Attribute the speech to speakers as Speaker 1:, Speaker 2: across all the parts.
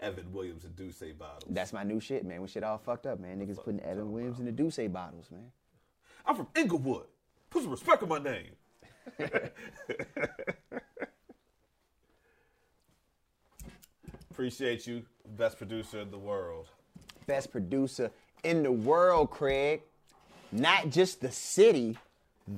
Speaker 1: Evan Williams and Duce bottles.
Speaker 2: That's my new shit, man. When shit all fucked up, man. Niggas putting Evan Williams in the Duce bottles, man.
Speaker 1: I'm from Inglewood. Put some respect on my name. Appreciate you, best producer in the world.
Speaker 2: Best producer in the world, Craig. Not just the city,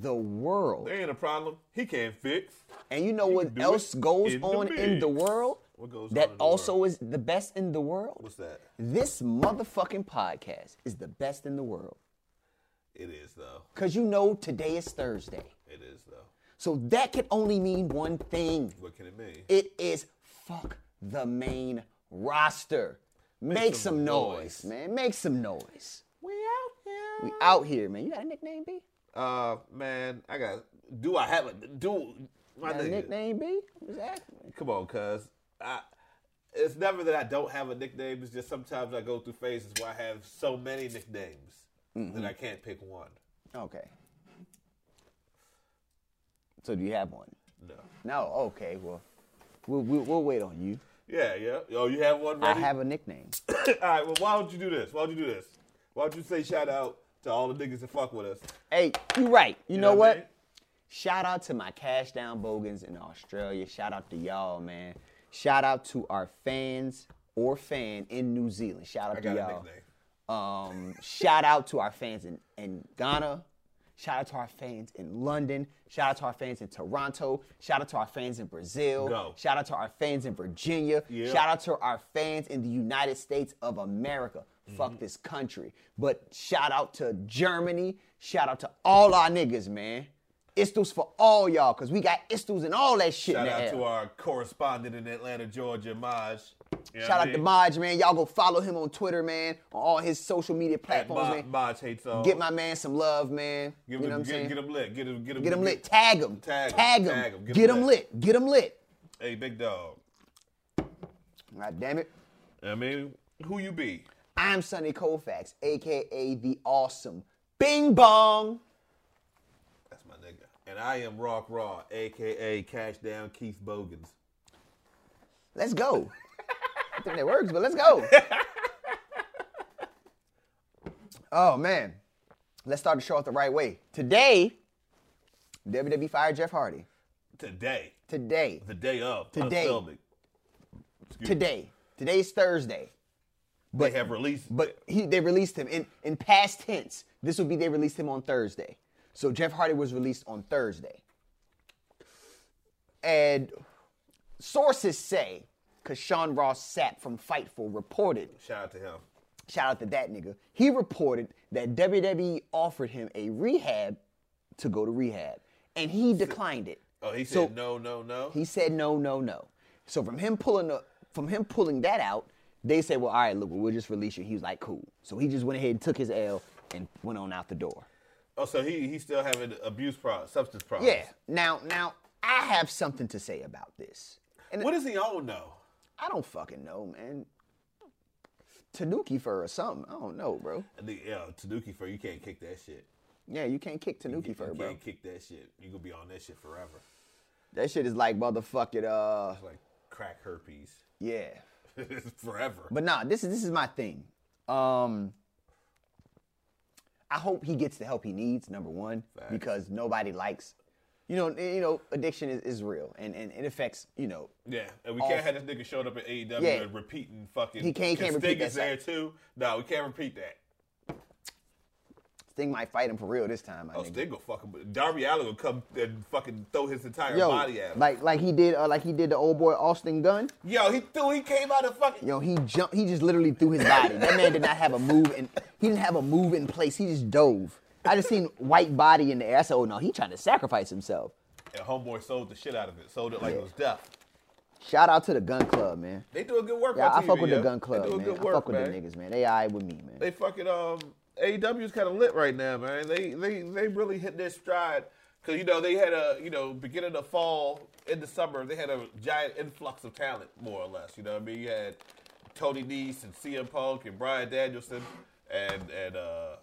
Speaker 2: the world.
Speaker 1: There ain't a problem. He can't fix.
Speaker 2: And you know what
Speaker 1: do
Speaker 2: else
Speaker 1: it
Speaker 2: goes
Speaker 1: in the
Speaker 2: on in the
Speaker 1: mix.
Speaker 2: world?
Speaker 1: What goes
Speaker 2: that
Speaker 1: on in the
Speaker 2: also
Speaker 1: world?
Speaker 2: is the best in the world.
Speaker 1: What's that?
Speaker 2: This motherfucking podcast is the best in the world.
Speaker 1: It is though.
Speaker 2: Cause you know today is Thursday.
Speaker 1: It is though.
Speaker 2: So that can only mean one thing.
Speaker 1: What can it mean?
Speaker 2: It is fuck the main roster. Make, some,
Speaker 1: some noise.
Speaker 2: noise. man. Make some noise.
Speaker 1: we out here.
Speaker 2: We out here, man. You got a nickname, B?
Speaker 1: Uh, man, I got. Do I have a do? My
Speaker 2: Got a
Speaker 1: nigga.
Speaker 2: nickname, B? What's that?
Speaker 1: Come on, cuz. I. It's never that I don't have a nickname. It's just sometimes I go through phases where I have so many nicknames that
Speaker 2: Mm-hmm.
Speaker 1: I can't pick one.
Speaker 2: Okay. So do you have one?
Speaker 1: No.
Speaker 2: No. Okay. Well, we'll, we'll, we'll wait on you.
Speaker 1: Yeah, yeah. Oh, you have one
Speaker 2: I
Speaker 1: ready.
Speaker 2: have a nickname.
Speaker 1: All right. Well, why would you do this? Why would you do this? Why would you say shout out to all the niggas that fuck with us?
Speaker 2: hey, you right. You, know,
Speaker 1: I
Speaker 2: what?
Speaker 1: mean?
Speaker 2: Shout out to my Cash Down Bogans in Australia. Shout out to y'all, man. Shout out to our fans or fan in New Zealand. Shout out
Speaker 1: I
Speaker 2: to
Speaker 1: got a
Speaker 2: y'all.
Speaker 1: nickname.
Speaker 2: Um, shout out to our fans in, in Ghana. Shout out to our fans in London. Shout out to our fans in Toronto. Shout out to our fans in Brazil.
Speaker 1: Go.
Speaker 2: Shout out to our fans in Virginia.
Speaker 1: Yeah.
Speaker 2: Shout out to our fans in the United States of America.
Speaker 1: Mm-hmm.
Speaker 2: Fuck this country. But shout out to Germany. Shout out to all our niggas, man. Istus for all y'all, cause we got istus and all that shit.
Speaker 1: Shout
Speaker 2: in the
Speaker 1: out
Speaker 2: air.
Speaker 1: to our correspondent in Atlanta, Georgia, Maj. You know what
Speaker 2: Shout
Speaker 1: I
Speaker 2: out to
Speaker 1: mean?
Speaker 2: Maj, man. Y'all go follow him on Twitter, man. On all his social media
Speaker 1: At
Speaker 2: platforms,
Speaker 1: Maj,
Speaker 2: man.
Speaker 1: Maj hates all.
Speaker 2: Get my man some love, man.
Speaker 1: Give him,
Speaker 2: you know what I'm
Speaker 1: get,
Speaker 2: saying?
Speaker 1: Get him lit. Get him. Get him.
Speaker 2: Get him lit. Tag him.
Speaker 1: Tag 'em.
Speaker 2: Tag
Speaker 1: Tag
Speaker 2: him.
Speaker 1: 'em. Get
Speaker 2: Get
Speaker 1: 'em
Speaker 2: him
Speaker 1: lit.
Speaker 2: lit. Get him lit.
Speaker 1: Hey, big dog.
Speaker 2: God damn it.
Speaker 1: I mean, who you be?
Speaker 2: I'm Sonny Colfax, aka the awesome Bing Bong.
Speaker 1: That's my nigga. And I am Rock Raw, aka Cash Down Keith Bogans.
Speaker 2: Let's go. I think that works, but let's go. oh man. Let's start the show off the right way. Today, WWE fired Jeff Hardy.
Speaker 1: Today,
Speaker 2: Today.
Speaker 1: the day of,
Speaker 2: Today.
Speaker 1: I'm filming. Excuse me.
Speaker 2: Today. Today's Thursday.
Speaker 1: they have released.
Speaker 2: But he, they released him in, in past tense. This would be they released him on Thursday. So Jeff Hardy was released on Thursday. And sources say, because Sean Ross Sapp from Fightful reported,
Speaker 1: shout out to him.
Speaker 2: shout out to that nigga, he reported that WWE offered him a rehab to go to rehab. And he declined it.
Speaker 1: Oh, he said
Speaker 2: So-
Speaker 1: no, no, no.
Speaker 2: He said no, no, no. So from him pulling the, from him pulling that out, they said, well, all right, look, we'll just release you. He was like, cool. So he just went ahead and took his L and went on out the door.
Speaker 1: oh, so he he's still having abuse problems, substance problems.
Speaker 2: Yeah. Now, now I have something to say about this. And
Speaker 1: What does he own though?
Speaker 2: I don't fucking know, man. Tanuki fur or something. I don't know, bro.
Speaker 1: And the, yeah, Tanuki fur. You can't kick that shit.
Speaker 2: Yeah, you can't kick Tanuki
Speaker 1: you
Speaker 2: fur,
Speaker 1: can't
Speaker 2: bro.
Speaker 1: kick that shit. You gonna be on that shit forever.
Speaker 2: That shit is like motherfucking uh
Speaker 1: It's like crack herpes.
Speaker 2: yeah.
Speaker 1: It's forever.
Speaker 2: But nah, this is this is my thing. Um I hope he gets the help he needs, number one,
Speaker 1: Facts.
Speaker 2: because nobody likes you know, you know, addiction is, is real and, and it affects, you know,
Speaker 1: yeah, and we can't have this nigga showing up at AEW
Speaker 2: Yeah.
Speaker 1: and repeating fucking.
Speaker 2: He can't- he can't repeat
Speaker 1: Castiga's
Speaker 2: that
Speaker 1: there too. No, we can't repeat that.
Speaker 2: Sting might fight him for real this time, I
Speaker 1: Oh,
Speaker 2: think.
Speaker 1: Sting gonna fucking Darby Allin gonna come and fucking throw his entire
Speaker 2: Yo,
Speaker 1: body at him.
Speaker 2: like like he did uh, like he did the old boy Austin Gunn.
Speaker 1: Yo, he threw. He came out of fucking.
Speaker 2: Yo, he jumped he just literally threw his body. That man did not have a move in he didn't have a move in place. He just dove. I just seen white body in the air. I said, oh no, he trying to sacrifice himself.
Speaker 1: And homeboy sold the shit out of it. Sold it like it was death.
Speaker 2: Shout out to the gun club, man.
Speaker 1: They doing good work.
Speaker 2: Yeah,
Speaker 1: on
Speaker 2: I
Speaker 1: TV,
Speaker 2: fuck with
Speaker 1: yo.
Speaker 2: the gun
Speaker 1: They
Speaker 2: club,
Speaker 1: doing
Speaker 2: man.
Speaker 1: good
Speaker 2: I
Speaker 1: work,
Speaker 2: fuck with
Speaker 1: man.
Speaker 2: the niggas, man. They alright with me, man.
Speaker 1: They fucking um AEW's kind of lit right now, man. They they they really hit their stride because you know they had a you know beginning of fall in the summer they had a giant influx of talent more or less. You know what I mean? You had Tony Nese and CM Punk and Brian Danielson and and uh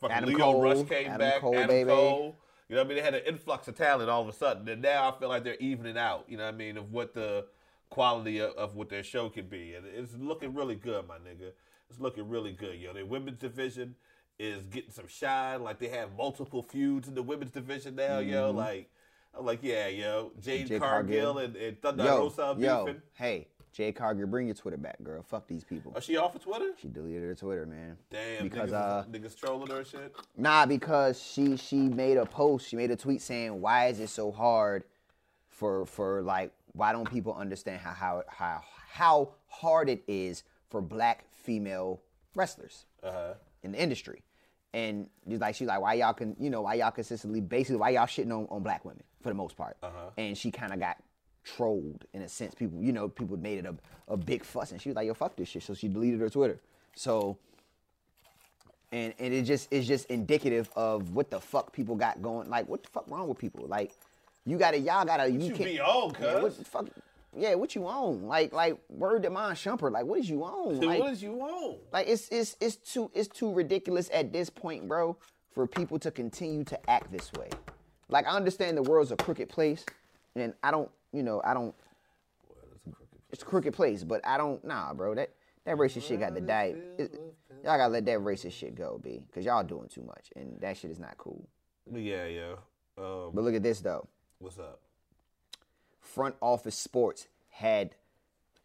Speaker 1: fucking
Speaker 2: Adam
Speaker 1: Leo
Speaker 2: Cole,
Speaker 1: Rush came
Speaker 2: Adam
Speaker 1: back.
Speaker 2: Cole,
Speaker 1: Adam
Speaker 2: baby.
Speaker 1: Cole. You know what I mean? They had an influx of talent all of a sudden, and now I feel like they're evening out. You know what I mean? Of what the quality of, of what their show can be, and it's looking really good, my nigga. It's looking really good, yo. Their women's division is getting some shine. Like they have multiple feuds in the women's division now, yo. Like I'm like, yeah, yo. Jade
Speaker 2: Mm-hmm. Jade
Speaker 1: Cargill,
Speaker 2: Cargill.
Speaker 1: and, and Thunder
Speaker 2: Yo,
Speaker 1: Rosa are
Speaker 2: yo,
Speaker 1: beefing.
Speaker 2: hey, Jay Cargill, bring your Twitter back, girl. Fuck these people.
Speaker 1: Are she off of Twitter?
Speaker 2: She deleted her Twitter, man.
Speaker 1: Damn,
Speaker 2: because
Speaker 1: niggas,
Speaker 2: uh,
Speaker 1: niggas trolling her and shit.
Speaker 2: Nah, because she she made a post, she made a tweet saying, "Why is it so hard for for like why don't people understand how how how, how hard it is for black female wrestlers in the industry?" And she's like, she's like, "Why y'all can you know why y'all consistently basically why y'all shitting on, on black women for the most part?" And she kind of got trolled in a sense. People you know people made it a a big fuss, and she was like, "Yo, fuck this shit," so she deleted her Twitter. So and and it just it's just indicative of what the fuck people got going. Like, what the fuck wrong with people? Like, you gotta y'all gotta you
Speaker 1: you
Speaker 2: can't
Speaker 1: be on,
Speaker 2: Yeah,
Speaker 1: cuz?
Speaker 2: what the fuck? Yeah, what you on? Like like word to mine Shumpert. Like, what is you on?
Speaker 1: Dude,
Speaker 2: Like,
Speaker 1: what is you on?
Speaker 2: like it's it's it's too it's too ridiculous at this point, bro, for people to continue to act this way. Like, I understand the world's a crooked place, and I don't you know I don't. It's a crooked place, but I don't nah, bro. That that racist shit got to die. It- y'all gotta let that racist shit go, b, because y'all doing too much, and that shit is not cool.
Speaker 1: Yeah, yeah. Um,
Speaker 2: But look at this though.
Speaker 1: what's up?
Speaker 2: Front Office Sports had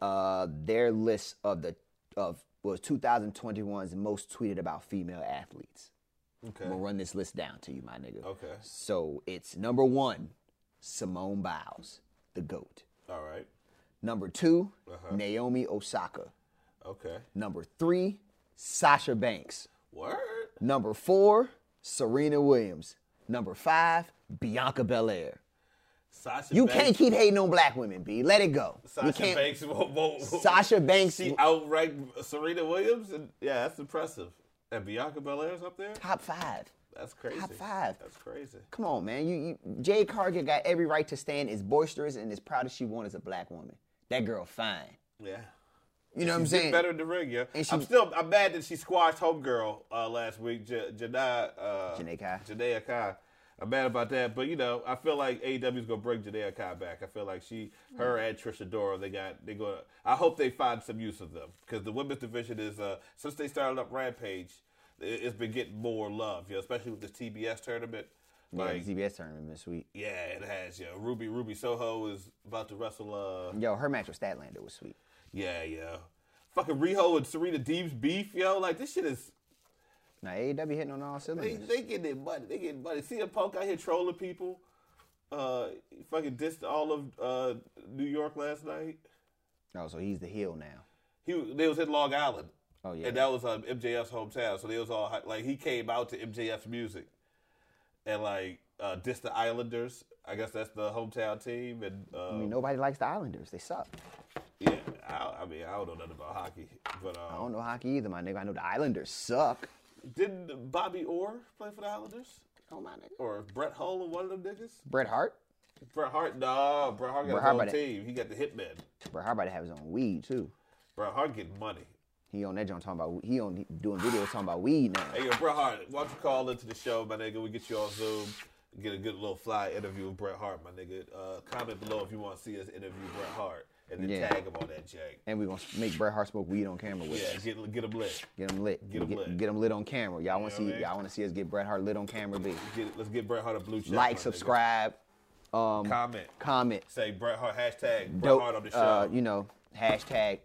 Speaker 2: uh, their list of the of was 2021's most tweeted about female athletes.
Speaker 1: Okay.
Speaker 2: I'm gonna run this list down to you, my nigga.
Speaker 1: Okay.
Speaker 2: So it's number one, Simone Biles, the goat.
Speaker 1: All right.
Speaker 2: Number 2
Speaker 1: Uh-huh.
Speaker 2: Naomi Osaka.
Speaker 1: Okay.
Speaker 2: Number three, Sasha Banks.
Speaker 1: Word.
Speaker 2: Number four, Serena Williams. Number five, Bianca Belair.
Speaker 1: Sasha.
Speaker 2: You
Speaker 1: Banks,
Speaker 2: can't keep hating on black women, B. Let it go. you
Speaker 1: Sasha
Speaker 2: can't.
Speaker 1: Banks. Won't, won't,
Speaker 2: Sasha Banks,
Speaker 1: She outranked Serena Williams, and yeah, that's impressive. And Bianca Belair's up there.
Speaker 2: top five.
Speaker 1: That's crazy.
Speaker 2: Top five.
Speaker 1: That's crazy.
Speaker 2: Come on, man. You, you Jade Cargill got every right to stand as boisterous and as proud as she wants as a black woman. That girl fine.
Speaker 1: Yeah.
Speaker 2: You know what I'm
Speaker 1: She's getting
Speaker 2: saying?
Speaker 1: better in the ring, yeah.
Speaker 2: And she-
Speaker 1: I'm still I'm mad that she squashed homegirl uh, last week, J- Jada uh,
Speaker 2: Janae Kai.
Speaker 1: Janae Kai. I'm mad about that, but you know, I feel like AEW's gonna bring Janae Kai back. I feel like she,
Speaker 2: Hmm.
Speaker 1: her and Trisha Dora, they got they gonna. I hope they find some use of them because the women's division is uh since they started up Rampage, it, it's been getting more love, you know, especially with the TBS tournament. Like,
Speaker 2: yeah, the CBS tournament this week.
Speaker 1: yeah, it has. Yeah, Ruby Ruby Soho is about to wrestle. Uh,
Speaker 2: Yo, her match with Statlander was sweet.
Speaker 1: Yeah, yeah. Fucking Riho and Serena Deeb's beef, yo. Like this shit is
Speaker 2: Now AEW hitting on all
Speaker 1: they,
Speaker 2: cylinders.
Speaker 1: they getting their money. They getting money. CM Punk out here trolling people. Uh he fucking dissed all of uh New York last night.
Speaker 2: Oh, so he's the heel now.
Speaker 1: He was- they was in Long Island.
Speaker 2: Oh, yeah.
Speaker 1: And that was um, MJF's hometown. So they was all hy- like he came out to MJF's music and like uh dissed the Islanders. I guess that's the hometown team and uh
Speaker 2: I mean, nobody likes the Islanders. They suck.
Speaker 1: yeah, I, I mean I don't know nothing about hockey. But
Speaker 2: I
Speaker 1: uh,
Speaker 2: don't know hockey either, my nigga. I know the Islanders suck.
Speaker 1: didn't Bobby Orr play for the Islanders?
Speaker 2: Oh my nigga.
Speaker 1: or Bret Hall or one of them niggas?
Speaker 2: Bret Hart.
Speaker 1: Bret Hart, nah, Bret Hart got his
Speaker 2: Bret Hart
Speaker 1: own
Speaker 2: about to-
Speaker 1: team. He got the hitman.
Speaker 2: Bret Hart about to have his own weed too.
Speaker 1: Bret Hart getting money.
Speaker 2: He on that joint talking about he on doing videos talking about weed now.
Speaker 1: Hey, yo, Bret Hart, why don't you call into the show, my nigga? We get you on Zoom. Get a good little fly interview with Bret Hart, my nigga. Uh, comment below if you want to see us interview Bret Hart and then
Speaker 2: Yeah.
Speaker 1: tag him on that, Jake.
Speaker 2: And we gonna make Bret Hart smoke weed on camera with
Speaker 1: Yeah,
Speaker 2: us.
Speaker 1: get get him lit.
Speaker 2: Get him lit.
Speaker 1: Get 'em lit.
Speaker 2: Get him lit on camera. Y'all want
Speaker 1: Yeah,
Speaker 2: to see?
Speaker 1: man.
Speaker 2: Y'all want to see us get Bret Hart lit on camera? B.
Speaker 1: Get, let's get Bret Hart a blue check. my
Speaker 2: Like,
Speaker 1: nigga.
Speaker 2: subscribe, um,
Speaker 1: comment,
Speaker 2: comment.
Speaker 1: say Bret Hart hashtag Bret
Speaker 2: Dope.
Speaker 1: Hart on the show.
Speaker 2: Uh, you know, hashtag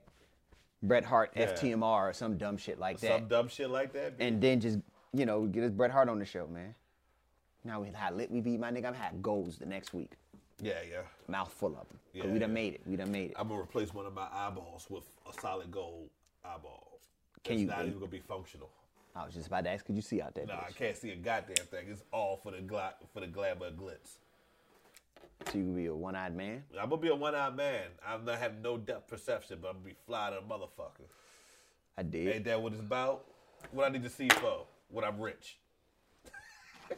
Speaker 2: Bret Hart
Speaker 1: Yeah.
Speaker 2: FTMR or some dumb shit like that.
Speaker 1: Some dumb shit like that. bitch.
Speaker 2: and then just you know get us Bret Hart on the show, man. Now we how lit we be, my nigga. I'm gonna have goals the next week,
Speaker 1: yeah, yeah.
Speaker 2: mouth full of them. Cause
Speaker 1: Yeah,
Speaker 2: we done
Speaker 1: yeah.
Speaker 2: made it. We done made it.
Speaker 1: I'm gonna replace one of my eyeballs with a solid gold eyeball.
Speaker 2: Can
Speaker 1: it's
Speaker 2: you-
Speaker 1: not even gonna be functional.
Speaker 2: I was just about to ask, could you see out there?
Speaker 1: No, I
Speaker 2: bitch?
Speaker 1: can't see a goddamn thing. It's all for the gla- for the glamour and glitz.
Speaker 2: So you could be a one-eyed man.
Speaker 1: I'm gonna be a one-eyed man. I'm not have no depth perception, but I'm gonna be fly to a motherfucker.
Speaker 2: I did.
Speaker 1: Ain't that what it's about? What I need to see for when I'm rich.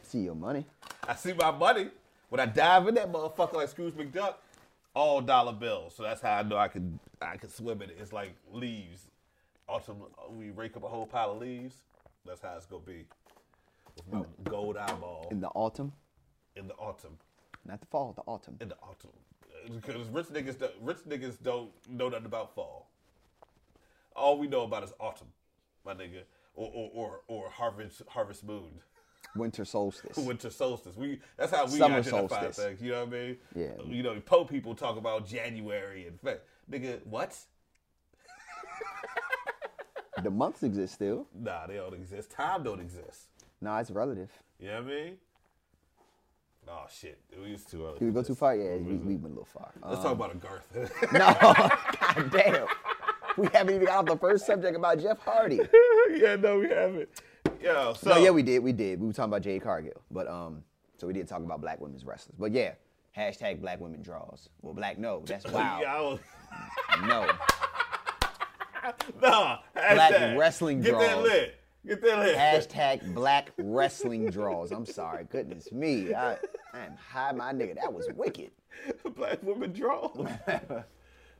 Speaker 2: See your money.
Speaker 1: I see my money when I dive in that motherfucker like Scrooge McDuck. All dollar bills. So that's how I know I can I can swim in it. It's like leaves. Autumn, we rake up a whole pile of leaves. That's how it's gonna be. With my gold eyeball
Speaker 2: In the autumn,
Speaker 1: in the autumn.
Speaker 2: not the fall, the autumn.
Speaker 1: In the autumn. because rich niggas, don't- rich niggas don't know nothing about fall. All we know about is autumn, my nigga, or or or, or harvest harvest moon,
Speaker 2: Winter solstice.
Speaker 1: winter solstice. We that's how we
Speaker 2: Summer
Speaker 1: identify
Speaker 2: solstice.
Speaker 1: things. You know what I mean?
Speaker 2: Yeah.
Speaker 1: You know, Poe people talk about January and Fe- nigga, what?
Speaker 2: the months exist still.
Speaker 1: Nah, they don't exist. Time don't exist.
Speaker 2: Nah, it's relative.
Speaker 1: You know what I mean? Oh shit, we was too early.
Speaker 2: Did we
Speaker 1: for
Speaker 2: go
Speaker 1: this.
Speaker 2: too far? Um, Yeah, we, we went a little far.
Speaker 1: Let's talk about a Garth.
Speaker 2: No, god damn. We haven't even got off the first subject about Jeff Hardy.
Speaker 1: yeah, no, we haven't. Yeah, so
Speaker 2: No, yeah, we did, we did. We were talking about Jade Cargill, but um, so we did talk about black women's wrestlers. But yeah, hashtag black women draws. Well, black no, that's wow.
Speaker 1: Yeah, I was,
Speaker 2: No,
Speaker 1: nah,
Speaker 2: Black
Speaker 1: hashtag.
Speaker 2: wrestling
Speaker 1: Get that
Speaker 2: draws.
Speaker 1: lit. Get that lit.
Speaker 2: hashtag black wrestling draws. I'm sorry, goodness me, I, I'm high, my nigga. That was wicked.
Speaker 1: Black women draw.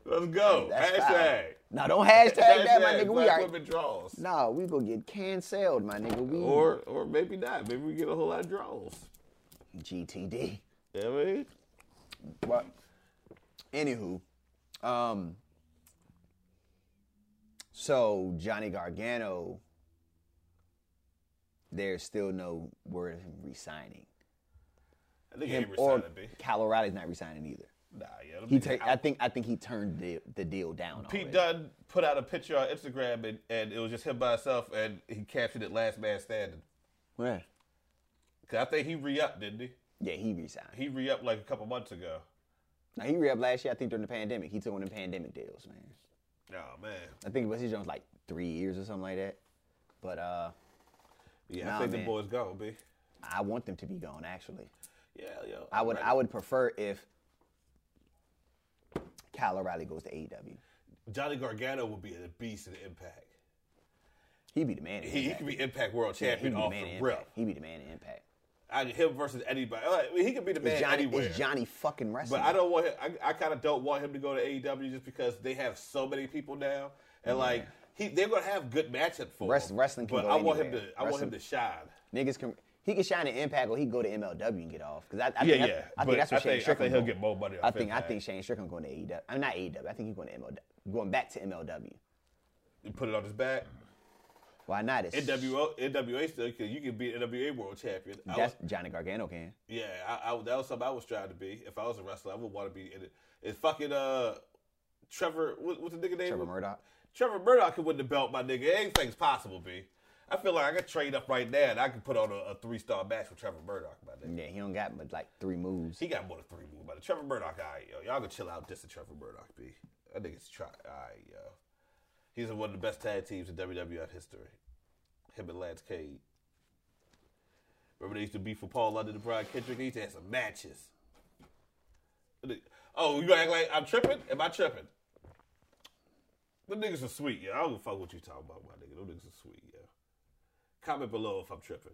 Speaker 1: Let's go. Hashtag.
Speaker 2: No, don't hashtag, that, my
Speaker 1: Hashtag
Speaker 2: nigga.
Speaker 1: Black
Speaker 2: we are.
Speaker 1: women draws.
Speaker 2: No, we gonna get canceled, my nigga. We
Speaker 1: Or or maybe not. Maybe we get a whole lot of draws.
Speaker 2: GTD.
Speaker 1: You know what I mean?
Speaker 2: But anywho, um, so Johnny Gargano, there's still no word of him resigning.
Speaker 1: I think
Speaker 2: Him
Speaker 1: Avery
Speaker 2: or
Speaker 1: signed it, B.
Speaker 2: Colorado's not resigning either.
Speaker 1: Nah, yeah. them
Speaker 2: He,
Speaker 1: niggas
Speaker 2: ta- I think, I think he turned the, the deal down.
Speaker 1: Pete
Speaker 2: already.
Speaker 1: Dunn put out a picture on Instagram and, and it was just him by himself and he captioned it last man standing.
Speaker 2: Yeah.
Speaker 1: Cause I think he re upped, didn't he?
Speaker 2: Yeah, he resigned.
Speaker 1: He re upped like a couple months ago.
Speaker 2: Now he re up last year. I think during the pandemic, he took one of the pandemic deals, man.
Speaker 1: Oh man.
Speaker 2: I think it was his Jones like three years or something like that. But uh,
Speaker 1: Yeah,
Speaker 2: Nah,
Speaker 1: I think
Speaker 2: man.
Speaker 1: the boys gone, B.
Speaker 2: I want them to be gone actually.
Speaker 1: Yeah, yo.
Speaker 2: I would
Speaker 1: right.
Speaker 2: I would prefer if Kyle O'Reilly goes to E AEW.
Speaker 1: Johnny Gargano would be a beast in Impact.
Speaker 2: He'd be the man.
Speaker 1: He,
Speaker 2: in
Speaker 1: he
Speaker 2: Impact.
Speaker 1: could be Impact World
Speaker 2: Yeah,
Speaker 1: Champion
Speaker 2: he'd
Speaker 1: off
Speaker 2: man in
Speaker 1: the
Speaker 2: Impact.
Speaker 1: rip.
Speaker 2: He'd be the man in Impact.
Speaker 1: I, him versus anybody. Like, he could be the man
Speaker 2: It's Johnny,
Speaker 1: anywhere.
Speaker 2: it's Johnny fucking wrestling.
Speaker 1: But I don't want him. I, I kind of don't want him to go to AEW just because they have so many people now, and like he, they're gonna have good matchup for
Speaker 2: Wrest-
Speaker 1: him.
Speaker 2: wrestling can
Speaker 1: But
Speaker 2: go
Speaker 1: I want him
Speaker 2: anywhere.
Speaker 1: to. I want him to
Speaker 2: Wrestling-
Speaker 1: shine.
Speaker 2: Niggas can he can shine in Impact or he can go to MLW and get off. Because I, I
Speaker 1: Yeah,
Speaker 2: think
Speaker 1: yeah.
Speaker 2: I,
Speaker 1: But
Speaker 2: I think that's what
Speaker 1: I
Speaker 2: Shane
Speaker 1: think- I
Speaker 2: Strickland.
Speaker 1: think he'll
Speaker 2: going.
Speaker 1: get more money
Speaker 2: I
Speaker 1: off
Speaker 2: think I
Speaker 1: Impact.
Speaker 2: think Shane Strickland going to AEW. I'm not AEW. I think he's going to MLW. Going back to MLW.
Speaker 1: You put it on his back.
Speaker 2: Why not? It's,
Speaker 1: NWO, NWA still. Cause you can be an NWA World Champion. I
Speaker 2: That's
Speaker 1: was-
Speaker 2: Johnny Gargano can.
Speaker 1: yeah, I, I, that was something I was trying to be. If I was a wrestler, I would want to be in it. It's fucking uh, Trevor. What, what's the nigga name?
Speaker 2: Trevor Murdoch.
Speaker 1: Trevor Murdoch could win the belt, my nigga. Anything's possible, b. I feel like I could train up right now and I could put on a, a three star match with Trevor Murdoch, my nigga.
Speaker 2: Yeah, he don't got but like three moves.
Speaker 1: He got more than three moves, but Trevor Murdoch, all right, yo. Y'all can chill out. This is Trevor Murdoch, B. I think it's try. All right, yo. He's one of the best tag teams in WWF history. Him and Lance Cade. Remember they used to beef for Paul London and Brian Kendrick? They used to have some matches. Oh, you act like I'm tripping? Am I tripping? Them niggas are sweet, yeah. I don't give a fuck what you talking about, my nigga. Them niggas are sweet, yeah. Comment below if I'm tripping.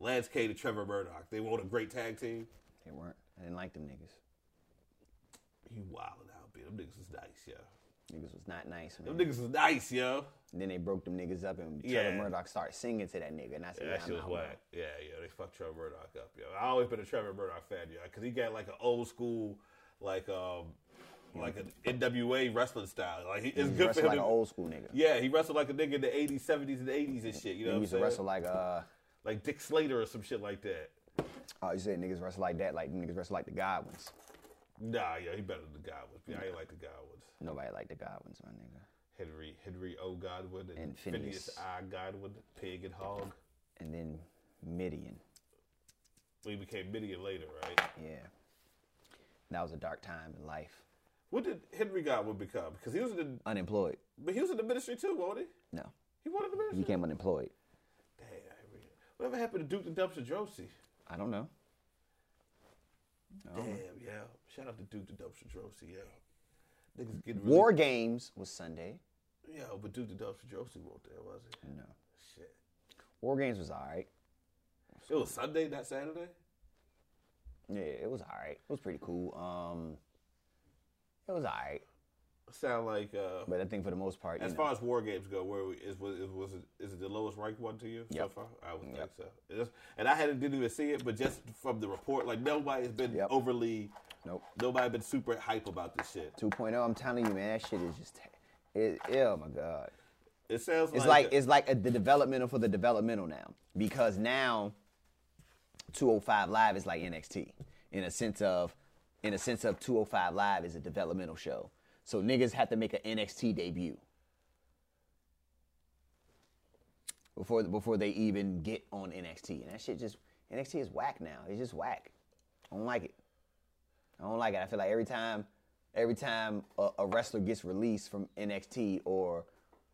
Speaker 1: Lance Cade and Trevor Murdoch. They want a great tag team.
Speaker 2: They weren't. I didn't like them niggas.
Speaker 1: You wildin' out, B. Them niggas is nice, yo.
Speaker 2: Niggas was not nice, man.
Speaker 1: Them niggas is nice, yo.
Speaker 2: And then they broke them niggas up, and
Speaker 1: Yeah.
Speaker 2: Trevor Murdoch started singing to that nigga, and I said,
Speaker 1: That
Speaker 2: "Nah,
Speaker 1: shit was
Speaker 2: nah,
Speaker 1: whack. Yeah, yeah, they fucked Trevor Murdoch up, yo. I always been a Trevor Murdoch fan, yo, because he got like an old school, like um, like an NWA wrestling style. Like he, it's good
Speaker 2: He
Speaker 1: for
Speaker 2: wrestled
Speaker 1: him.
Speaker 2: like
Speaker 1: to-
Speaker 2: an old school nigga.
Speaker 1: yeah, he wrestled like a nigga in the '80s, '70s, and '80s and shit. You know what
Speaker 2: he
Speaker 1: I'm
Speaker 2: used to
Speaker 1: saying?
Speaker 2: wrestle like uh,
Speaker 1: Like Dick Slater or some shit like that.
Speaker 2: oh, you said niggas wrestle like that, like niggas wrestle like the Godwins.
Speaker 1: Nah, yo, he better than the Godwins. Yeah, I ain't like the Godwins.
Speaker 2: Nobody like the Godwins, my nigga.
Speaker 1: Henry Henry O. Godwin and,
Speaker 2: And
Speaker 1: Phineas.
Speaker 2: Phineas.
Speaker 1: I. Godwin, Pig and Hog.
Speaker 2: And then Midian,
Speaker 1: We became Midian later, right?
Speaker 2: yeah, that was a dark time in life.
Speaker 1: What did Henry Godwin become? Because he was in the
Speaker 2: Unemployed?
Speaker 1: But he was in the ministry too, wasn't he?
Speaker 2: No,
Speaker 1: He wanted the
Speaker 2: he
Speaker 1: ministry.
Speaker 2: became unemployed.
Speaker 1: Damn, Henry. whatever happened to Duke the Dumpster Josie?
Speaker 2: I don't know.
Speaker 1: Damn, yeah. Shout out to Duke the Dumpster Josie, yeah. Niggas getting really,
Speaker 2: War Games was Sunday.
Speaker 1: Yeah, but Duke the Dumpster Josie won't there, was he?
Speaker 2: No,
Speaker 1: Shit.
Speaker 2: War Games was all right.
Speaker 1: It was Sunday, not Saturday.
Speaker 2: Yeah, it was all right. It was pretty cool. Um, it was all right,
Speaker 1: Sound like uh,
Speaker 2: but I think for the most part, you
Speaker 1: as
Speaker 2: know,
Speaker 1: far as war games go, where we, is was is, was it, is it the lowest ranked one to you so
Speaker 2: Yep.
Speaker 1: far? I would think so. It's- and I hadn't didn't even see it, but just from the report, like nobody's been
Speaker 2: Yep.
Speaker 1: overly
Speaker 2: Nope.
Speaker 1: Nobody been super hype about this shit.
Speaker 2: 2.0. I'm telling you, man, that shit is just. It, oh my god.
Speaker 1: It sounds
Speaker 2: It's
Speaker 1: like,
Speaker 2: like it's like a, the developmental for the developmental now because now 205 Live is like NXT in a sense of in a sense of 205 Live is a developmental show. So niggas have to make an NXT debut before before they even get on NXT. And that shit just NXT is whack now. It's just whack. I don't like it. I don't like it. I feel like every time, every time a, a wrestler gets released from NXT or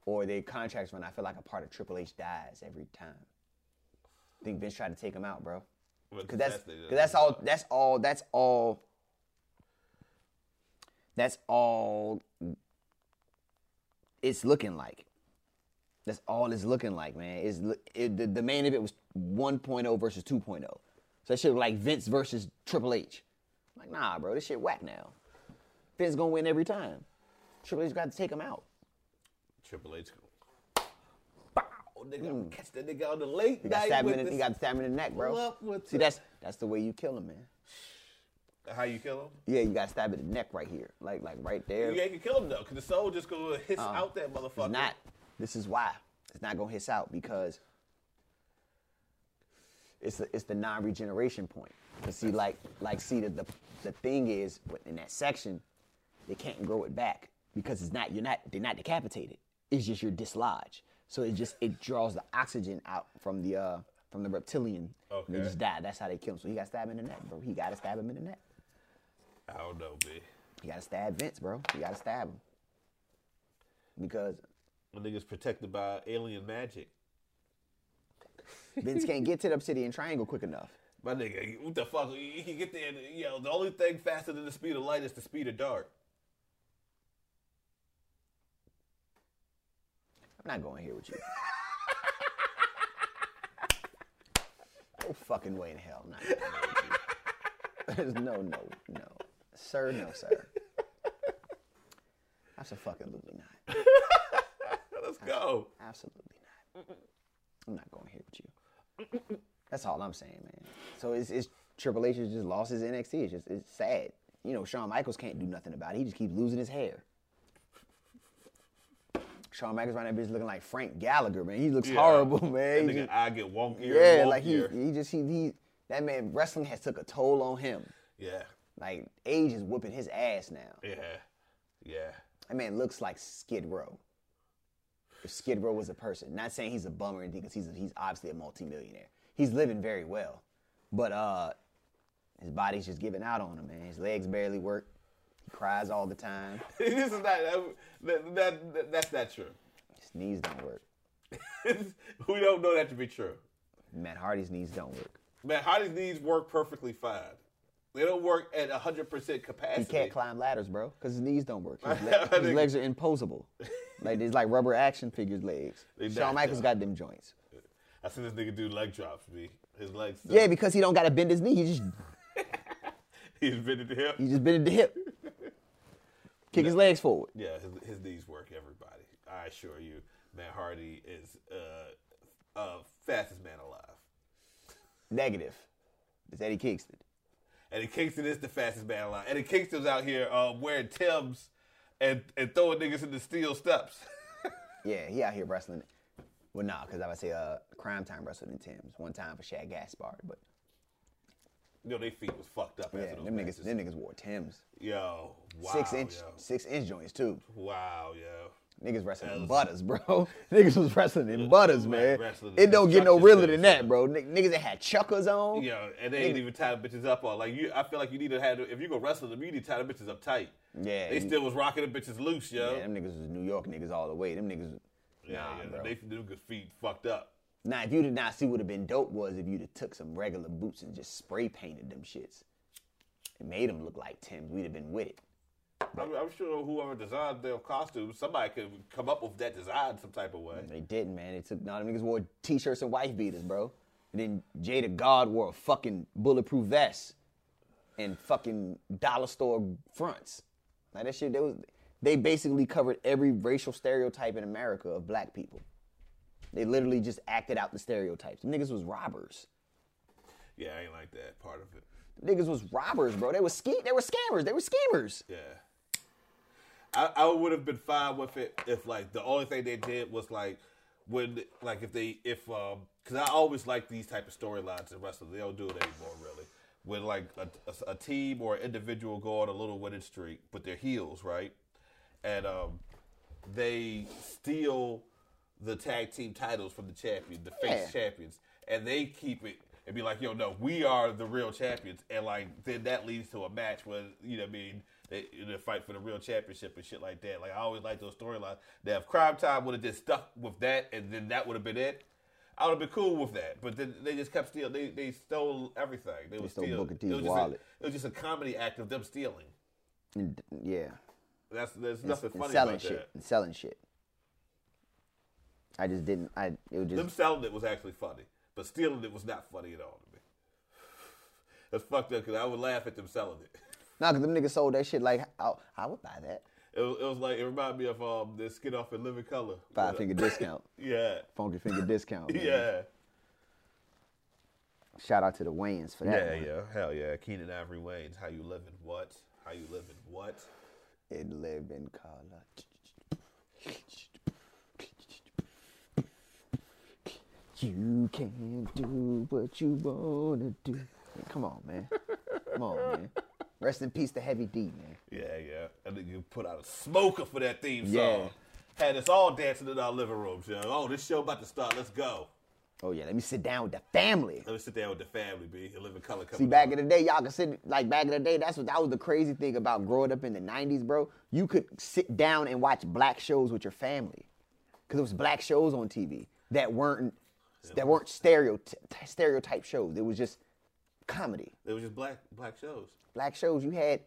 Speaker 2: or their contracts run, I feel like a part of Triple H dies every time. I think Vince tried to take him out, bro.
Speaker 1: Well,
Speaker 2: Because that's
Speaker 1: that's the- uh,
Speaker 2: because that's all. That's all. That's all. That's all. It's looking like. That's all it's looking like, man. Is it, the, the main event was 1.0 versus 2.0. So that shit was like Vince versus Triple H. Like, nah, bro, this shit whack now. Vince gonna win every time. Triple H got to take him out.
Speaker 1: Triple H. Mm. Bow, nigga, catch that nigga on the late
Speaker 2: He got
Speaker 1: night
Speaker 2: stabbed
Speaker 1: with
Speaker 2: in the, he
Speaker 1: this-
Speaker 2: got stabbed in the neck, bro.
Speaker 1: Love with
Speaker 2: See,
Speaker 1: the-
Speaker 2: that's that's the way you kill him, man.
Speaker 1: How you kill him?
Speaker 2: Yeah, you got stabbed in the neck right here, like like right there.
Speaker 1: You ain't gonna kill him though, cause the soul just gonna hiss out that motherfucker.
Speaker 2: It's not. This is why it's not gonna hiss out because it's the, it's the non-regeneration point. But see, like like see the, the the thing is in that section, they can't grow it back because it's not you're not they're not decapitated. It's just you're dislodged. So it just it draws the oxygen out from the uh from the reptilian. And they
Speaker 1: Okay.
Speaker 2: just die. That's how they kill him. So he got stabbed in the neck, bro. He gotta stab him in the neck.
Speaker 1: I don't know, B.
Speaker 2: You gotta stab Vince, bro. You gotta stab him. Because
Speaker 1: The nigga's protected by alien magic.
Speaker 2: Vince can't get to the Obsidian Triangle quick enough.
Speaker 1: My nigga, what the fuck? You can get there. And, you know, the only thing faster than the speed of light is the speed of dark.
Speaker 2: I'm not going here with you. no fucking way in hell. I'm Not going here with you. There's no, no, no. Sir, no, sir. Absolutely not.
Speaker 1: Let's go.
Speaker 2: Absolutely not. I'm not going here with you. That's all I'm saying, man. So it's, it's Triple H has just lost his NXT. It's just it's sad. You know, Shawn Michaels can't do nothing about it. He just keeps losing his hair. Shawn Michaels right now, bitch, looking like Frank Gallagher, man. He looks
Speaker 1: Yeah.
Speaker 2: horrible, man.
Speaker 1: That
Speaker 2: He
Speaker 1: nigga,
Speaker 2: just-
Speaker 1: I get wonkier.
Speaker 2: yeah,
Speaker 1: and
Speaker 2: like he,
Speaker 1: wonkier.
Speaker 2: he just he, he that man wrestling has took a toll on him.
Speaker 1: Yeah,
Speaker 2: Like age is whooping his ass now.
Speaker 1: yeah, yeah.
Speaker 2: That man looks like Skid Row. If Skid Row was a person, not saying he's a bum or anything, because he's he's obviously a multimillionaire. He's living very well, but uh, his body's just giving out on him, man. His legs barely work. He cries all the time.
Speaker 1: this is not that, that, that- that's not true.
Speaker 2: His knees don't work.
Speaker 1: we don't know that to be true.
Speaker 2: Matt Hardy's knees don't work.
Speaker 1: Man, Hardy's knees work perfectly fine. They don't work at hundred percent capacity.
Speaker 2: He can't climb ladders, bro, because his knees don't work. His,
Speaker 1: I
Speaker 2: le- his
Speaker 1: think-
Speaker 2: legs are imposable. Like there's like rubber action figures legs.
Speaker 1: They
Speaker 2: Shawn
Speaker 1: knocked
Speaker 2: Michaels
Speaker 1: up.
Speaker 2: got them joints.
Speaker 1: I see this nigga do leg drops. Me, his legs. uh,
Speaker 2: Yeah, because he don't got to bend his knee. He just
Speaker 1: he's been to him.
Speaker 2: he just bended the hip, kick his legs forward.
Speaker 1: Yeah, his, his knees work. Everybody, I assure you, Matt Hardy is uh, uh, fastest man alive,
Speaker 2: Negative. It's Eddie Kingston.
Speaker 1: Eddie Kingston is the fastest man alive. Eddie Kingston's out here um, wearing Tim's and and throwing niggas in the steel steps.
Speaker 2: Yeah, he out here wrestling. Well, nah, because I would say uh, Crime Time wrestled in Tim's one time for Shad Gaspard, but
Speaker 1: you know, their feet was fucked up
Speaker 2: yeah,
Speaker 1: after those
Speaker 2: them
Speaker 1: matches.
Speaker 2: niggas, them niggas wore Tim's
Speaker 1: Yo, wow,
Speaker 2: six inch,
Speaker 1: yo.
Speaker 2: six inch joints too.
Speaker 1: wow, yo.
Speaker 2: Niggas wrestling in
Speaker 1: was-
Speaker 2: butters, bro. Niggas was wrestling in butters,
Speaker 1: like
Speaker 2: man.
Speaker 1: wrestling in
Speaker 2: It don't get no
Speaker 1: construction
Speaker 2: realer
Speaker 1: centers,
Speaker 2: than
Speaker 1: yeah.
Speaker 2: that, bro. Nig- Niggas that had chuckers on.
Speaker 1: Yeah, and they ain't even tied the bitches up on. Like you, I feel like you need to have. If you go wrestle them, you need to tie the bitches up tight.
Speaker 2: Yeah,
Speaker 1: they
Speaker 2: you-
Speaker 1: still was rocking the bitches loose, yo.
Speaker 2: Man, them niggas was New York niggas all the way. Them niggas,
Speaker 1: Yeah,
Speaker 2: nah,
Speaker 1: yeah.
Speaker 2: bro.
Speaker 1: They niggas feet fucked up.
Speaker 2: Now, if you did not see what have been dope was if you'd have took some regular boots and just spray painted them shits and made them look like Tim's, we'd have been with it.
Speaker 1: I'm, I'm sure whoever designed their costumes, somebody could come up with that design some type of way.
Speaker 2: They didn't, man. They took nah, them niggas wore t-shirts and wife beaters, bro. And then Jada God wore a fucking bulletproof vest and fucking dollar store fronts. Like that shit, they was they basically covered every racial stereotype in America of black people. They literally just acted out the stereotypes. Them niggas was robbers.
Speaker 1: Yeah, I ain't like that part of it.
Speaker 2: Niggas was robbers, bro. They were ske- they were scammers. They were schemers.
Speaker 1: Yeah. I, I would have been fine with it if like the only thing they did was like when like if they if um because I always like these type of storylines in wrestling they don't do it anymore really when like a, a, a team or an individual go on a little winning streak but they're heels right and um they steal the tag team titles from the champion the face
Speaker 2: Yeah.
Speaker 1: champions and they keep it and be like yo no we are the real champions and like then that leads to a match where you know what I mean they, they fight for the real championship and shit like that like I always like those storylines now if crime time would have just stuck with that and then that would have been it I would have been cool with that but then they just kept stealing they, they stole everything they, were
Speaker 2: stole
Speaker 1: stealing.
Speaker 2: Booker T's
Speaker 1: it was just a-
Speaker 2: wallet.
Speaker 1: it was just a comedy act of them stealing
Speaker 2: And, yeah.
Speaker 1: that's there's nothing
Speaker 2: and
Speaker 1: funny
Speaker 2: selling
Speaker 1: about
Speaker 2: shit.
Speaker 1: that
Speaker 2: And selling shit. I just didn't. I it was just
Speaker 1: Them selling it was actually funny, but stealing it was not funny at all to me. That's fucked up because I would laugh at them selling it.
Speaker 2: nah, cause them niggas sold that shit like I, I would buy that
Speaker 1: It was, it was like it reminded me of um the skin off in Living Color.
Speaker 2: five finger discount,
Speaker 1: Yeah,
Speaker 2: funky finger discount. man.
Speaker 1: yeah,
Speaker 2: Shout out to the Wayans for that.
Speaker 1: yeah,
Speaker 2: one.
Speaker 1: yeah. Hell yeah, Keenan Ivory Wayne's How you living? What? How you living? What?
Speaker 2: It lived in color. You can do what you wanna do. Man, Come on, man. Come on, man. Rest in peace to Heavy D, man.
Speaker 1: Yeah, yeah. I think you put out a smoker for that theme song.
Speaker 2: Yeah.
Speaker 1: Had us all dancing in our living rooms, yo. Oh, this show about to start. Let's go.
Speaker 2: Oh yeah, let me sit down with the family.
Speaker 1: Let me sit down with the family, B. And Living Color coming
Speaker 2: See, back
Speaker 1: on.
Speaker 2: in the day, y'all could sit like back in the day. That's what that was the crazy thing about growing up in the '90s, bro. You could sit down and watch black shows with your family, because it was black shows on TV that weren't that weren't stereo stereotype shows. It was just comedy.
Speaker 1: It was just black black shows.
Speaker 2: Black shows you had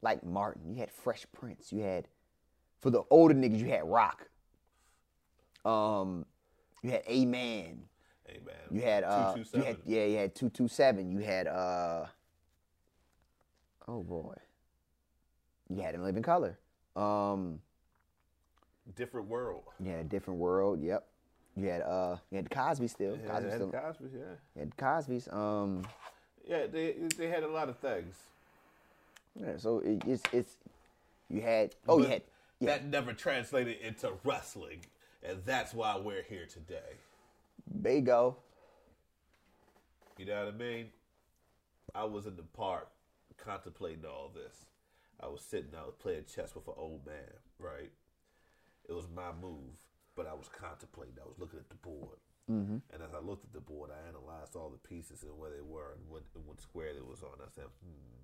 Speaker 2: like Martin, you had Fresh Prince, you had for the older niggas you had Rock, um, you had A Man,
Speaker 1: Hey man.
Speaker 2: you had uh, you
Speaker 1: 227.
Speaker 2: had yeah, you had two two seven. You had uh, oh boy, you had in living color. Um,
Speaker 1: different world.
Speaker 2: you had a different world. Yep, you had uh, you had Cosby still. Cosby
Speaker 1: yeah,
Speaker 2: still.
Speaker 1: Cosby, yeah.
Speaker 2: You had Cosby's. Um,
Speaker 1: Yeah, they they had a lot of things.
Speaker 2: yeah. So it, it's it's you had oh you
Speaker 1: But
Speaker 2: had yeah
Speaker 1: That never translated into wrestling, and that's why we're here today.
Speaker 2: there you go.
Speaker 1: You know what I mean? I was in the park contemplating all this. I was sitting, I was playing chess with an old man, right? It was my move, but I was contemplating. I was looking at the board. Mm-hmm. And as I looked at the board, I analyzed all the pieces and where they were and what, and what square they was on. I said, hmm,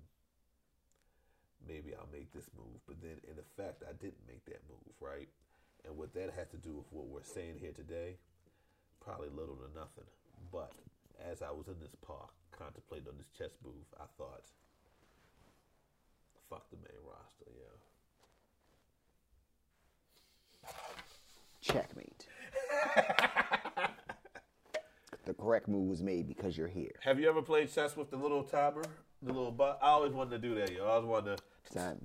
Speaker 1: maybe I'll make this move. But then, in effect, I didn't make that move, right? And what that has to do with what we're saying here today, probably little to nothing. But as I was in this park contemplating on this chess move, I thought, fuck the main roster, yo.
Speaker 2: Checkmate. the correct move was made because you're here.
Speaker 1: Have you ever played chess with the little timer? The little but I always wanted to do that, yo. I always wanted to.
Speaker 2: Time.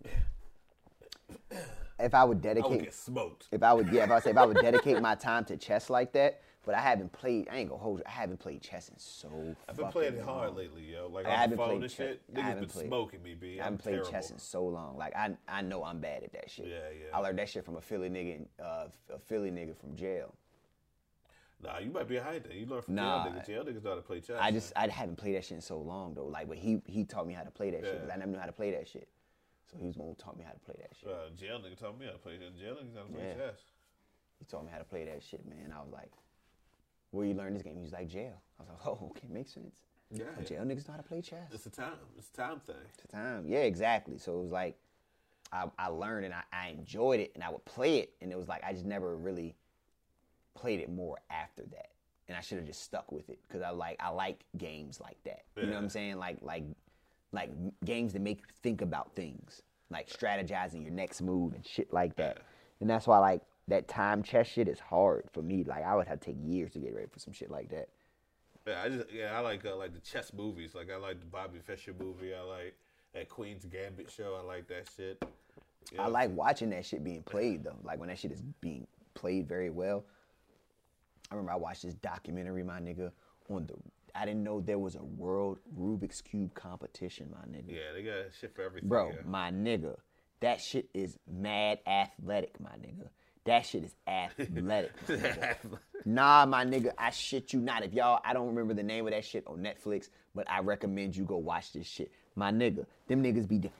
Speaker 2: If
Speaker 1: I
Speaker 2: I would
Speaker 1: would
Speaker 2: dedicate
Speaker 1: get smoked.
Speaker 2: If I would, yeah, if I say if I would dedicate my time to chess like that, but I haven't played. I ain't gonna hold you. I haven't played chess in so.
Speaker 1: I've been playing it hard lately, yo. Like
Speaker 2: uh, I
Speaker 1: on the
Speaker 2: haven't
Speaker 1: phone
Speaker 2: played
Speaker 1: and
Speaker 2: chess.
Speaker 1: shit.
Speaker 2: I
Speaker 1: Niggas
Speaker 2: haven't
Speaker 1: been
Speaker 2: played-
Speaker 1: smoking me, B.
Speaker 2: I
Speaker 1: I'm
Speaker 2: haven't played
Speaker 1: terrible.
Speaker 2: chess in so long. Like I, I know I'm bad at that shit.
Speaker 1: Yeah, yeah.
Speaker 2: I learned that shit from a Philly nigga, in, uh, a Philly nigga from jail.
Speaker 1: Nah, you might be behind that. You learn from
Speaker 2: Nah.
Speaker 1: jail niggas. Jail niggas know how to play chess.
Speaker 2: I just, I haven't played that shit in so long though. Like, but he, he taught me how to play that shit. 'cause
Speaker 1: Yeah.
Speaker 2: I never knew how to play that shit. So he was the one who taught me how to play that shit.
Speaker 1: Uh, jail nigga taught me how to play chess. Jail niggas know how to play
Speaker 2: Yeah.
Speaker 1: chess.
Speaker 2: He taught me how to play that shit, man. I was like, where you learn this game? He was like, jail. I was like, oh, okay, makes sense.
Speaker 1: Yeah.
Speaker 2: Jail niggas know how to play chess.
Speaker 1: It's a time. It's a time thing.
Speaker 2: the time. Yeah, exactly. So it was like I, I learned and I, I enjoyed it and I would play it and it was like I just never really played it more after that. And I should have just stuck with it because I like I like games like that. You know what I'm saying? Like like like games that make you think about things, like strategizing your next move and shit like that. And that's why like that time chess shit is hard for me. Like I would have to take years to get ready for some shit like that.
Speaker 1: Yeah, I just yeah, I like uh, like the chess movies. Like I like the Bobby Fischer movie. I like that Queen's Gambit show. I like that shit.
Speaker 2: I like watching that shit being played though. Like when that shit is being played very well. I remember I watched this documentary, my nigga, on the I didn't know there was a world Rubik's Cube competition, my nigga.
Speaker 1: Yeah, they got shit for everything.
Speaker 2: Bro,
Speaker 1: yeah.
Speaker 2: my nigga, that shit is mad athletic, my nigga. That shit is athletic. my nigga. nah, my nigga, I shit you not. If y'all, I don't remember the name of that shit on Netflix, but I recommend you go watch this shit, my nigga. Them niggas be, d-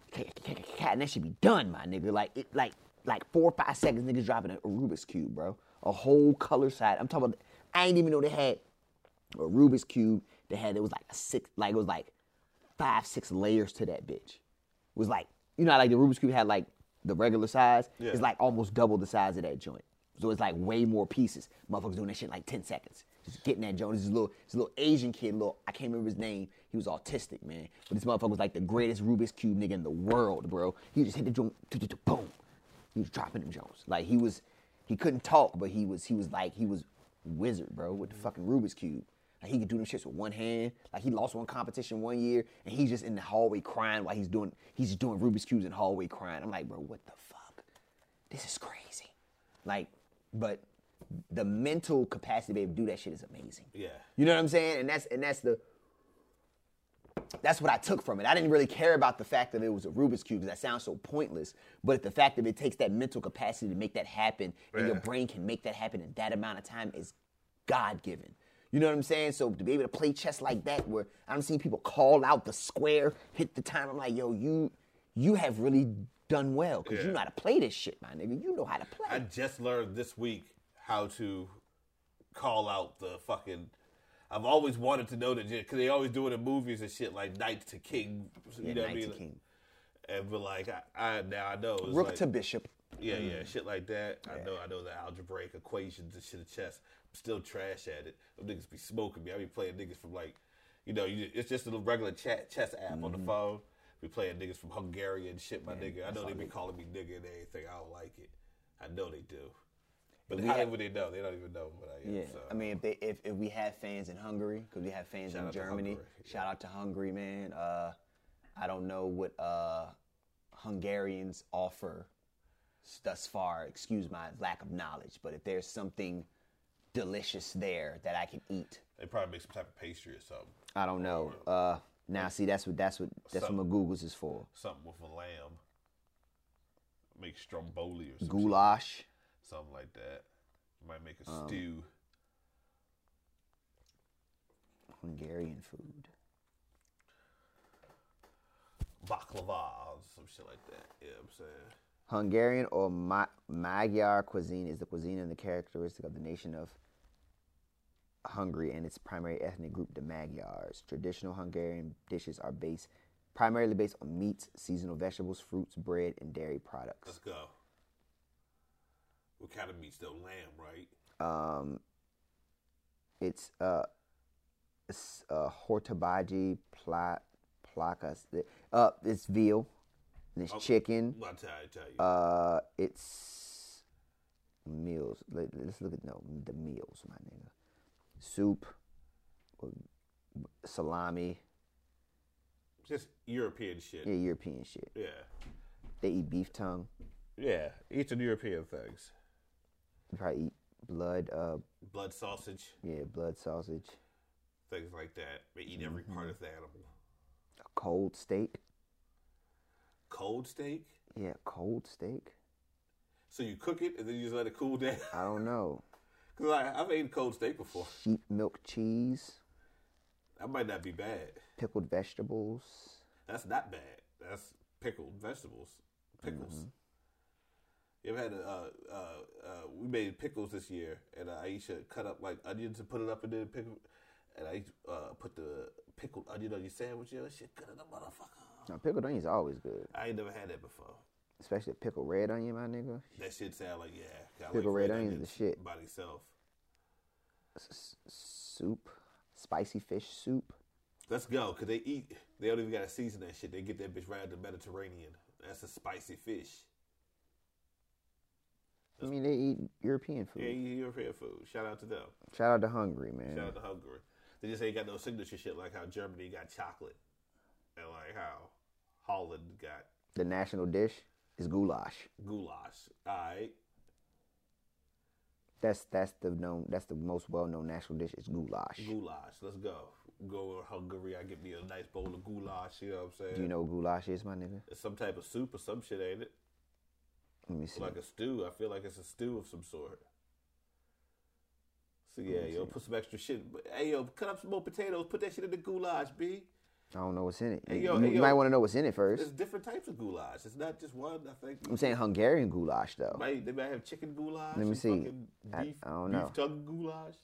Speaker 2: and that should be done, my nigga. Like it, like like four or five seconds, niggas dropping a Rubik's cube, bro. A whole color side. I'm talking about. I ain't even know they had a Rubik's cube. They had it was like a six, like it was like five, six layers to that bitch. It was like, you know, how, like the Rubik's Cube had like the regular size.
Speaker 1: Yeah.
Speaker 2: It's like almost double the size of that joint. So it's like way more pieces. Motherfuckers doing that shit in like 10 seconds. Just getting that joint. This little, this little Asian kid, little, I can't remember his name. He was autistic, man. But this motherfucker was like the greatest Rubik's Cube nigga in the world, bro. He just hit the joint, tu- tu- tu- boom. He was dropping them joints. Like he was, he couldn't talk, but he was, he was like, he was wizard, bro, with the fucking Rubik's Cube. Like he could do them shits with one hand. Like he lost one competition one year, and he's just in the hallway crying while he's doing he's just doing Rubik's cubes in the hallway crying. I'm like, bro, what the fuck? This is crazy. Like, but the mental capacity to be able to do that shit is amazing.
Speaker 1: Yeah.
Speaker 2: You know what I'm saying? And that's and that's the that's what I took from it. I didn't really care about the fact that it was a Rubik's cube 'cause that sounds so pointless. But the fact that it takes that mental capacity to make that happen, and your
Speaker 1: Yeah.
Speaker 2: brain can make that happen in that amount of time is God given. You know what I'm saying? So to be able to play chess like that, where I'm seeing people call out the square, hit the time, I'm like, yo, you you have really done well because you
Speaker 1: Yeah.
Speaker 2: know how to play this shit, my nigga. You know how to play.
Speaker 1: I just learned this week how to call out the fucking. I've always wanted to know that because they always do it in movies and shit like Knight to King. You
Speaker 2: Yeah,
Speaker 1: know what I
Speaker 2: knight to
Speaker 1: mean?
Speaker 2: king.
Speaker 1: And but like I, I now I know it's
Speaker 2: Rook
Speaker 1: like,
Speaker 2: to bishop.
Speaker 1: yeah yeah shit like that. I know I know the algebraic equations and shit of chess. I'm still trash at it. Them niggas be smoking me. I be playing niggas from like you know you, it's just a little regular chat, chess app on the phone. Be playing niggas from Hungary and shit, my nigga. I know they be calling me nigga and everything. I don't like it. I know they do. But how would they know? They don't even know what I am.
Speaker 2: Yeah,
Speaker 1: So.
Speaker 2: I mean, if they if, if we have fans in Hungary, because we have fans in
Speaker 1: out to
Speaker 2: Germany.
Speaker 1: Hungary, yeah.
Speaker 2: Shout out to Hungary, man. Uh, I don't know what uh, Hungarians offer s- thus far. Excuse my lack of knowledge, but if there's something delicious there that I can eat,
Speaker 1: they probably make some type of pastry or something.
Speaker 2: I don't know. Uh, now, see, that's what that's what that's what my Google's is for.
Speaker 1: Something with a lamb. Make stromboli or something.
Speaker 2: Goulash.
Speaker 1: Something like that. Might make a stew.
Speaker 2: Hungarian food.
Speaker 1: Baklava or some shit like that. Yeah, I'm saying.
Speaker 2: Hungarian or Ma- Magyar cuisine is the cuisine and the characteristic of the nation of Hungary and its primary ethnic group, the Magyars. Traditional Hungarian dishes are based primarily based on meats, seasonal vegetables, fruits, bread, and dairy products.
Speaker 1: Let's go. What kind of meat's though? Lamb, right?
Speaker 2: Um, it's uh, s- uh, hortabaji, pla- placas. Uh, it's veal. And it's chicken.
Speaker 1: Well, I tell you, I tell you.
Speaker 2: Uh, it's meals. Let, us look at no the meals, my nigga. Soup, uh, salami,
Speaker 1: Just European shit.
Speaker 2: yeah, European shit.
Speaker 1: Yeah.
Speaker 2: They eat beef tongue.
Speaker 1: Yeah. Eastern European things.
Speaker 2: They probably eat blood. Uh,
Speaker 1: Blood sausage,
Speaker 2: yeah, blood sausage.
Speaker 1: things like that. They eat every part of the animal.
Speaker 2: A cold steak.
Speaker 1: Cold steak?
Speaker 2: Yeah, cold steak.
Speaker 1: So you cook it and then you just let it cool down?
Speaker 2: I don't know.
Speaker 1: Because I, I've eaten cold steak before.
Speaker 2: Sheep milk cheese,
Speaker 1: That might not be bad.
Speaker 2: pickled vegetables.
Speaker 1: That's not bad. That's pickled vegetables. Pickles.
Speaker 2: Mm-hmm.
Speaker 1: You ever had a, uh, uh, uh, we made pickles this year, and uh, Aisha cut up like onions and put it up in the pickle. And I uh, put the pickled onion on your sandwich. Yo, that shit good in the motherfucker.
Speaker 2: Now, pickled onions are always good,
Speaker 1: I ain't never had that before.
Speaker 2: especially pickled red onion, my nigga.
Speaker 1: That shit sound like, yeah. 'cause I like
Speaker 2: Pickled red onions the shit.
Speaker 1: By itself.
Speaker 2: S- s- soup, spicy fish soup.
Speaker 1: Let's go, cause they eat. They don't even gotta season that shit. They get that bitch right out the Mediterranean. That's a spicy fish.
Speaker 2: I mean, they eat European food.
Speaker 1: Yeah, you European food. Shout out to them.
Speaker 2: Shout out to Hungary, man.
Speaker 1: Shout out to Hungary. They just ain't got no signature shit like how Germany got chocolate, and like how Holland got
Speaker 2: The national dish is goulash.
Speaker 1: goulash. All right,
Speaker 2: That's that's the known that's the most well known national dish is goulash.
Speaker 1: Goulash. Let's go. Go to Hungary. I get me a nice bowl of goulash. You know what I'm saying?
Speaker 2: Do you know what goulash is, my nigga?
Speaker 1: It's some type of soup or some shit, ain't it?
Speaker 2: Let me see.
Speaker 1: Like a stew. I feel like it's a stew of some sort. So yeah, yo, put some extra shit. Hey yo, cut up some more potatoes. Put that shit in the goulash, b.
Speaker 2: I don't know what's in it.
Speaker 1: Hey,
Speaker 2: You-
Speaker 1: yo,
Speaker 2: you
Speaker 1: hey, yo.
Speaker 2: might want to know what's in it first.
Speaker 1: There's different types of goulash. It's not just one. I think
Speaker 2: I'm saying Hungarian goulash though.
Speaker 1: might, they might have chicken goulash.
Speaker 2: Let me
Speaker 1: and
Speaker 2: see.
Speaker 1: fucking
Speaker 2: I-
Speaker 1: Beef,
Speaker 2: I don't know.
Speaker 1: Beef tongue goulash.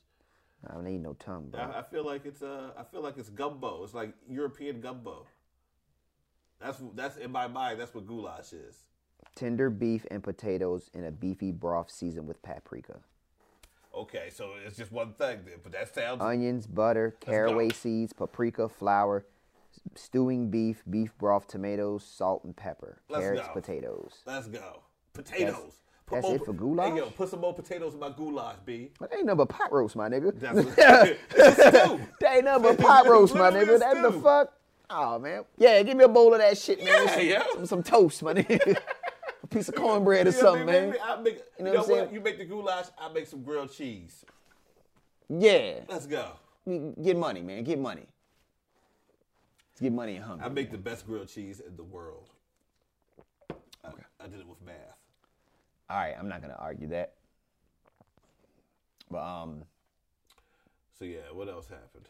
Speaker 2: I don't need no tongue, bro.
Speaker 1: I, I feel like it's uh, I feel like it's gumbo. It's like European gumbo. That's that's in my mind. That's what goulash is.
Speaker 2: Tender beef and potatoes in a beefy broth seasoned with paprika,
Speaker 1: Okay, so it's just one thing, then, but that sounds
Speaker 2: onions, butter, caraway seeds, paprika, flour, s- stewing beef, beef broth, tomatoes, salt and pepper,
Speaker 1: Let's
Speaker 2: carrots,
Speaker 1: go.
Speaker 2: potatoes.
Speaker 1: Let's go. Potatoes.
Speaker 2: that's it for goulash?
Speaker 1: Hey, yo, put some more potatoes in my goulash, B.
Speaker 2: But that ain't nothing but pot roast, my nigga.
Speaker 1: That's what, it's a stew.
Speaker 2: That ain't nothing but pot roast, my
Speaker 1: Literally
Speaker 2: nigga. That the
Speaker 1: stew.
Speaker 2: fuck? Oh man. Yeah, give me a bowl of that shit, man.
Speaker 1: Yeah,
Speaker 2: some,
Speaker 1: yeah.
Speaker 2: Some, some toast, my nigga. a piece of cornbread or
Speaker 1: You know
Speaker 2: something,
Speaker 1: what I mean?
Speaker 2: man.
Speaker 1: Maybe I make, you know,
Speaker 2: know what I'm
Speaker 1: what?
Speaker 2: saying?
Speaker 1: You make the goulash, I make some grilled cheese.
Speaker 2: Yeah.
Speaker 1: Let's go.
Speaker 2: We- Get money, man. Get money. Let's Get money and hunger.
Speaker 1: I make the best grilled cheese in the world. I, I did it with math.
Speaker 2: All right, I'm not gonna argue that. But um,
Speaker 1: So yeah, what else happened?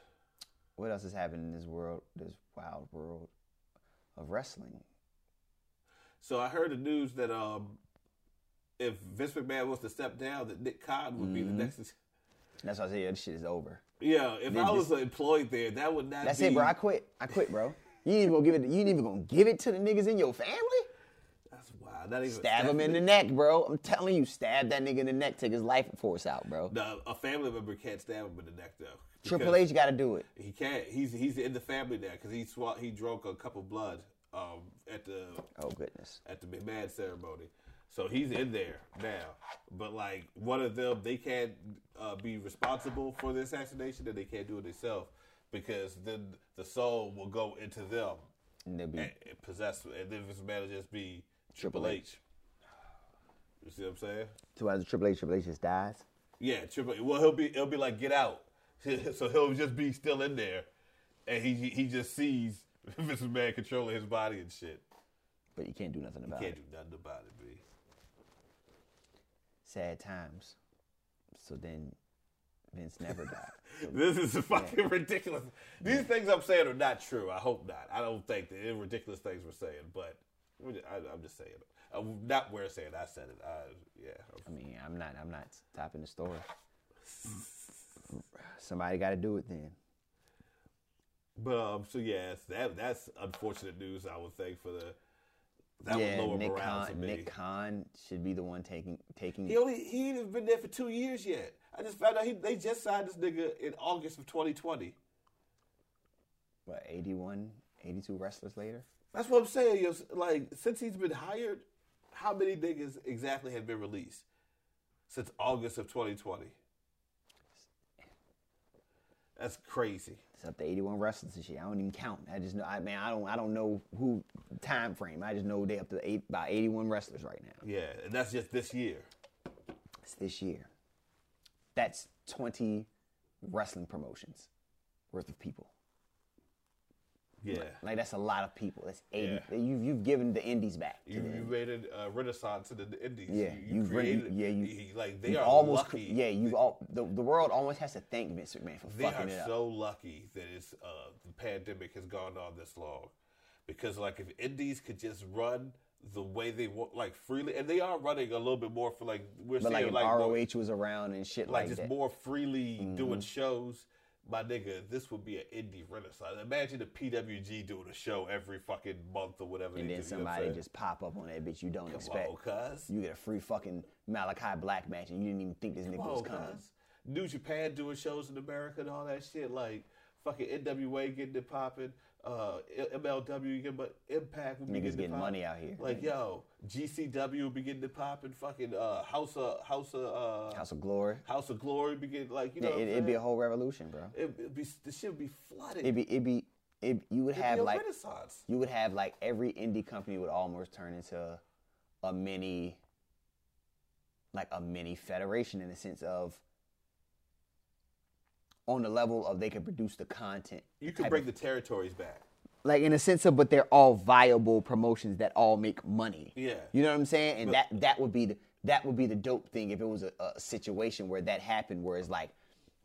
Speaker 2: what else is happening in this world, this wild world of wrestling?
Speaker 1: So I heard the news that um, if Vince McMahon was to step down, that Nick Khan would be
Speaker 2: Mm-hmm.
Speaker 1: the next.
Speaker 2: That's why I say yeah, this shit is over.
Speaker 1: Yeah, if I was employed there, that would not.
Speaker 2: That's
Speaker 1: be,
Speaker 2: it, bro. I quit. I quit, bro. You ain't even gonna give it. You ain't even gonna give it to the niggas in your family.
Speaker 1: That's wild. Not even
Speaker 2: Stab him in the neck, bro. I'm telling you, stab that nigga in the neck. Take his life force out, bro.
Speaker 1: No, a family member can't stab him in the neck though.
Speaker 2: Triple
Speaker 1: because
Speaker 2: H got to do it.
Speaker 1: He can't. He's he's in the family now because he swat. He drank a cup of blood um, at the
Speaker 2: Oh goodness.
Speaker 1: at the McMahon ceremony. So he's in there now. But like one of them, they can't uh, be responsible for the assassination, and they can't do it themselves because then the soul will go into them
Speaker 2: And they'll be
Speaker 1: and, and possess, and then his man will just be Triple
Speaker 2: Triple
Speaker 1: H. You see what I'm saying?
Speaker 2: so as Triple H, Triple H just dies.
Speaker 1: Yeah, Triple. Well, he'll be he'll be like get out, so he'll just be still in there, and he he just sees Vince McMahon controlling his body and shit.
Speaker 2: But you can't do nothing about
Speaker 1: Can't
Speaker 2: it.
Speaker 1: do nothing about it, B.
Speaker 2: Sad times. So then, Vince never died.
Speaker 1: This is fucking ridiculous. These things I'm saying are not true. I hope not. I don't think that they're ridiculous things we're saying, but we're ju- I, am just saying it. Uh, not we're saying. it, I said it. I, yeah.
Speaker 2: I mean, I'm not. I'm not stopping the story. Somebody got to do it then.
Speaker 1: But um. So yeah, it's- that that's unfortunate news. I would think for the that
Speaker 2: yeah,
Speaker 1: would lower
Speaker 2: Nick
Speaker 1: morale
Speaker 2: Khan,
Speaker 1: to me.
Speaker 2: Nick Khan should be the one taking taking.
Speaker 1: He only he ain't even been there for two years yet. I just found out he they just signed this nigga in August of 2020.
Speaker 2: what 81, 82 wrestlers later.
Speaker 1: That's what I'm saying. Yo, like since he's been hired, how many niggas exactly have been released since August of 2020? That's crazy.
Speaker 2: It's up to 81 wrestlers and shit. I don't even count. I just know. I man, I don't. I don't know who time frame. I just know they up to eight about 81 wrestlers right now.
Speaker 1: Yeah, and that's just this year.
Speaker 2: It's this year. That's 20 wrestling promotions worth of people.
Speaker 1: Yeah,
Speaker 2: Like that's a lot of people. That's 80.
Speaker 1: Yeah.
Speaker 2: You've you've given the indies back. to
Speaker 1: you,
Speaker 2: the
Speaker 1: you made a uh, renaissance in the Indies. you,
Speaker 2: Yeah,
Speaker 1: you
Speaker 2: you really-
Speaker 1: created.
Speaker 2: yeah, you-
Speaker 1: he- like they
Speaker 2: You
Speaker 1: are
Speaker 2: almost cre-
Speaker 1: lucky.
Speaker 2: yeah, you all the, the world almost has to thank Vince McMahon for
Speaker 1: They
Speaker 2: fucking
Speaker 1: are
Speaker 2: it up.
Speaker 1: so lucky that it's uh, the pandemic has gone on this long, because like if indies could just run the way they want, like freely, and they are running a little bit more for like we're
Speaker 2: but like
Speaker 1: seeing
Speaker 2: if
Speaker 1: like
Speaker 2: ROH
Speaker 1: more,
Speaker 2: was around and shit
Speaker 1: like
Speaker 2: like,
Speaker 1: just
Speaker 2: that. Mm-hmm.
Speaker 1: more freely doing shows. My nigga, this would be an indie renaissance. Imagine the PWG doing a show every fucking month or whatever.
Speaker 2: and
Speaker 1: they
Speaker 2: then
Speaker 1: do, you know what I'm
Speaker 2: somebody
Speaker 1: saying?
Speaker 2: just pop up on that bitch you don't expect.
Speaker 1: Whoa, cuz.
Speaker 2: You get a free fucking Malachi Black match and you didn't even think this nigga
Speaker 1: Whoa,
Speaker 2: was coming.
Speaker 1: cuz. Oh, New Japan doing shows in America and all that shit. Like fucking NWA getting it popping. Uh, I- MLW getting but Impact would be
Speaker 2: Niggas
Speaker 1: getting, it
Speaker 2: getting
Speaker 1: poppin'.
Speaker 2: money out here.
Speaker 1: Like yo, GCW would be getting it popping. Fucking uh, House of House of uh,
Speaker 2: House of Glory.
Speaker 1: House of Glory be getting like you know.
Speaker 2: Yeah,
Speaker 1: what I'm
Speaker 2: it, it'd be a
Speaker 1: saying?
Speaker 2: whole revolution, bro.
Speaker 1: It- it'd be the shit would be flooded.
Speaker 2: It'd be it'd be it, you would
Speaker 1: It'd
Speaker 2: have
Speaker 1: be a
Speaker 2: like
Speaker 1: renaissance.
Speaker 2: you would have like every indie company would almost turn into a mini like a mini federation in the sense of on the level of they can produce the content.
Speaker 1: You could break the territories back.
Speaker 2: Like in a sense of but they're all viable promotions that all make money.
Speaker 1: Yeah.
Speaker 2: You know what I'm saying? And that that would be the that would be the dope thing if it was a, a situation where that happened where it's like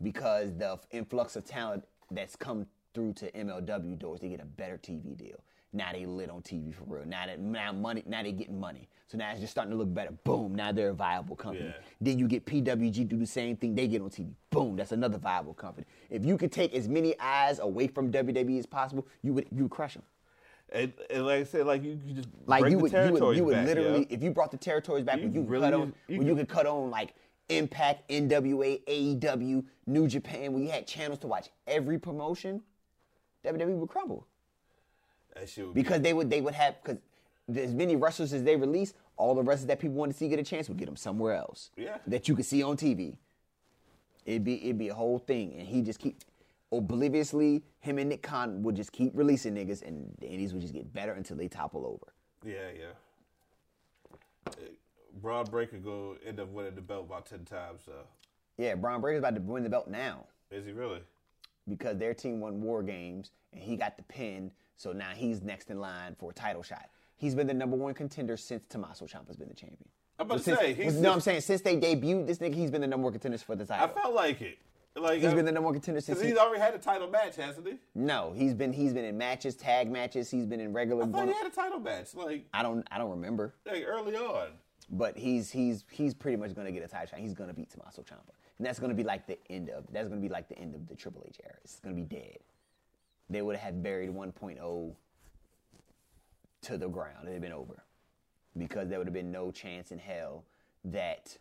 Speaker 2: because the influx of talent that's come through to MLW doors, they get a better TV deal. Now they lit on TV for real. Now that now money, now they getting money. So now it's just starting to look better. Boom, now they're a viable company.
Speaker 1: Yeah.
Speaker 2: Then you get PWG do the same thing. They get on TV. Boom, that's another viable company. If you could take as many eyes away from WWE as possible, you would you would crush them.
Speaker 1: And, and like I said, like you could just
Speaker 2: Like
Speaker 1: break
Speaker 2: you
Speaker 1: the
Speaker 2: would, you
Speaker 1: territories
Speaker 2: would, you would
Speaker 1: back,
Speaker 2: literally,
Speaker 1: yeah.
Speaker 2: if you brought the territories back,
Speaker 1: You
Speaker 2: when you
Speaker 1: really
Speaker 2: cut
Speaker 1: just-
Speaker 2: on,
Speaker 1: you
Speaker 2: when you
Speaker 1: could-
Speaker 2: could cut on like Impact, NWA, AEW, E New Japan, when you had channels to watch every promotion, WWE would crumble
Speaker 1: That shit would be-
Speaker 2: because they would they would have because as many wrestlers as they release, all the wrestlers that people want to see get a chance would get them somewhere else.
Speaker 1: Yeah.
Speaker 2: that you could see on TV. It'd be it'd be a whole thing, and he just keep obliviously him and Nick Khan would just keep releasing niggas, and the indies would just get better until they topple over.
Speaker 1: Yeah, yeah. Braun Breaker go end up winning the belt about ten times. So
Speaker 2: Yeah, Braun Breaker's about to win the belt now
Speaker 1: is he really?
Speaker 2: because their team won War Games and he got the pin, so now he's next in line for a title shot. He's been the number one contender since Tommaso Ciampa's been the champion.
Speaker 1: I'm about to
Speaker 2: Since,
Speaker 1: say he's.
Speaker 2: no, I'm saying since they debuted this nigga, he's been the number one contender for the
Speaker 1: I
Speaker 2: title.
Speaker 1: felt like it. Like
Speaker 2: He's
Speaker 1: I-
Speaker 2: been the number one contender since.
Speaker 1: 'cause
Speaker 2: He,
Speaker 1: he's already had a title match, hasn't he?
Speaker 2: no, he's been he's been in matches, tag matches. He's been in regular.
Speaker 1: I thought
Speaker 2: one-
Speaker 1: he had a title match like
Speaker 2: I don't I don't remember,
Speaker 1: like early on.
Speaker 2: but he's he's he's pretty much gonna get a title shot. He's gonna beat Tommaso Ciampa, and that's gonna be like the end of that's gonna be like the end of the Triple H era. It's gonna be dead. They would have buried 1.0 to the ground. It'd have been over because there would have been no chance in hell that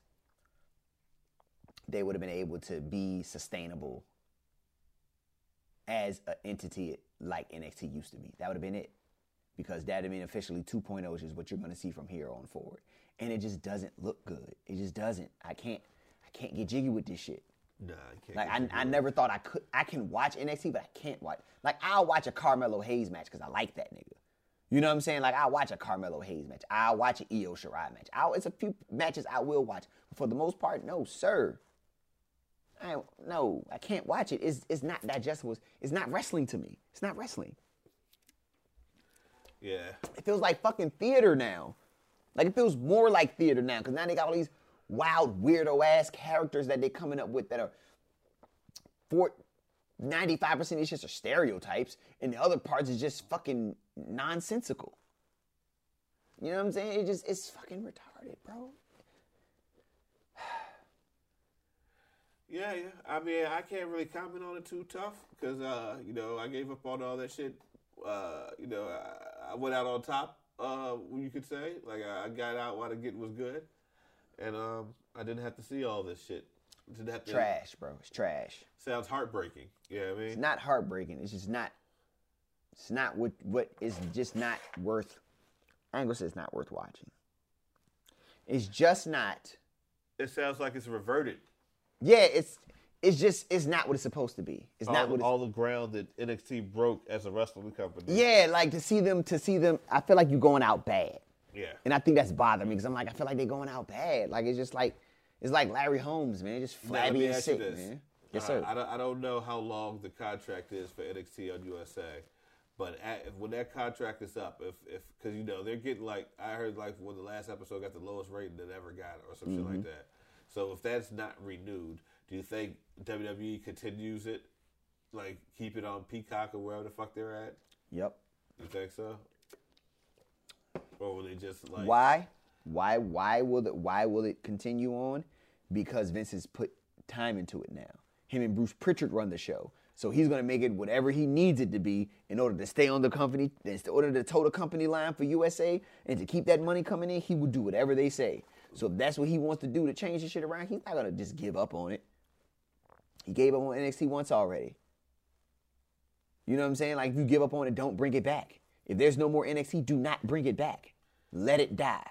Speaker 2: they would have been able to be sustainable as an entity like NXT used to be. That would have been it. Because that would have been officially 2.0 is just what you're going to see from here on forward. And it just doesn't look good. It just doesn't. I can't I can't get jiggy with this shit.
Speaker 1: Nah, I can't.
Speaker 2: Like I, I never thought I could I can watch NXT, but I can't watch. Like I'll watch a Carmelo Hayes match because I like that nigga. You know what I'm saying? Like I'll watch a Carmelo Hayes match. I'll watch an Io Shirai match. I'll, it's a few matches I will watch. For the most part, no, sir. I no, I can't watch it. It's it's not digestible. It's- It's not wrestling to me. It's not wrestling.
Speaker 1: yeah,
Speaker 2: It feels like fucking theater now. Like it feels more like theater now because now they got all these wild, weirdo ass characters that they're coming up with that are for 95% of these shits are stereotypes, and the other parts is just fucking nonsensical. You know what I'm saying? It just it's fucking retarded, bro.
Speaker 1: yeah, yeah. I mean, I can't really comment on it too tough because uh, you know I gave up on all that shit. Uh, you know, I, I went out on top. Uh, you could say like I, I got out while the getting was good, and um, I didn't have to see all this shit. Didn't have to.
Speaker 2: Trash, bro. It's trash.
Speaker 1: Sounds heartbreaking. You know what I mean?
Speaker 2: It's not heartbreaking. It's just not. It's not what what is just not worth. I ain't gonna say it's not worth watching. It's just not.
Speaker 1: it sounds like it's reverted.
Speaker 2: Yeah, it's it's just it's not what it's supposed to be. It's not
Speaker 1: all,
Speaker 2: what. It's,
Speaker 1: all the ground that NXT broke as a wrestling company.
Speaker 2: yeah, like to see them to see them. I feel like you're going out bad,
Speaker 1: Yeah.
Speaker 2: and I think that's bothering me because I'm like I feel like they're going out bad. Like it's just like it's like Larry Holmes, man, just
Speaker 1: Now, let
Speaker 2: flabby
Speaker 1: me
Speaker 2: and
Speaker 1: ask you
Speaker 2: sick,
Speaker 1: this.
Speaker 2: man. Yes,
Speaker 1: I-
Speaker 2: sir.
Speaker 1: I, don't, I don't know how long the contract is for NXT on USA, but at, if- when that contract is up, if if because you know they're getting like I heard like when the last episode got the lowest rating that ever got or some shit
Speaker 2: Mm-hmm.
Speaker 1: like that. So if that's not renewed, do you think WWE continues it, like keep it on Peacock or wherever the fuck they're at?
Speaker 2: yep.
Speaker 1: You think so? Or will they just like
Speaker 2: Why? Why? Why will it? Why will it continue on? Because Vince has put time into it now. Him and Bruce Pritchard run the show, so he's gonna make it whatever he needs it to be in order to stay on the company, in order to toe the company line for USA, and to keep that money coming in. He will do whatever they say. So if that's what he wants to do to change the shit around, he's not gonna just give up on it. He gave up on NXT once already. You know what I'm saying? Like, if you give up on it, don't bring it back. If there's no more NXT, do not bring it back. Let it die.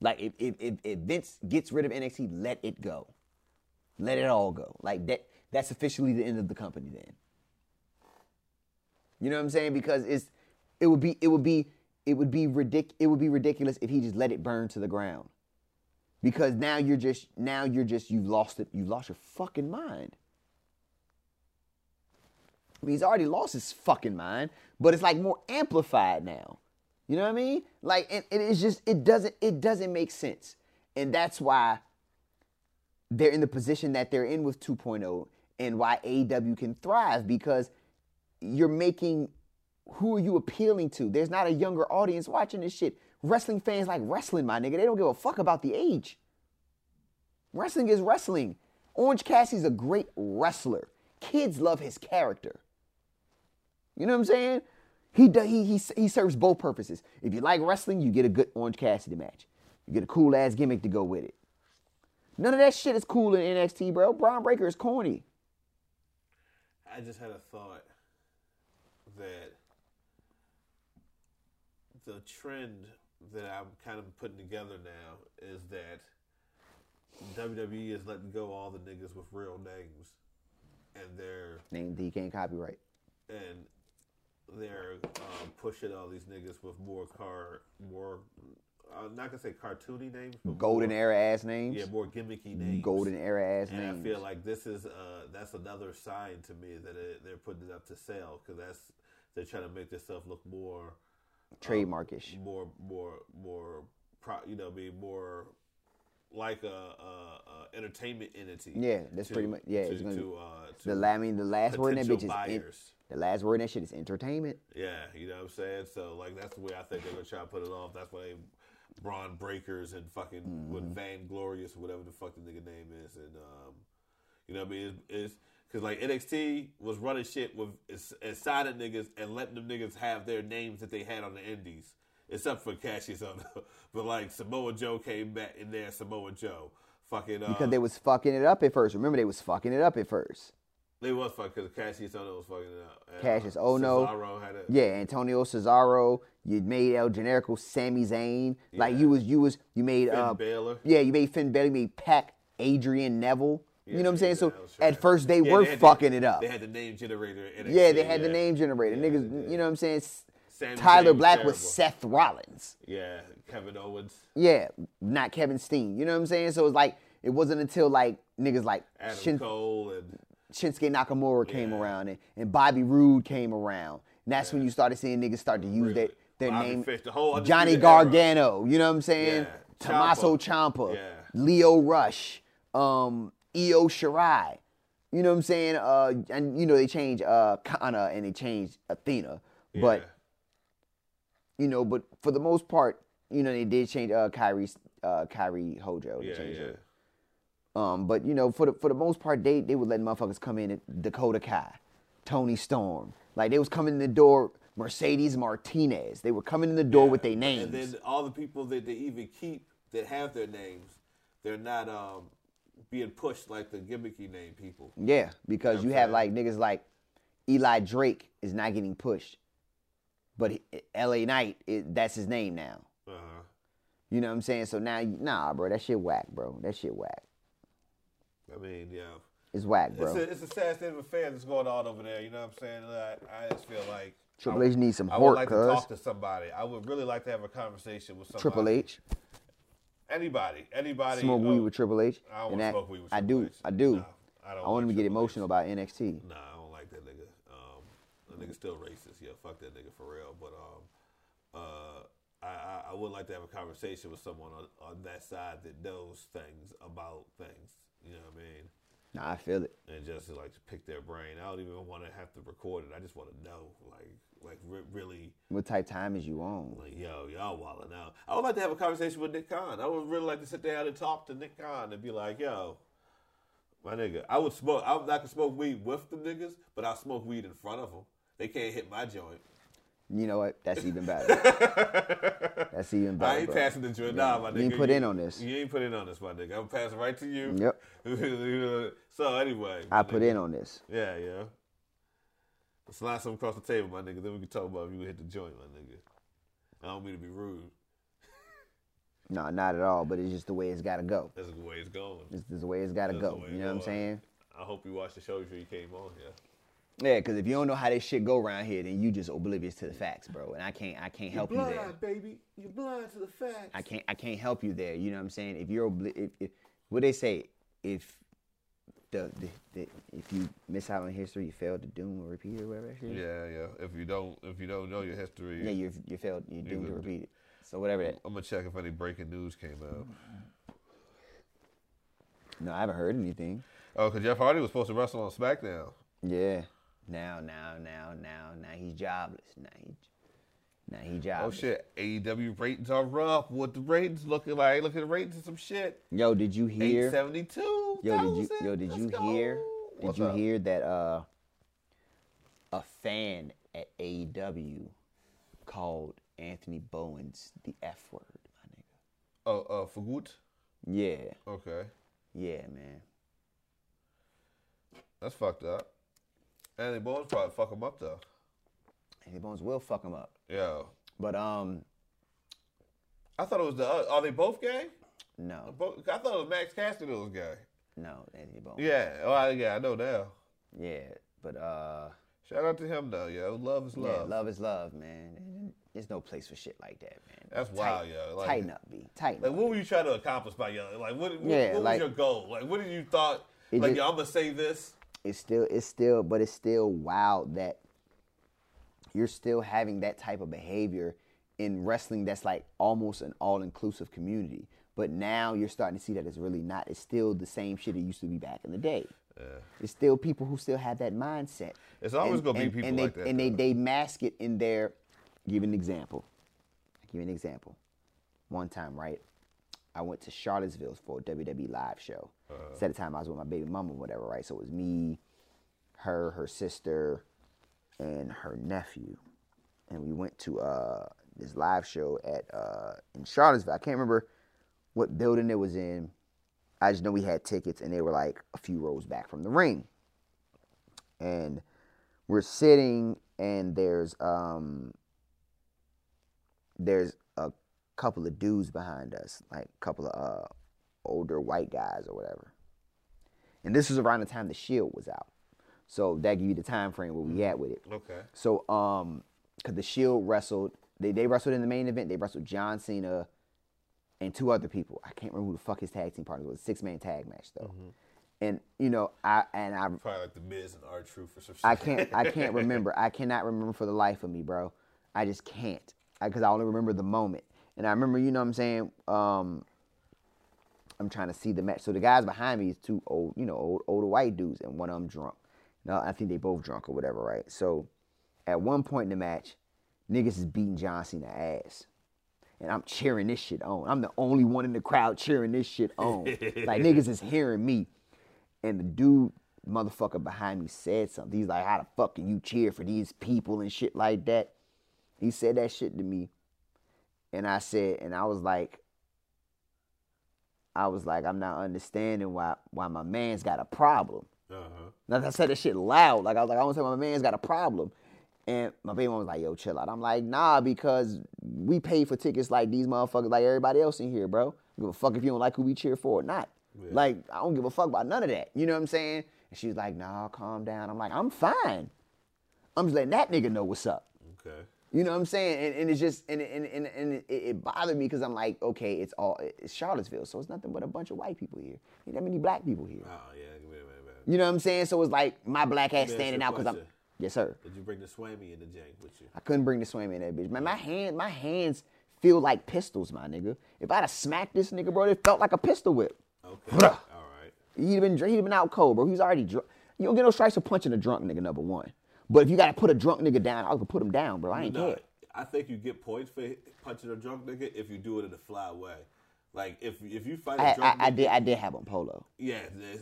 Speaker 2: Like, if, if, if, if Vince gets rid of NXT, let it go. Let it all go. Like, that that's officially the end of the company then. You know what I'm saying? Because it's it would be it would be it would be ridic- it would be ridiculous if he just let it burn to the ground. Because now you're just now you're just you've lost it. You've lost your fucking mind. I mean, he's already lost his fucking mind, but it's like more amplified now. You know what I mean? Like, and it is just it doesn't it doesn't make sense, and that's why they're in the position that they're in with 2.0, and why AEW can thrive because you're making who are you appealing to? There's not a younger audience watching this shit. Wrestling fans like wrestling, my nigga. They don't give a fuck about the age. Wrestling is wrestling. Orange Cassidy's a great wrestler. Kids love his character. You know what I'm saying? He do, he, he he serves both purposes. If you like wrestling, you get a good Orange Cassidy match. You get a cool ass gimmick to go with it. None of that shit is cool in NXT, bro. Braun Breaker is corny.
Speaker 1: I just had a thought that the trend that I'm kind of putting together now is that WWE is letting go all the niggas with real names, and they're
Speaker 2: Name that you can't copyright.
Speaker 1: and they're um, pushing all these niggas with more car more. I'm not gonna say cartoony names, but
Speaker 2: Golden
Speaker 1: more,
Speaker 2: era ass names.
Speaker 1: yeah, more gimmicky names.
Speaker 2: Golden era ass
Speaker 1: And
Speaker 2: names.
Speaker 1: I feel like this is uh, that's another sign to me that it, they're putting it up to sale because that's they're trying to make themselves look more uh,
Speaker 2: Trademarkish.
Speaker 1: more more more pro, you know be more like a, a, a entertainment entity.
Speaker 2: Yeah, that's pretty much- yeah,
Speaker 1: To,
Speaker 2: it's gonna
Speaker 1: to,
Speaker 2: be-
Speaker 1: uh, to
Speaker 2: The la- I mean, the last word in that
Speaker 1: potential
Speaker 2: bitch is en-
Speaker 1: buyers.
Speaker 2: the last word in that shit is entertainment.
Speaker 1: yeah, you know what I'm saying. So like that's the way I think they're gonna try to put it off. That's why they Braun Breakers and fucking
Speaker 2: Mm-hmm.
Speaker 1: with Vainglorious or whatever the fuck the nigga name is, and um, you know what I mean. It's because like NXT was running shit with ins- inside of niggas and letting them niggas have their names that they had on the Indies, except for Cassius on. but like Samoa Joe came back in there, Samoa Joe. Fucking uh,
Speaker 2: Because they was fucking it up at first. Remember, they was fucking it up at first.
Speaker 1: they was fucking because Cassius Ono was fucking it up. And,
Speaker 2: Cassius
Speaker 1: uh,
Speaker 2: Ohno.
Speaker 1: Cesaro had a,
Speaker 2: Yeah, Antonio Cesaro. You made El Generico, Sami Zayn. Like you was, you was, you made.
Speaker 1: Finn
Speaker 2: uh,
Speaker 1: Balor.
Speaker 2: Yeah, you made Finn Balor. You made Pac, Adrian Neville. you know what I'm saying?
Speaker 1: yeah,
Speaker 2: So
Speaker 1: that was right.
Speaker 2: at first they
Speaker 1: Yeah,
Speaker 2: were
Speaker 1: had the-
Speaker 2: fucking it up.
Speaker 1: They had the name generator. In
Speaker 2: yeah, they had the name generator.
Speaker 1: Yeah,
Speaker 2: Niggas,
Speaker 1: they did.
Speaker 2: you know what I'm saying? S-
Speaker 1: Sami
Speaker 2: Tyler
Speaker 1: Zayn
Speaker 2: Black was
Speaker 1: terrible.
Speaker 2: Seth Rollins.
Speaker 1: Yeah, Kevin Owens.
Speaker 2: Yeah, not Kevin Steen. You know what I'm saying? So it's like it wasn't until like niggas like
Speaker 1: Adam
Speaker 2: Shin-
Speaker 1: Cole and
Speaker 2: Shinsuke Nakamura came
Speaker 1: Yeah.
Speaker 2: around and, and Bobby Roode came around. And that's when you started seeing niggas start to use their, their
Speaker 1: Bobby
Speaker 2: name.
Speaker 1: Fish, the whole
Speaker 2: Johnny
Speaker 1: Undisputed Era.
Speaker 2: Gargano, you know what I'm saying?
Speaker 1: Yeah,
Speaker 2: Tommaso
Speaker 1: Ciampa.
Speaker 2: Ciampa,
Speaker 1: Yeah.
Speaker 2: Leo Rush, um, Io Shirai. You know what I'm saying? Uh, and you know they changed uh, Kana and they changed Athena, but you know, but for the most part, you know, they did change uh Kyrie uh Kyrie Hojo. They
Speaker 1: yeah, yeah,
Speaker 2: changed
Speaker 1: yeah.
Speaker 2: her. Um, but you know, for the for the most part, they they would let motherfuckers come in at Dakota Kai, Tony Storm. Like they was coming in the door, Mercedes Martinez. They were coming in the door with their names.
Speaker 1: And then all the people that they even keep that have their names, they're not um, being pushed like the gimmicky name people.
Speaker 2: yeah, because you have like niggas like Eli Drake is not getting pushed, but he- L.A. Knight it, that's his name now.
Speaker 1: Uh huh.
Speaker 2: You know what I'm saying? So now, nah, bro, that shit whack, bro. That shit whack.
Speaker 1: I mean, yeah.
Speaker 2: It's whack, bro.
Speaker 1: It's a, it's a sad state of affairs that's going on over there. You know what I'm saying? I, I just feel like
Speaker 2: Triple
Speaker 1: I would-
Speaker 2: H needs some
Speaker 1: I would
Speaker 2: work,
Speaker 1: like
Speaker 2: cuz.
Speaker 1: to talk to somebody. I would really like to have a conversation with somebody.
Speaker 2: Triple H.
Speaker 1: Anybody, anybody.
Speaker 2: Smoke
Speaker 1: uh,
Speaker 2: weed with Triple H.
Speaker 1: I don't
Speaker 2: and
Speaker 1: wanna
Speaker 2: that-
Speaker 1: smoke weed with
Speaker 2: I
Speaker 1: Triple
Speaker 2: do.
Speaker 1: H.
Speaker 2: I do.
Speaker 1: No, I
Speaker 2: I,
Speaker 1: don't
Speaker 2: want
Speaker 1: like
Speaker 2: him to
Speaker 1: Triple
Speaker 2: get
Speaker 1: H.
Speaker 2: emotional about NXT.
Speaker 1: Nah, I don't like that nigga. Um, that nigga still racist. Yeah, fuck that nigga for real. But um, uh, I, I, I would like to have a conversation with someone on, on that side that knows things about things. You know what I mean?
Speaker 2: Nah, I feel it.
Speaker 1: and just to like pick their brain. I don't even want to have to record it. I just want to know, like, like re- really,
Speaker 2: What type time is you on?
Speaker 1: like, yo, y'all wilding out. I would like to have a conversation with Nick Khan. I would really like to sit down and talk to Nick Khan and be like, yo, my nigga, I would smoke. I'm not gonna smoke weed with the niggas, but I will smoke weed in front of them. They can't hit my joint.
Speaker 2: You know what? That's even better. That's even better.
Speaker 1: I ain't
Speaker 2: bro.
Speaker 1: passing the joint. Nah, my nigga.
Speaker 2: You ain't put in on this.
Speaker 1: You ain't put in on this, my nigga. I'm passing right to you.
Speaker 2: Yep.
Speaker 1: so anyway,
Speaker 2: I
Speaker 1: my
Speaker 2: put
Speaker 1: nigga.
Speaker 2: in on this.
Speaker 1: Yeah, yeah. Slide something across the table, my nigga. Then we can talk about if you hit the joint, my nigga. I don't mean to be rude.
Speaker 2: No, not at all. But it's just the way it's gotta go.
Speaker 1: That's the way it's going.
Speaker 2: It's just the way it's gotta
Speaker 1: That's the
Speaker 2: go.
Speaker 1: way
Speaker 2: You
Speaker 1: it's
Speaker 2: know what I'm
Speaker 1: going.
Speaker 2: saying?
Speaker 1: I hope you watched the show before you came on here.
Speaker 2: Yeah, because if you don't know how this shit go around here, then you just oblivious to the facts, bro. And I can't, I can't help you
Speaker 1: blind,
Speaker 2: there.
Speaker 1: baby. You're blind to the facts.
Speaker 2: I can't, I can't help you there. You know what I'm saying? If you're, obli- if, if what they say, if the, the, the if you miss out on history, you fail to doom or repeat it, or whatever. That shit is.
Speaker 1: yeah, yeah. If you don't, if you don't know your history,
Speaker 2: Yeah, you you failed, you doomed to
Speaker 1: would do-
Speaker 2: repeat it. So whatever that.
Speaker 1: I'm gonna check if any breaking news came out.
Speaker 2: No, I haven't heard anything.
Speaker 1: Oh, because Jeff Hardy was supposed to wrestle on SmackDown.
Speaker 2: Yeah. Now, now, now, now, now he's jobless. Now he, now he
Speaker 1: Oh
Speaker 2: jobless.
Speaker 1: shit, AEW ratings are rough. What the ratings looking like? Look at the ratings of some shit.
Speaker 2: Yo, did you
Speaker 1: Eight
Speaker 2: hear?
Speaker 1: seventy two.
Speaker 2: Yo, did you yo did you hear? Did you hear that uh a fan at AEW called Anthony Bowens the F word, my
Speaker 1: Oh, uh, Fagut.
Speaker 2: nigga. Yeah.
Speaker 1: Okay,
Speaker 2: Yeah, man.
Speaker 1: that's fucked up. Anthony Bones probably fuck him up though.
Speaker 2: Anthony Bowens will fuck him up.
Speaker 1: Yeah,
Speaker 2: But um
Speaker 1: I thought it was the. Other, are they both gay?
Speaker 2: no,
Speaker 1: Bo- I thought it was Max Caster that was gay.
Speaker 2: no, Anthony Bowens.
Speaker 1: Yeah. Oh, I, yeah. I know now.
Speaker 2: Yeah, but uh
Speaker 1: Shout out to him though. Yo, love is
Speaker 2: Yeah,
Speaker 1: love.
Speaker 2: love is love, man. And There's no place for shit like that, man.
Speaker 1: That's wild, yo. Like-
Speaker 2: tighten up, B. Tighten
Speaker 1: Like,
Speaker 2: up.
Speaker 1: what were you trying to accomplish by yelling? Like, what, what,
Speaker 2: Yeah,
Speaker 1: what
Speaker 2: like-
Speaker 1: was your goal? Like, what did you thought?
Speaker 2: It
Speaker 1: Like,
Speaker 2: just-
Speaker 1: yo, I'm gonna say this.
Speaker 2: It's still, it's still, but it's still wild that you're still having that type of behavior in wrestling that's like almost an all-inclusive community. But now you're starting to see that it's really not. It's still the same shit it used to be back in the day. It's still people who still have that mindset.
Speaker 1: It's always gonna be
Speaker 2: and-
Speaker 1: people
Speaker 2: and they,
Speaker 1: like that,
Speaker 2: And they,
Speaker 1: though.
Speaker 2: they mask it in their. Give an example. I give you an example. One time, right? I went to Charlottesville for a WWE live show. So at the time, I was with my baby mama, or whatever, right? So it was me, her, her sister, and her nephew, and we went to uh, this live show at uh, in Charlottesville. I can't remember what building it was in. I just know we had tickets, and they were like a few rows back from the ring. And we're sitting, and there's um, there's a couple of dudes behind us, like a couple of uh, older white guys or whatever. And this was around the time the Shield was out, so that give you the time frame where we at with it.
Speaker 1: Okay.
Speaker 2: So, um, cause the Shield wrestled, they they wrestled in the main event. They wrestled John Cena and two other people. I can't remember who the fuck his tag team partners was. Six man tag match though. And you know, I and I
Speaker 1: Probably like the Miz and R Truth or some shit.
Speaker 2: I can't I can't remember. I cannot remember for the life of me, bro. I just can't. I cuz I only remember the moment. And I remember, you know what I'm saying, um I'm trying to see the match. So the guys behind me is two old, you know, old older white dudes and one of them drunk. No, I think they both drunk or whatever, right? So at one point in the match, niggas is beating John Cena ass and I'm cheering this shit on. I'm the only one in the crowd cheering this shit on. like niggas is hearing me. And the dude motherfucker behind me said something. He's like, how the fuck can you cheer for these people and shit like that? He said that shit to me. And I said, and I was like, I was like, I'm not understanding why why my man's got a problem.
Speaker 1: Uh-huh.
Speaker 2: Like I said that shit loud. Like I was like, I want to say my man's got a problem. And my baby mom was like, yo, chill out. I'm like, nah, because we pay for tickets like these motherfuckers, like everybody else in here, bro. I don't give a fuck if you don't like who we cheer for or not. Like, I don't give a fuck about none of that. You know what I'm saying? And she was like, nah, calm down. I'm like, I'm fine. I'm just letting that nigga know what's up.
Speaker 1: Okay.
Speaker 2: You know what I'm saying? And, and it's just and and and, and it, it bothered me because I'm like, okay, it's all it's Charlottesville, so it's nothing but a bunch of white people here. Ain't that many black people here.
Speaker 1: Oh yeah. Wait, wait, wait.
Speaker 2: You know what I'm saying? So it's like my black ass
Speaker 1: me ask
Speaker 2: standing
Speaker 1: you a
Speaker 2: out because I'm.
Speaker 1: question.
Speaker 2: Yes, sir.
Speaker 1: Did you bring the Swami in the jank with you?
Speaker 2: I couldn't bring the swim in that bitch. Man, my hand, my hands feel like pistols, my nigga. If I'd have smacked this nigga, bro, it felt like a pistol whip.
Speaker 1: Okay. All right.
Speaker 2: He'd been he'd been out cold, bro. He's already drunk. You don't get no strikes for punching a drunk nigga, number one. But if you gotta put a drunk nigga down, I could put him down, bro. I ain't
Speaker 1: No,
Speaker 2: care.
Speaker 1: I think you get points for punching a drunk nigga if you do it in a fly way. Like if if you fight a
Speaker 2: I, I,
Speaker 1: drunk
Speaker 2: I
Speaker 1: nigga,
Speaker 2: did I did have on polo.
Speaker 1: yeah,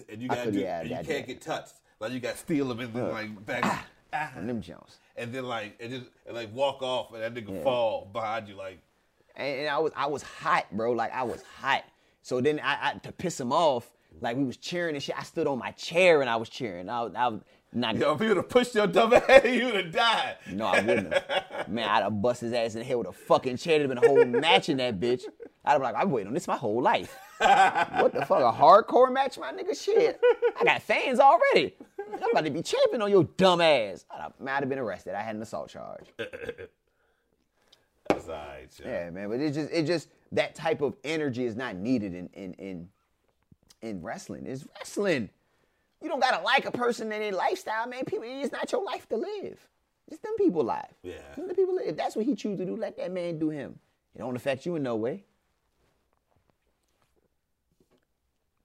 Speaker 1: and you got
Speaker 2: could-
Speaker 1: do,
Speaker 2: yeah, Ah.
Speaker 1: and
Speaker 2: I
Speaker 1: you
Speaker 2: did.
Speaker 1: can't get touched. Like you got to steal him and then like back, ah,
Speaker 2: And them Jones.
Speaker 1: and then like and just and like walk off and that nigga fall behind you like.
Speaker 2: and, and I was I was hot, bro. Like I was hot. So then I, I to piss him off, like we was cheering and shit. I stood on my chair and I was cheering. I, was- I was not.
Speaker 1: Yo, if you would have pushed your dumb ass, you would have died.
Speaker 2: No, I wouldn't. have. Man, I'd have bust his ass in the head with a fucking chair. There'd have been a whole match in that bitch. I'd have been like, I've waited on this my whole life. what the fuck, a hardcore match, my nigga? Shit, I got fans already. I'm about to be champion on your dumb ass. I might have been arrested. I had an assault charge.
Speaker 1: That's all right, yo.
Speaker 2: Yeah, man. But it's just it just that type of energy is not needed in in in in wrestling. It's wrestling. You don't gotta like a person and their lifestyle, man. People, it's not your life to live. It's them people life.
Speaker 1: Yeah.
Speaker 2: Let the people live. If that's what he choose to do, let that man do him. It don't affect you in no way.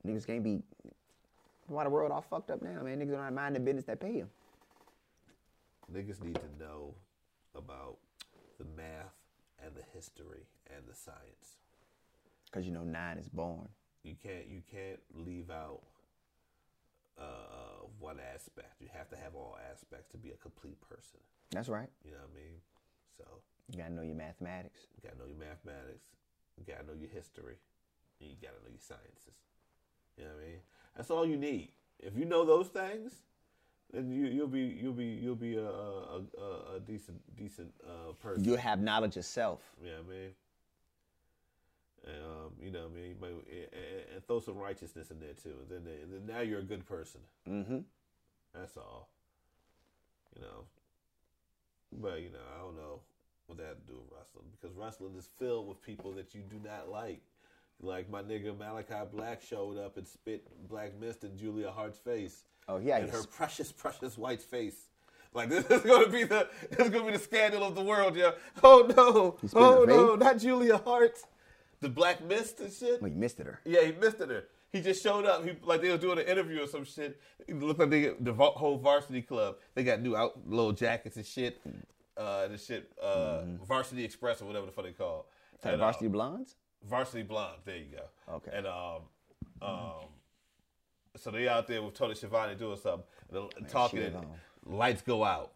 Speaker 2: Niggas can't be why the world all fucked up now, man. Niggas don't mind the business that pay him.
Speaker 1: Niggas need to know about the math and the history and the science.
Speaker 2: Cause you know nine is born.
Speaker 1: You can't you can't leave out uh, one aspect. You have to have all aspects to be a complete person.
Speaker 2: That's right.
Speaker 1: You know what I mean? So
Speaker 2: You gotta know your mathematics.
Speaker 1: you gotta know your mathematics, you gotta know your history, and you gotta know your sciences. You know what I mean? That's all you need. If you know those things, then you, you'll be you'll be you'll be a a, a, a decent decent uh, person.
Speaker 2: You have knowledge yourself.
Speaker 1: You know what I mean? And, um, you know what I mean? You might, and- and, and throw some righteousness in there too. And then, and then now you're a good person.
Speaker 2: Mm-hmm.
Speaker 1: That's all. You know. But you know, I don't know what that had to do with wrestling because wrestling is filled with people that you do not like. Like my nigga Malachi Black showed up and spit black mist in Julia Hart's face.
Speaker 2: Oh, yeah,
Speaker 1: in
Speaker 2: he
Speaker 1: her
Speaker 2: sp-
Speaker 1: precious, precious white face. Like this is gonna be the this is gonna be the scandal of the world, yeah. Oh no,
Speaker 2: spit in
Speaker 1: oh
Speaker 2: her
Speaker 1: no,
Speaker 2: face?
Speaker 1: not Julia Hart, the black mist and shit.
Speaker 2: Well, you missed it her.
Speaker 1: Yeah, he missed it. There. He just showed up. He like they was doing an interview or some shit. It looked like they the va- whole varsity club. They got new out little jackets and shit. Uh, the shit uh, varsity express or whatever the fuck they call. it.
Speaker 2: Like
Speaker 1: And,
Speaker 2: varsity
Speaker 1: uh,
Speaker 2: blondes?
Speaker 1: varsity blonde. There you go.
Speaker 2: Okay.
Speaker 1: And um, um, so they out there with Tony Schiavone doing something, and they're talking.
Speaker 2: she
Speaker 1: and
Speaker 2: alone.
Speaker 1: lights go out.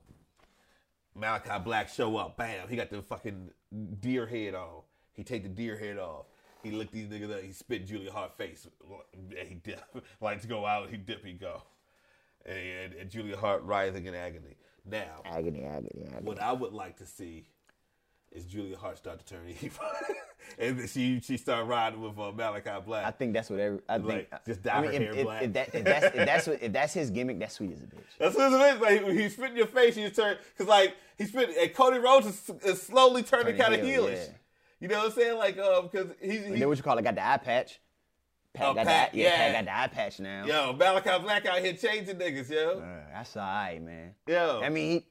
Speaker 1: Malachi Black show up. Bam. He got the fucking deer head on. He take the deer head off. He looked these niggas up. He spit Julia Hart face. And he dip. Lights go out. He dip. He go. And, and Julia Hart writhing in agony. Now,
Speaker 2: Agony, agony, agony.
Speaker 1: what I would like to see is Julia Hart start to turn evil, and then she she start riding with uh, Malachi Black.
Speaker 2: I think that's what every. I think
Speaker 1: Like, just dye
Speaker 2: I mean,
Speaker 1: her
Speaker 2: if,
Speaker 1: hair
Speaker 2: if- if
Speaker 1: black.
Speaker 2: that, if that's if that's what, if that's his gimmick, that's sweet as a bitch.
Speaker 1: That's what it is. Like when he spit in your face, you turn because like he spit. And Cody Rhodes is, is slowly turning
Speaker 2: Turning
Speaker 1: kind of
Speaker 2: heel,
Speaker 1: heelish.
Speaker 2: yeah.
Speaker 1: You know what I'm saying? Like um, because he's
Speaker 2: And
Speaker 1: he,
Speaker 2: then what you call it? Got the eye patch. Pat
Speaker 1: Oh,
Speaker 2: got
Speaker 1: Pat,
Speaker 2: the, eye- yeah,
Speaker 1: yeah.
Speaker 2: Pat got the eye patch now.
Speaker 1: yo Malachi Black out here changing niggas, yo,
Speaker 2: Uh, that's all right, man.
Speaker 1: yo.
Speaker 2: I mean, he,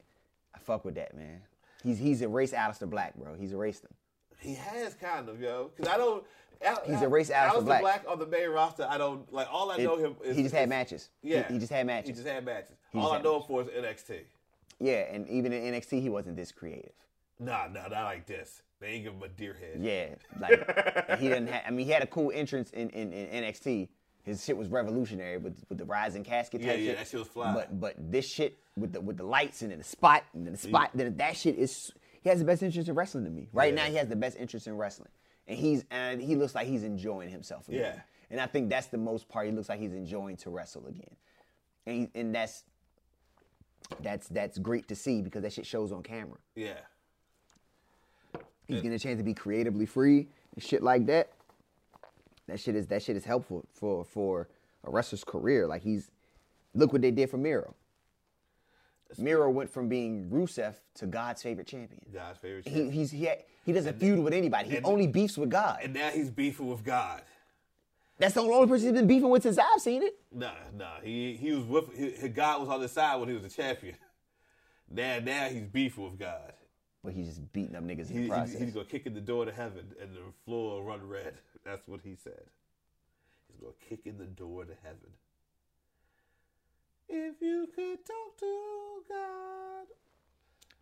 Speaker 2: I fuck with that, man. He's he's erased Alistair Black, bro. He's erased him.
Speaker 1: he has kind of yo because I don't. Al-
Speaker 2: He's erased Alistair
Speaker 1: Alistair
Speaker 2: Black.
Speaker 1: on the main roster. I don't like all I
Speaker 2: It-
Speaker 1: know him. Is,
Speaker 2: he just had
Speaker 1: is-
Speaker 2: matches. He-
Speaker 1: Yeah,
Speaker 2: he, just had matches.
Speaker 1: He just had matches.
Speaker 2: just
Speaker 1: all I
Speaker 2: had
Speaker 1: know him for is NXT.
Speaker 2: yeah, and even in NXT, he wasn't this creative.
Speaker 1: Nah, nah, not like this. They ain't give him a deer head.
Speaker 2: Yeah, like and he didn't. Have, I mean, he had a cool entrance in, in, in NXT. His shit was revolutionary with with the rising casket
Speaker 1: Yeah,
Speaker 2: type
Speaker 1: yeah,
Speaker 2: shit.
Speaker 1: that shit was fly.
Speaker 2: But but this shit with the with the lights and then the spot and then the spot then that shit is. He has the best interest in wrestling to me. Right
Speaker 1: Yeah.
Speaker 2: now, he has the best interest in wrestling, and he's and he looks like he's enjoying himself. Again.
Speaker 1: Yeah.
Speaker 2: and I think that's the most part. He looks like he's enjoying to wrestle again, and he, and that's that's that's great to see because that shit shows on camera.
Speaker 1: yeah.
Speaker 2: He's getting a chance to be creatively free and shit like that. That shit is that shit is helpful for for a wrestler's career. Like he's look what they did for Miro. Miro went from being Rusev to God's favorite champion.
Speaker 1: God's favorite. shit.
Speaker 2: He he's he, ha- he doesn't feud with anybody. He only beefs with God.
Speaker 1: and now he's beefing with God.
Speaker 2: That's the only person he's been beefing with since I've seen it.
Speaker 1: Nah, nah. He he was with he, he- God was on his side when he was a champion. Now now he's beefing with God.
Speaker 2: But he's just beating up niggas
Speaker 1: He,
Speaker 2: in the
Speaker 1: he-
Speaker 2: process.
Speaker 1: he's gonna kick in the door to heaven and the floor will run red. That's what he said. He's gonna kick in the door to heaven. If you could talk to God,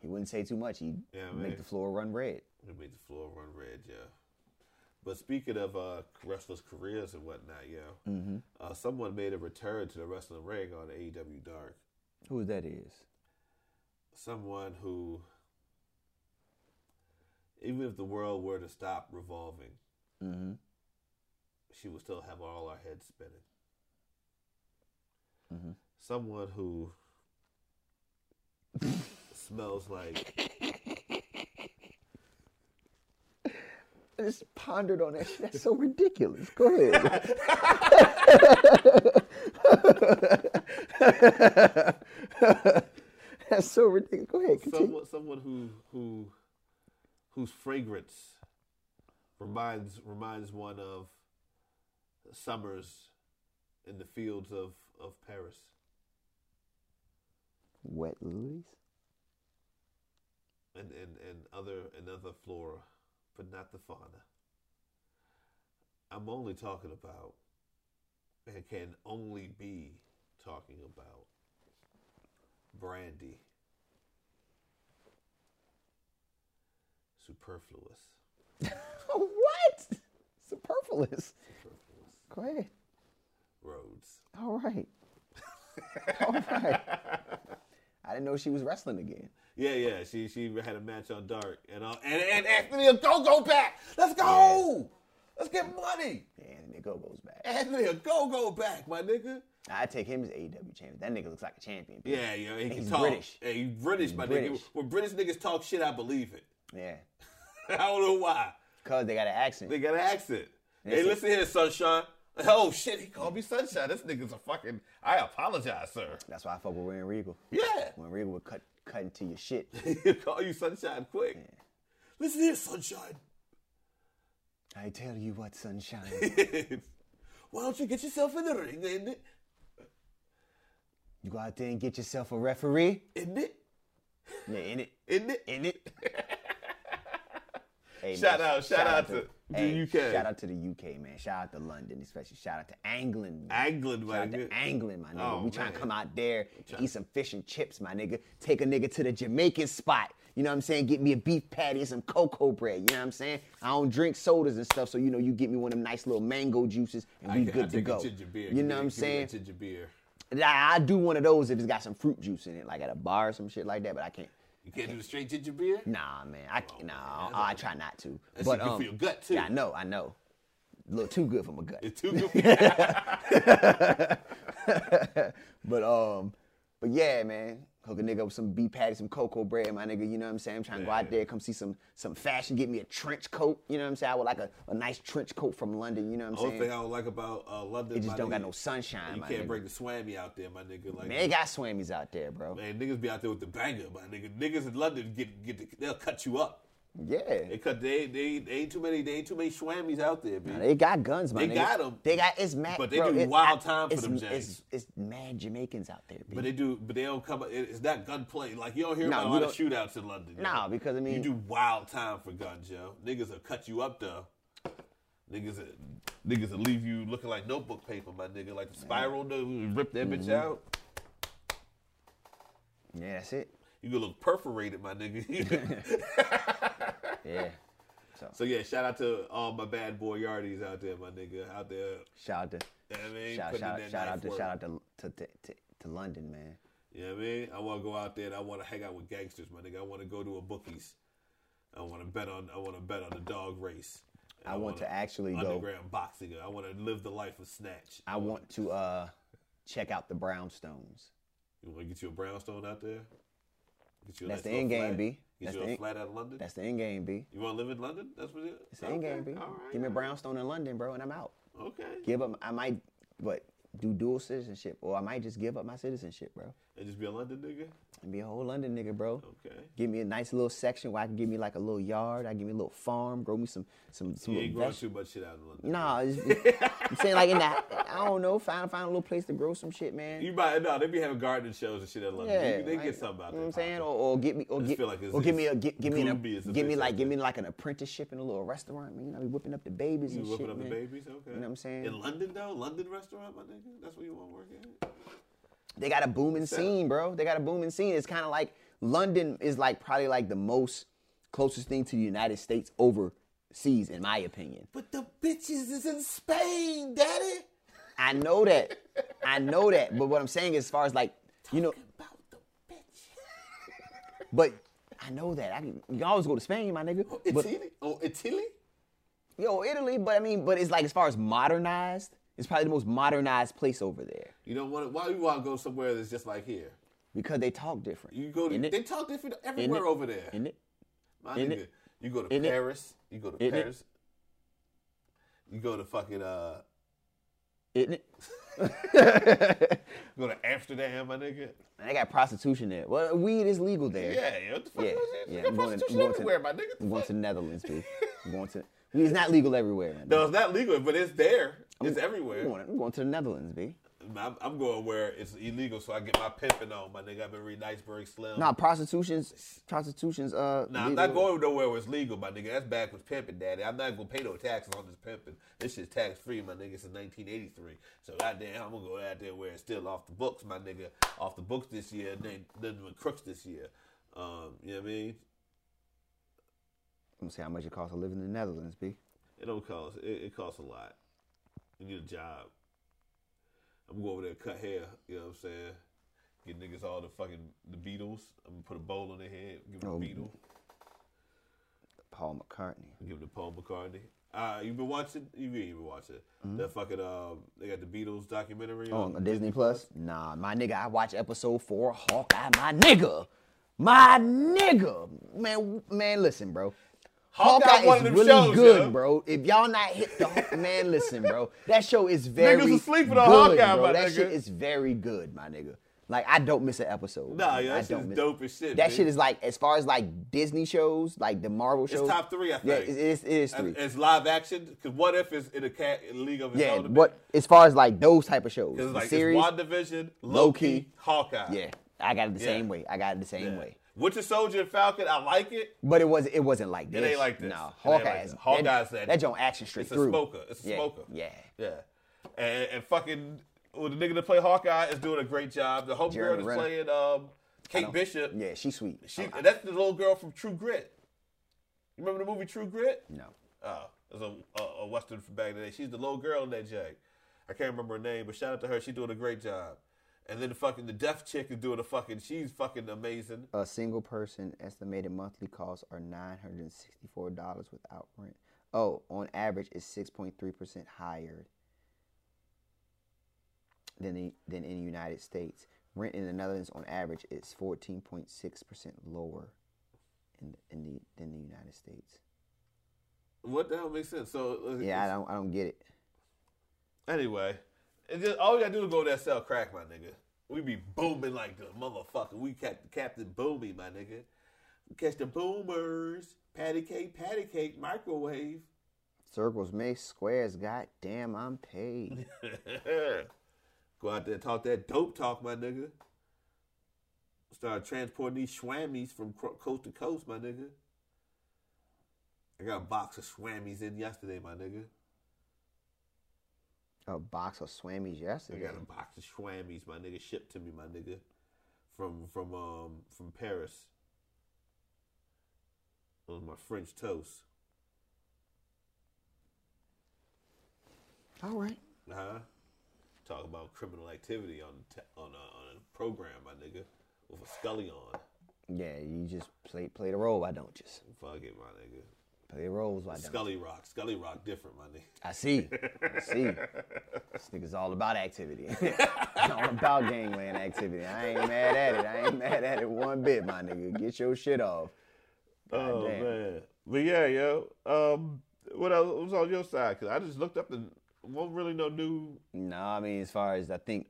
Speaker 2: he wouldn't say too much. He'd
Speaker 1: Yeah,
Speaker 2: make
Speaker 1: man.
Speaker 2: the floor run red.
Speaker 1: it made the floor run red, yeah. But speaking of uh, wrestlers' careers and whatnot, yeah,
Speaker 2: Mm.
Speaker 1: uh, someone made a return to the wrestling ring on AEW Dark.
Speaker 2: Who that is?
Speaker 1: someone who, even if the world were to stop revolving,
Speaker 2: Mm-hmm.
Speaker 1: she would still have all our heads spinning.
Speaker 2: Mhm.
Speaker 1: Someone who smells like
Speaker 2: I just pondered on that shit. That's so ridiculous. Go ahead. That's so ridiculous. Go ahead, continue.
Speaker 1: someone, someone who who whose fragrance reminds reminds one of summers in the fields of of Paris.
Speaker 2: Wet lilies?
Speaker 1: and, and, and other another flora, but not the fauna. I'm only talking about and can only be talking about brandy. Superfluous.
Speaker 2: what?
Speaker 1: Superfluous.
Speaker 2: Superfluous. Go ahead.
Speaker 1: Roads.
Speaker 2: All right. All right. I didn't know she was wrestling again.
Speaker 1: Yeah, yeah. She she had a match on Dark and all, and, and Anthony go go back. Let's go. Let's get money.
Speaker 2: Yeah, and the go goes back.
Speaker 1: Anthony go go back, my nigga.
Speaker 2: I take him as AEW champion. That nigga looks like a champion. Yeah.
Speaker 1: Yeah, yeah, he can
Speaker 2: he's
Speaker 1: talk.
Speaker 2: British.
Speaker 1: Yeah, he's British, my nigga.
Speaker 2: British.
Speaker 1: When British niggas talk shit, I believe it. I don't know why.
Speaker 2: Cause they got an accent.
Speaker 1: They got an accent. Hey,
Speaker 2: Listen.
Speaker 1: listen here, sunshine. Oh shit, he called me sunshine. This nigga's a fucking. I apologize, sir.
Speaker 2: That's why I fuck with William Regal.
Speaker 1: Yeah,
Speaker 2: When Regal would cut cut into your shit.
Speaker 1: he call you sunshine quick. Listen here, sunshine.
Speaker 2: I tell you what, sunshine.
Speaker 1: why don't you get yourself in the ring, in it,
Speaker 2: you go out there and get yourself a referee.
Speaker 1: in it,
Speaker 2: Yeah, in it.
Speaker 1: in it?
Speaker 2: In it. Hey,
Speaker 1: Shout out- shout out to the UK.
Speaker 2: Shout out to the UK, man. Shout out to London, especially. Shout out to England, man.
Speaker 1: Angling, my
Speaker 2: Shout out to
Speaker 1: nigga.
Speaker 2: England, my nigga.
Speaker 1: Oh,
Speaker 2: we trying to
Speaker 1: man.
Speaker 2: come out there and eat some fish and chips, my nigga. Take a nigga to the Jamaican spot. You know what I'm saying? Get me a beef patty and some cocoa bread. You know what I'm saying? I don't drink sodas and stuff, so you know you get me one of them nice little mango juices and
Speaker 1: I
Speaker 2: we
Speaker 1: can- I
Speaker 2: good to
Speaker 1: take a
Speaker 2: go.
Speaker 1: Ginger beer.
Speaker 2: You
Speaker 1: Give
Speaker 2: know
Speaker 1: me-
Speaker 2: what I'm
Speaker 1: give me that
Speaker 2: saying?
Speaker 1: Ginger beer.
Speaker 2: I, I do one of those if it's got some fruit juice in it, like at a bar or some shit like that. But I can't.
Speaker 1: You can't do the straight ginger beer.
Speaker 2: Nah, man, I can't. Nah, I, I try not to.
Speaker 1: That's
Speaker 2: but
Speaker 1: good for
Speaker 2: um,
Speaker 1: your gut, too.
Speaker 2: Yeah, I know, I know. A little too good for my gut.
Speaker 1: It's too good.
Speaker 2: But um, but yeah, man, hook a nigga up with some beef patty, some cocoa bread, my nigga. You know what I'm saying? I'm trying to go out there, come see some some fashion, get me a trench coat. You know what I'm saying? I would like a, a nice trench coat from London. You know what I'm
Speaker 1: Only thing
Speaker 2: saying?
Speaker 1: I don't like about uh, London,
Speaker 2: It just
Speaker 1: my
Speaker 2: don't got
Speaker 1: nigga,
Speaker 2: no sunshine.
Speaker 1: You
Speaker 2: my
Speaker 1: can't
Speaker 2: nigga.
Speaker 1: bring the swammy out there, my nigga. Like,
Speaker 2: Man, they got swammies out there, bro.
Speaker 1: man, niggas be out there with the banger, my nigga. Niggas in London get get the, they'll cut you up.
Speaker 2: Yeah.
Speaker 1: They cut they they, they ain't too many they ain't too many swammies out there, man.
Speaker 2: Now, They got guns, my
Speaker 1: They
Speaker 2: nigga.
Speaker 1: got 'em.
Speaker 2: They got it's mad.
Speaker 1: But they
Speaker 2: bro,
Speaker 1: do
Speaker 2: it-
Speaker 1: wild
Speaker 2: I-
Speaker 1: time for
Speaker 2: it's-
Speaker 1: them
Speaker 2: It's,
Speaker 1: Jays.
Speaker 2: it's mad Jamaicans out there,
Speaker 1: but they
Speaker 2: B.
Speaker 1: do, but they don't come. it- It's not gunplay. Like you don't hear
Speaker 2: No,
Speaker 1: about a
Speaker 2: you
Speaker 1: lot of shootouts in London. yo.
Speaker 2: Nah, because I mean,
Speaker 1: you do wild time for guns, yo. Niggas will cut you up though. Niggas, will- niggas will leave you looking like notebook paper, my nigga. Like the spiral, dude, rip that
Speaker 2: Mm-hmm.
Speaker 1: bitch out.
Speaker 2: yeah, that's it.
Speaker 1: You gonna look perforated, my nigga.
Speaker 2: Yeah.
Speaker 1: so yeah, shout out to all my bad boy yardies out there, my nigga, out there.
Speaker 2: Shout out
Speaker 1: You know what I
Speaker 2: to
Speaker 1: mean,
Speaker 2: shout
Speaker 1: Putting in
Speaker 2: shout
Speaker 1: that
Speaker 2: shout
Speaker 1: knife
Speaker 2: out to
Speaker 1: work.
Speaker 2: shout out to to to, to, to London, man.
Speaker 1: You know what I mean? I want to go out there and I want to hang out with gangsters, my nigga. I want to go to a bookies. I want to bet on. I want to bet on the dog race. And
Speaker 2: I want
Speaker 1: wanna
Speaker 2: to actually go-
Speaker 1: underground boxing. I want to live the life of snatch.
Speaker 2: I want to uh check out the brownstones.
Speaker 1: You want to get you a brownstone out there? Get you a
Speaker 2: That's
Speaker 1: nice
Speaker 2: the
Speaker 1: little
Speaker 2: end game,
Speaker 1: flat.
Speaker 2: B.
Speaker 1: Get
Speaker 2: That's
Speaker 1: you
Speaker 2: the
Speaker 1: a
Speaker 2: end-
Speaker 1: flat out of London.
Speaker 2: That's the end game, B.
Speaker 1: you want to live in London? That's what it is.
Speaker 2: It's the end game, B.
Speaker 1: All right.
Speaker 2: Give me a brownstone in London, bro, and I'm out.
Speaker 1: Okay.
Speaker 2: Give up. I might, what, do dual citizenship, or I might just give up my citizenship, bro,
Speaker 1: And just be a London nigga.
Speaker 2: and be a whole London nigga, bro.
Speaker 1: Okay.
Speaker 2: Give me a nice little section where I can give me like a little yard. I give me a little farm, grow me some some some
Speaker 1: You ain't
Speaker 2: little
Speaker 1: growing
Speaker 2: vegetables.
Speaker 1: too much shit out in London.
Speaker 2: Nah, it's, I'm saying like in that. I don't know. Find find a little place to grow some shit, man.
Speaker 1: You might no. They be having gardening shows and shit at London.
Speaker 2: yeah,
Speaker 1: they they
Speaker 2: like,
Speaker 1: get something out
Speaker 2: You
Speaker 1: there.
Speaker 2: know what I'm saying?
Speaker 1: poppin'.
Speaker 2: Or, or get me, or
Speaker 1: just
Speaker 2: get,
Speaker 1: feel like it's-
Speaker 2: or give
Speaker 1: it's
Speaker 2: me a get, give me an,
Speaker 1: gloomy as a
Speaker 2: give me
Speaker 1: bitch
Speaker 2: like
Speaker 1: out
Speaker 2: give me like an apprenticeship in a little restaurant. Man. You know, be whipping up the babies
Speaker 1: You
Speaker 2: and
Speaker 1: whipping
Speaker 2: shit,
Speaker 1: up
Speaker 2: man.
Speaker 1: the babies, okay?
Speaker 2: You know what I'm saying?
Speaker 1: In London though, London restaurant, my nigga. That's what you want to work at.
Speaker 2: They got a booming scene, bro. They got a booming scene. It's kind of like London is like probably like the most closest thing to the United States overseas, in my opinion.
Speaker 1: But the bitches is in Spain, daddy.
Speaker 2: I know that. I know that. But what I'm saying is, as far as like, you know,
Speaker 1: About the bitch.
Speaker 2: but I know that. I can, you can always go to Spain, my nigga. But,
Speaker 1: Italy? Oh, Italy?
Speaker 2: yo, Italy. But I mean, but it's like as far as modernized, it's probably the most modernized place over there
Speaker 1: You don't want to, why you want to go somewhere that's just like here?
Speaker 2: because they talk different.
Speaker 1: You go to,
Speaker 2: In it.
Speaker 1: they talk different everywhere
Speaker 2: it.
Speaker 1: over there.
Speaker 2: in it.
Speaker 1: my
Speaker 2: in
Speaker 1: nigga,
Speaker 2: it.
Speaker 1: you go to
Speaker 2: In it.
Speaker 1: Paris. You go to
Speaker 2: In it.
Speaker 1: Paris. You go to fucking uh,
Speaker 2: isn't it?
Speaker 1: Go to Amsterdam, my nigga.
Speaker 2: And they got prostitution there. Well, weed is legal there.
Speaker 1: Yeah, yeah. What the fuck?
Speaker 2: yeah,
Speaker 1: is this?
Speaker 2: yeah.
Speaker 1: You got
Speaker 2: I'm going to-
Speaker 1: prostitution
Speaker 2: I'm going to-
Speaker 1: everywhere, my nigga. The
Speaker 2: I'm going
Speaker 1: fuck?
Speaker 2: to the Netherlands, B. I'm going to. Weed is not legal everywhere. Man.
Speaker 1: No, it's not legal, but it's there. It's everywhere.
Speaker 2: I'm, going, I'm going to the Netherlands, B.
Speaker 1: I'm, I'm going where it's illegal, so I get my pimping on, my nigga. I've been reading Iceberg Slim.
Speaker 2: Nah, prostitution's prostitution's uh.
Speaker 1: Nah, I'm not going nowhere where it's legal, my nigga. That's backwards pimping, daddy. I'm not gonna pay no taxes on this pimping. This shit's tax free, my nigga, since 1983. So goddamn, I'm gonna go out there where it's still off the books, my nigga. Off the books this year, and then nothing with crooks this year. Um, you know what I mean?
Speaker 2: Let me see how much it costs to live in the Netherlands, B.
Speaker 1: It don't cost. It, it costs a lot. You need a job. I'm going over there to cut hair. You know what I'm saying? Get niggas all the fucking the Beatles. I'm gonna put a bowl on their head. Give them
Speaker 2: Oh.
Speaker 1: a Beatle.
Speaker 2: Paul McCartney.
Speaker 1: Give them to Paul McCartney. Uh, you been watching? You ain't even watching. That fucking um, they got the Beatles documentary.
Speaker 2: Hmm? Oh,
Speaker 1: on.
Speaker 2: on Disney Plus? Nah, my nigga, I watch episode four, Hawkeye, my nigga. My nigga. Man, man, listen, bro.
Speaker 1: Hawkeye one of them shows,
Speaker 2: good,
Speaker 1: yo.
Speaker 2: bro. If y'all not hit the Haw- man, listen, bro. That show is very
Speaker 1: was sleeping
Speaker 2: good,
Speaker 1: on Hawkeye,
Speaker 2: bro.
Speaker 1: my
Speaker 2: that
Speaker 1: nigga.
Speaker 2: shit is very good, my nigga. Like I don't miss an episode.
Speaker 1: Nah,
Speaker 2: man.
Speaker 1: yeah,
Speaker 2: I
Speaker 1: that shit
Speaker 2: don't
Speaker 1: is
Speaker 2: miss-
Speaker 1: dope as shit,
Speaker 2: That
Speaker 1: man.
Speaker 2: shit is like as far as like Disney shows, like the Marvel shows.
Speaker 1: top three, I
Speaker 2: Yeah,
Speaker 1: think.
Speaker 2: it is, it is three.
Speaker 1: And it's live action. Cause what if it's in a cat in a league of its
Speaker 2: yeah,
Speaker 1: own? a bit?
Speaker 2: what as far as like those type of shows,
Speaker 1: Cause
Speaker 2: the
Speaker 1: it's like
Speaker 2: series.
Speaker 1: it's WandaVision, Loki,
Speaker 2: Loki.
Speaker 1: Hawkeye.
Speaker 2: Yeah, I got it the
Speaker 1: Uh, Yeah.
Speaker 2: same way. I got it the same
Speaker 1: Yeah.
Speaker 2: way.
Speaker 1: Winter Soldier and Falcon. I like it.
Speaker 2: But it was it wasn't like this.
Speaker 1: ain't like this.
Speaker 2: No,
Speaker 1: It ain't
Speaker 2: Hawkeye.
Speaker 1: like
Speaker 2: is-
Speaker 1: that. Hawkeye's that-
Speaker 2: that, that joint action straight
Speaker 1: It's a
Speaker 2: through.
Speaker 1: smoker. It's a
Speaker 2: yeah.
Speaker 1: smoker.
Speaker 2: Yeah.
Speaker 1: Yeah. And, and fucking well, the nigga that play Hawkeye is doing a great job. The homegirl
Speaker 2: Jeremy
Speaker 1: that's
Speaker 2: Renner.
Speaker 1: playing um, Kate Bishop.
Speaker 2: Yeah, she's sweet. Uh,
Speaker 1: She
Speaker 2: I- I-
Speaker 1: that's the little girl from True Grit. You remember the movie True Grit?
Speaker 2: no.
Speaker 1: Oh, it's a, a, a western from back in the day. She's the little girl in that Jack. I can't remember her name, but shout out to her. She's doing a great job. And then the fucking the deaf chick is doing a fucking. She's fucking amazing.
Speaker 2: A single person estimated monthly costs are nine hundred and sixty four dollars without rent. Oh, on average it's six point three percent higher than the than in the United States. Rent in the Netherlands on average is fourteen point six percent lower in in the than the United States.
Speaker 1: What the hell makes sense? So uh,
Speaker 2: Yeah, I don't I don't get it.
Speaker 1: Anyway, it just all we gotta do is go there and sell crack, my nigga. We be booming like the motherfucker. We cap- Captain Boomy, my nigga. Catch the boomers, patty cake, patty cake, microwave.
Speaker 2: Circles make squares. God damn, I'm paid.
Speaker 1: go out there and talk that dope talk, my nigga. Start transporting these swammies from cro- coast to coast, my nigga. I got a box of swammies in yesterday, my nigga.
Speaker 2: a box of swammies
Speaker 1: I
Speaker 2: yesterday.
Speaker 1: got a box of swammies, my nigga, shipped to me, my nigga, from from um from Paris. On my French toast,
Speaker 2: All right.
Speaker 1: huh? Talk about criminal activity on te- on a, on a program, my nigga, with a scully on.
Speaker 2: Yeah, you just play play the role. Why don't just
Speaker 1: Fuck it, my nigga.
Speaker 2: play the roles? Why don't?
Speaker 1: Scully rock, Scully rock, different, my nigga.
Speaker 2: I see. I see. This nigga's all about activity. all about gangland activity. I ain't mad at it. I ain't mad at it one bit, my nigga. Get your shit off.
Speaker 1: Oh
Speaker 2: damn.
Speaker 1: man, but yeah, yo, um, what else was on your side? Cause I just looked up and won't really no new
Speaker 2: No, I mean as far as I think,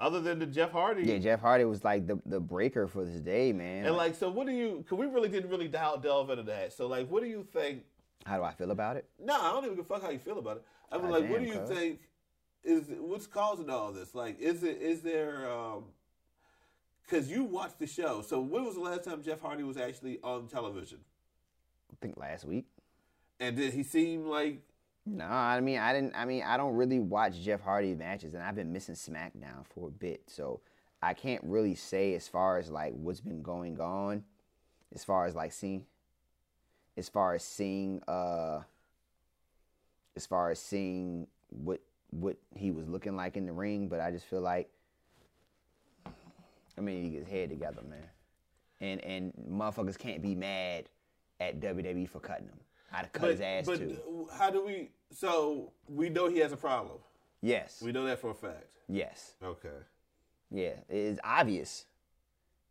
Speaker 1: other than the Jeff Hardy.
Speaker 2: yeah, Jeff Hardy was like the the breaker for this day, man.
Speaker 1: And
Speaker 2: Like,
Speaker 1: like, so what do you? Cause we really didn't really dial delve into that. So like, what do you think?
Speaker 2: how do I feel about it?
Speaker 1: No, I don't even give a fuck how you feel about it. I mean,
Speaker 2: God
Speaker 1: like, what
Speaker 2: damn,
Speaker 1: do you
Speaker 2: cuz.
Speaker 1: think? Is what's causing all this? Like, is it is there? um Cause you watched the show. So when was the last time Jeff Hardy was actually on television?
Speaker 2: I think last week.
Speaker 1: And did he seem like?
Speaker 2: No, I mean I didn't. I mean I don't really watch Jeff Hardy matches, and I've been missing SmackDown for a bit, so I can't really say as far as like what's been going on, as far as like seeing, as far as seeing, uh, as far as seeing what what he was looking like in the ring. But I just feel like, I mean, he gets head together, man, and and motherfuckers can't be mad at WWE for cutting him. I'd cut
Speaker 1: But,
Speaker 2: his ass
Speaker 1: but
Speaker 2: too.
Speaker 1: how do we? So we know he has a problem.
Speaker 2: Yes.
Speaker 1: We know that for a fact.
Speaker 2: Yes.
Speaker 1: Okay.
Speaker 2: Yeah. It is obvious.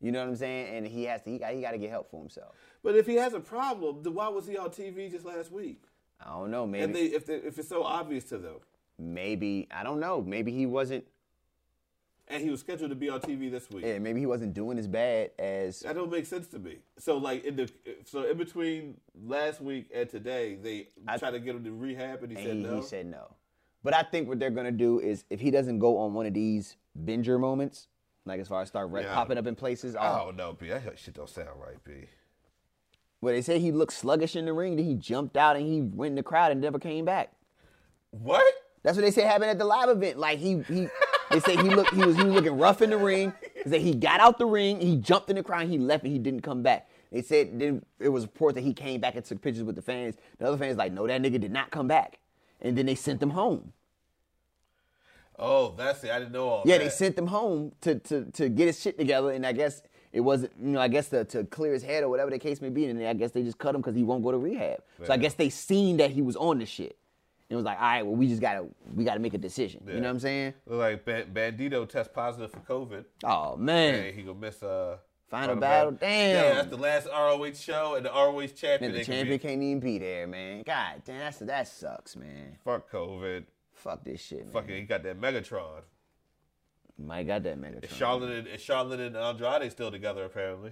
Speaker 2: You know what I'm saying? And he has to. He got, he got to get help for himself.
Speaker 1: But if he has a problem, then why was he on TV just last week?
Speaker 2: I don't know.
Speaker 1: And
Speaker 2: Maybe.
Speaker 1: they, if they, if it's so obvious to them.
Speaker 2: Maybe I don't know. Maybe he wasn't.
Speaker 1: and he was scheduled to be on TV this week.
Speaker 2: Yeah, maybe he wasn't doing as bad as.
Speaker 1: That don't make sense to me. So like in the so in between last week and today, they tried to get him to rehab, and he said
Speaker 2: he,
Speaker 1: no.
Speaker 2: he said no. But I think what they're gonna do is if he doesn't go on one of these binger moments, like as far as start re-
Speaker 1: Yeah.
Speaker 2: popping up in places, oh.
Speaker 1: oh no, B, that shit don't sound right, B.
Speaker 2: where they say he looked sluggish in the ring, then he jumped out and he went in the crowd and never came back.
Speaker 1: What?
Speaker 2: That's what they said happened at the live event. Like he he they say he looked he was he was looking rough in the ring. They said he got out the ring, he jumped in the crowd, and he left and he didn't come back. They said then it was reports that he came back and took pictures with the fans. The other fans like, no, that nigga did not come back. And then they sent him home.
Speaker 1: Oh, that's it. I didn't know all
Speaker 2: Yeah,
Speaker 1: that.
Speaker 2: they sent him home to, to to get his shit together, and I guess it wasn't, you know, I guess to, to clear his head or whatever the case may be, and then I guess they just cut him because he won't go to rehab. So I
Speaker 1: Yeah.
Speaker 2: guess they seen that he was on the shit, and was like, all right, well, we just gotta we gotta make a decision. You
Speaker 1: Yeah.
Speaker 2: know what I'm saying?
Speaker 1: Look like Ban- Bandito test positive for COVID.
Speaker 2: Oh man,
Speaker 1: Hey, he gonna miss uh
Speaker 2: Final battle? Damn.
Speaker 1: Yeah, that's the last ROH show and the ROH champion.
Speaker 2: man, the
Speaker 1: They could be-
Speaker 2: champion can't even be there, man. God damn, that's that sucks, man.
Speaker 1: Fuck COVID.
Speaker 2: Fuck this shit, man.
Speaker 1: Fucking, he got that Megatron.
Speaker 2: Mike got that Megatron.
Speaker 1: Charlotte and and Charlotte and Andrade still together apparently.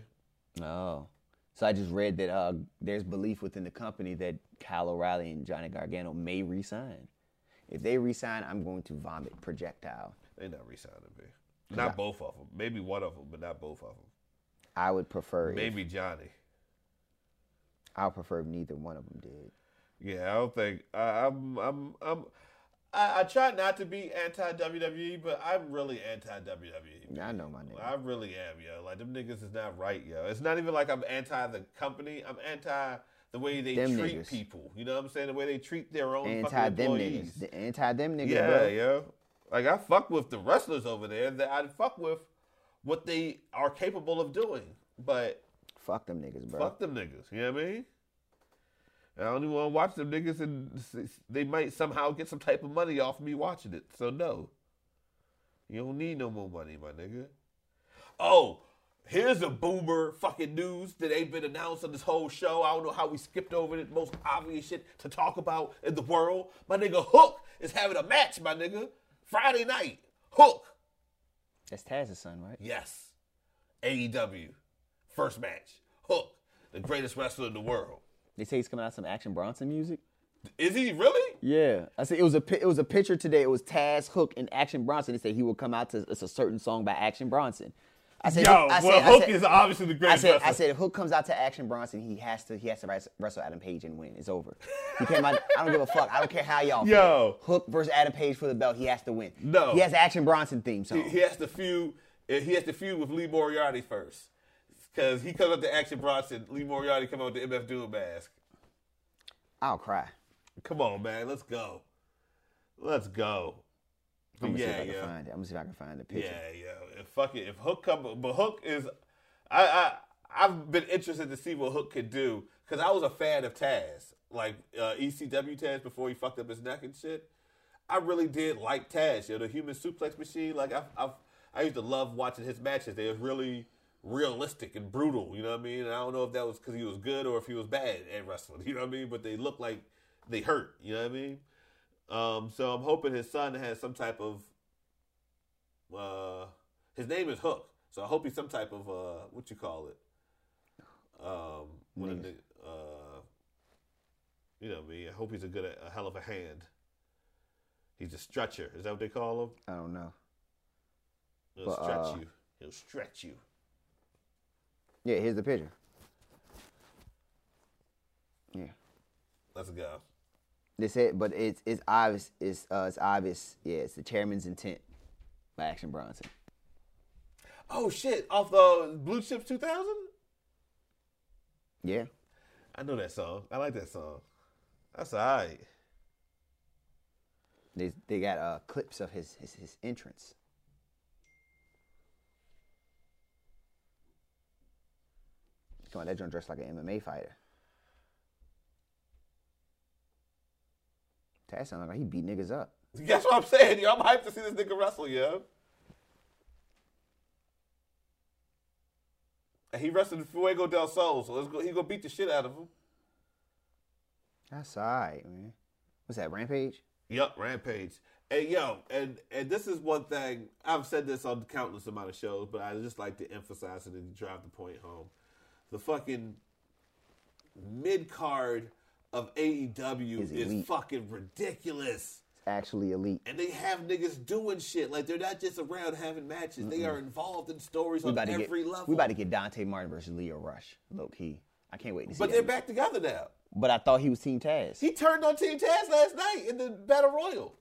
Speaker 2: Oh. So I just read that uh, there's belief within the company that Kyle O'Reilly and Johnny Gargano may resign. If they resign, I'm going to vomit projectile.
Speaker 1: They not re-signing me. Not both of them. Maybe one of them, but not both of them.
Speaker 2: I would prefer if,
Speaker 1: Maybe Johnny.
Speaker 2: I would prefer if neither one of them did.
Speaker 1: Yeah, I don't think I, I'm. I'm. I'm. I, I try not to be anti WWE, but I'm really E. anti WWE.
Speaker 2: Yeah, I know my nigga.
Speaker 1: I really am, yo. Like them niggas is not right, yo. It's not even like I'm anti the company. I'm anti the way they
Speaker 2: Them
Speaker 1: treat
Speaker 2: niggas.
Speaker 1: people. You know what I'm saying? The way they treat their own
Speaker 2: Anti
Speaker 1: fucking
Speaker 2: them
Speaker 1: employees.
Speaker 2: niggas. The anti them niggas,
Speaker 1: Yeah,
Speaker 2: bro.
Speaker 1: yo. Like I fuck with the wrestlers over there. That I fuck with what they are capable of doing, but
Speaker 2: Fuck them niggas, bro.
Speaker 1: Fuck them niggas. You know what I mean? I don't even want to watch them niggas, and s- s- they might somehow get some type of money off me watching it. So no, you don't need no more money, my nigga. Oh, here's a boomer fucking news that ain't been announced on this whole show. I don't know how we skipped over the most obvious shit to talk about in the world. My nigga Hook is having a match, my nigga, Friday night. Hook,
Speaker 2: That's Taz's son, right?
Speaker 1: yes, AEW, first match. Hook, the greatest wrestler in the world.
Speaker 2: They say he's coming out some Action Bronson music.
Speaker 1: Is he really?
Speaker 2: Yeah, I see. It was a pi- it was a picture today. It was Taz Hook and Action Bronson. They said he will come out to it's a certain song by Action Bronson. I said, I said, I said,
Speaker 1: obviously the
Speaker 2: I said, I said, if Hook comes out to Action Bronson, he has to, he has to wres- wrestle Adam Page and win. It's over. He came out. I don't give a fuck. I don't care how y'all.
Speaker 1: Yo.
Speaker 2: feel. Hook versus Adam Page for the belt. He has to win.
Speaker 1: No.
Speaker 2: he has the Action Bronson theme song.
Speaker 1: he has to feud. eh, He has to feud with Lee Moriarty first, because he comes up to Action Bronson. Lee Moriarty come out with the MF Doom mask.
Speaker 2: I'll cry.
Speaker 1: Come on, man, let's go, let's go.
Speaker 2: I'm gonna see if
Speaker 1: Yeah,
Speaker 2: I can
Speaker 1: yeah,
Speaker 2: find it. I'm gonna see if I can find the
Speaker 1: yeah,
Speaker 2: picture.
Speaker 1: yeah. If fuck it, if Hook come, but Hook is, I, I, I've been interested to see what Hook could do, because I was a fan of Taz, like uh, ECW Taz before he fucked up his neck and shit. I really did like Taz, you know, the human suplex machine. Like I, I, I used to love watching his matches. They was really realistic and brutal. You know what I mean? And I don't know if that was because he was good or if he was bad at wrestling. You know what I mean? But they looked like they hurt. You know what I mean? Um, so I'm hoping his son has some type of. Uh, his name is Hook, so I hope he's some type of uh, what you call it. Um, what a
Speaker 2: Niggas.
Speaker 1: ni- uh, you know me. I hope he's a good, a hell of a hand. He's a stretcher. Is that what they call him?
Speaker 2: I don't know.
Speaker 1: He'll
Speaker 2: But,
Speaker 1: stretch
Speaker 2: uh,
Speaker 1: you. He'll stretch you.
Speaker 2: Yeah, here's the picture. Yeah.
Speaker 1: Let's go.
Speaker 2: They said, but it's it's obvious. It's uh, it's obvious. Yeah, it's the chairman's intent by Action Bronson.
Speaker 1: Oh shit! Off the Blue Chips 2000.
Speaker 2: Yeah,
Speaker 1: I know that song. I like that song. That's alright.
Speaker 2: they they got uh, clips of his his, his entrance. Come on, that joint dressed like an MMA fighter. That sounds like he beat niggas up.
Speaker 1: That's what I'm saying, yo. I'm hyped to see this nigga wrestle, yo. And he wrestled Fuego del Sol, so let's go, he gonna beat the shit out of him.
Speaker 2: That's all right, man. What's that? Rampage?
Speaker 1: Yup, Rampage. And yo, and and this is one thing I've said this on countless amount of shows, but I just like to emphasize it and drive the point home. The fucking mid card of AEW
Speaker 2: Is
Speaker 1: is,
Speaker 2: elite.
Speaker 1: fucking ridiculous.
Speaker 2: Actually, elite.
Speaker 1: And they have niggas doing shit. Like they're not just around having matches. They are involved in stories
Speaker 2: We
Speaker 1: on
Speaker 2: about to
Speaker 1: every
Speaker 2: get
Speaker 1: level.
Speaker 2: we about to get Dante Martin versus Leo Rush. Low key, I can't wait to see.
Speaker 1: but
Speaker 2: that.
Speaker 1: they're back together now.
Speaker 2: But I thought he was Team Taz.
Speaker 1: He turned on Team Taz last night in the Battle Royal.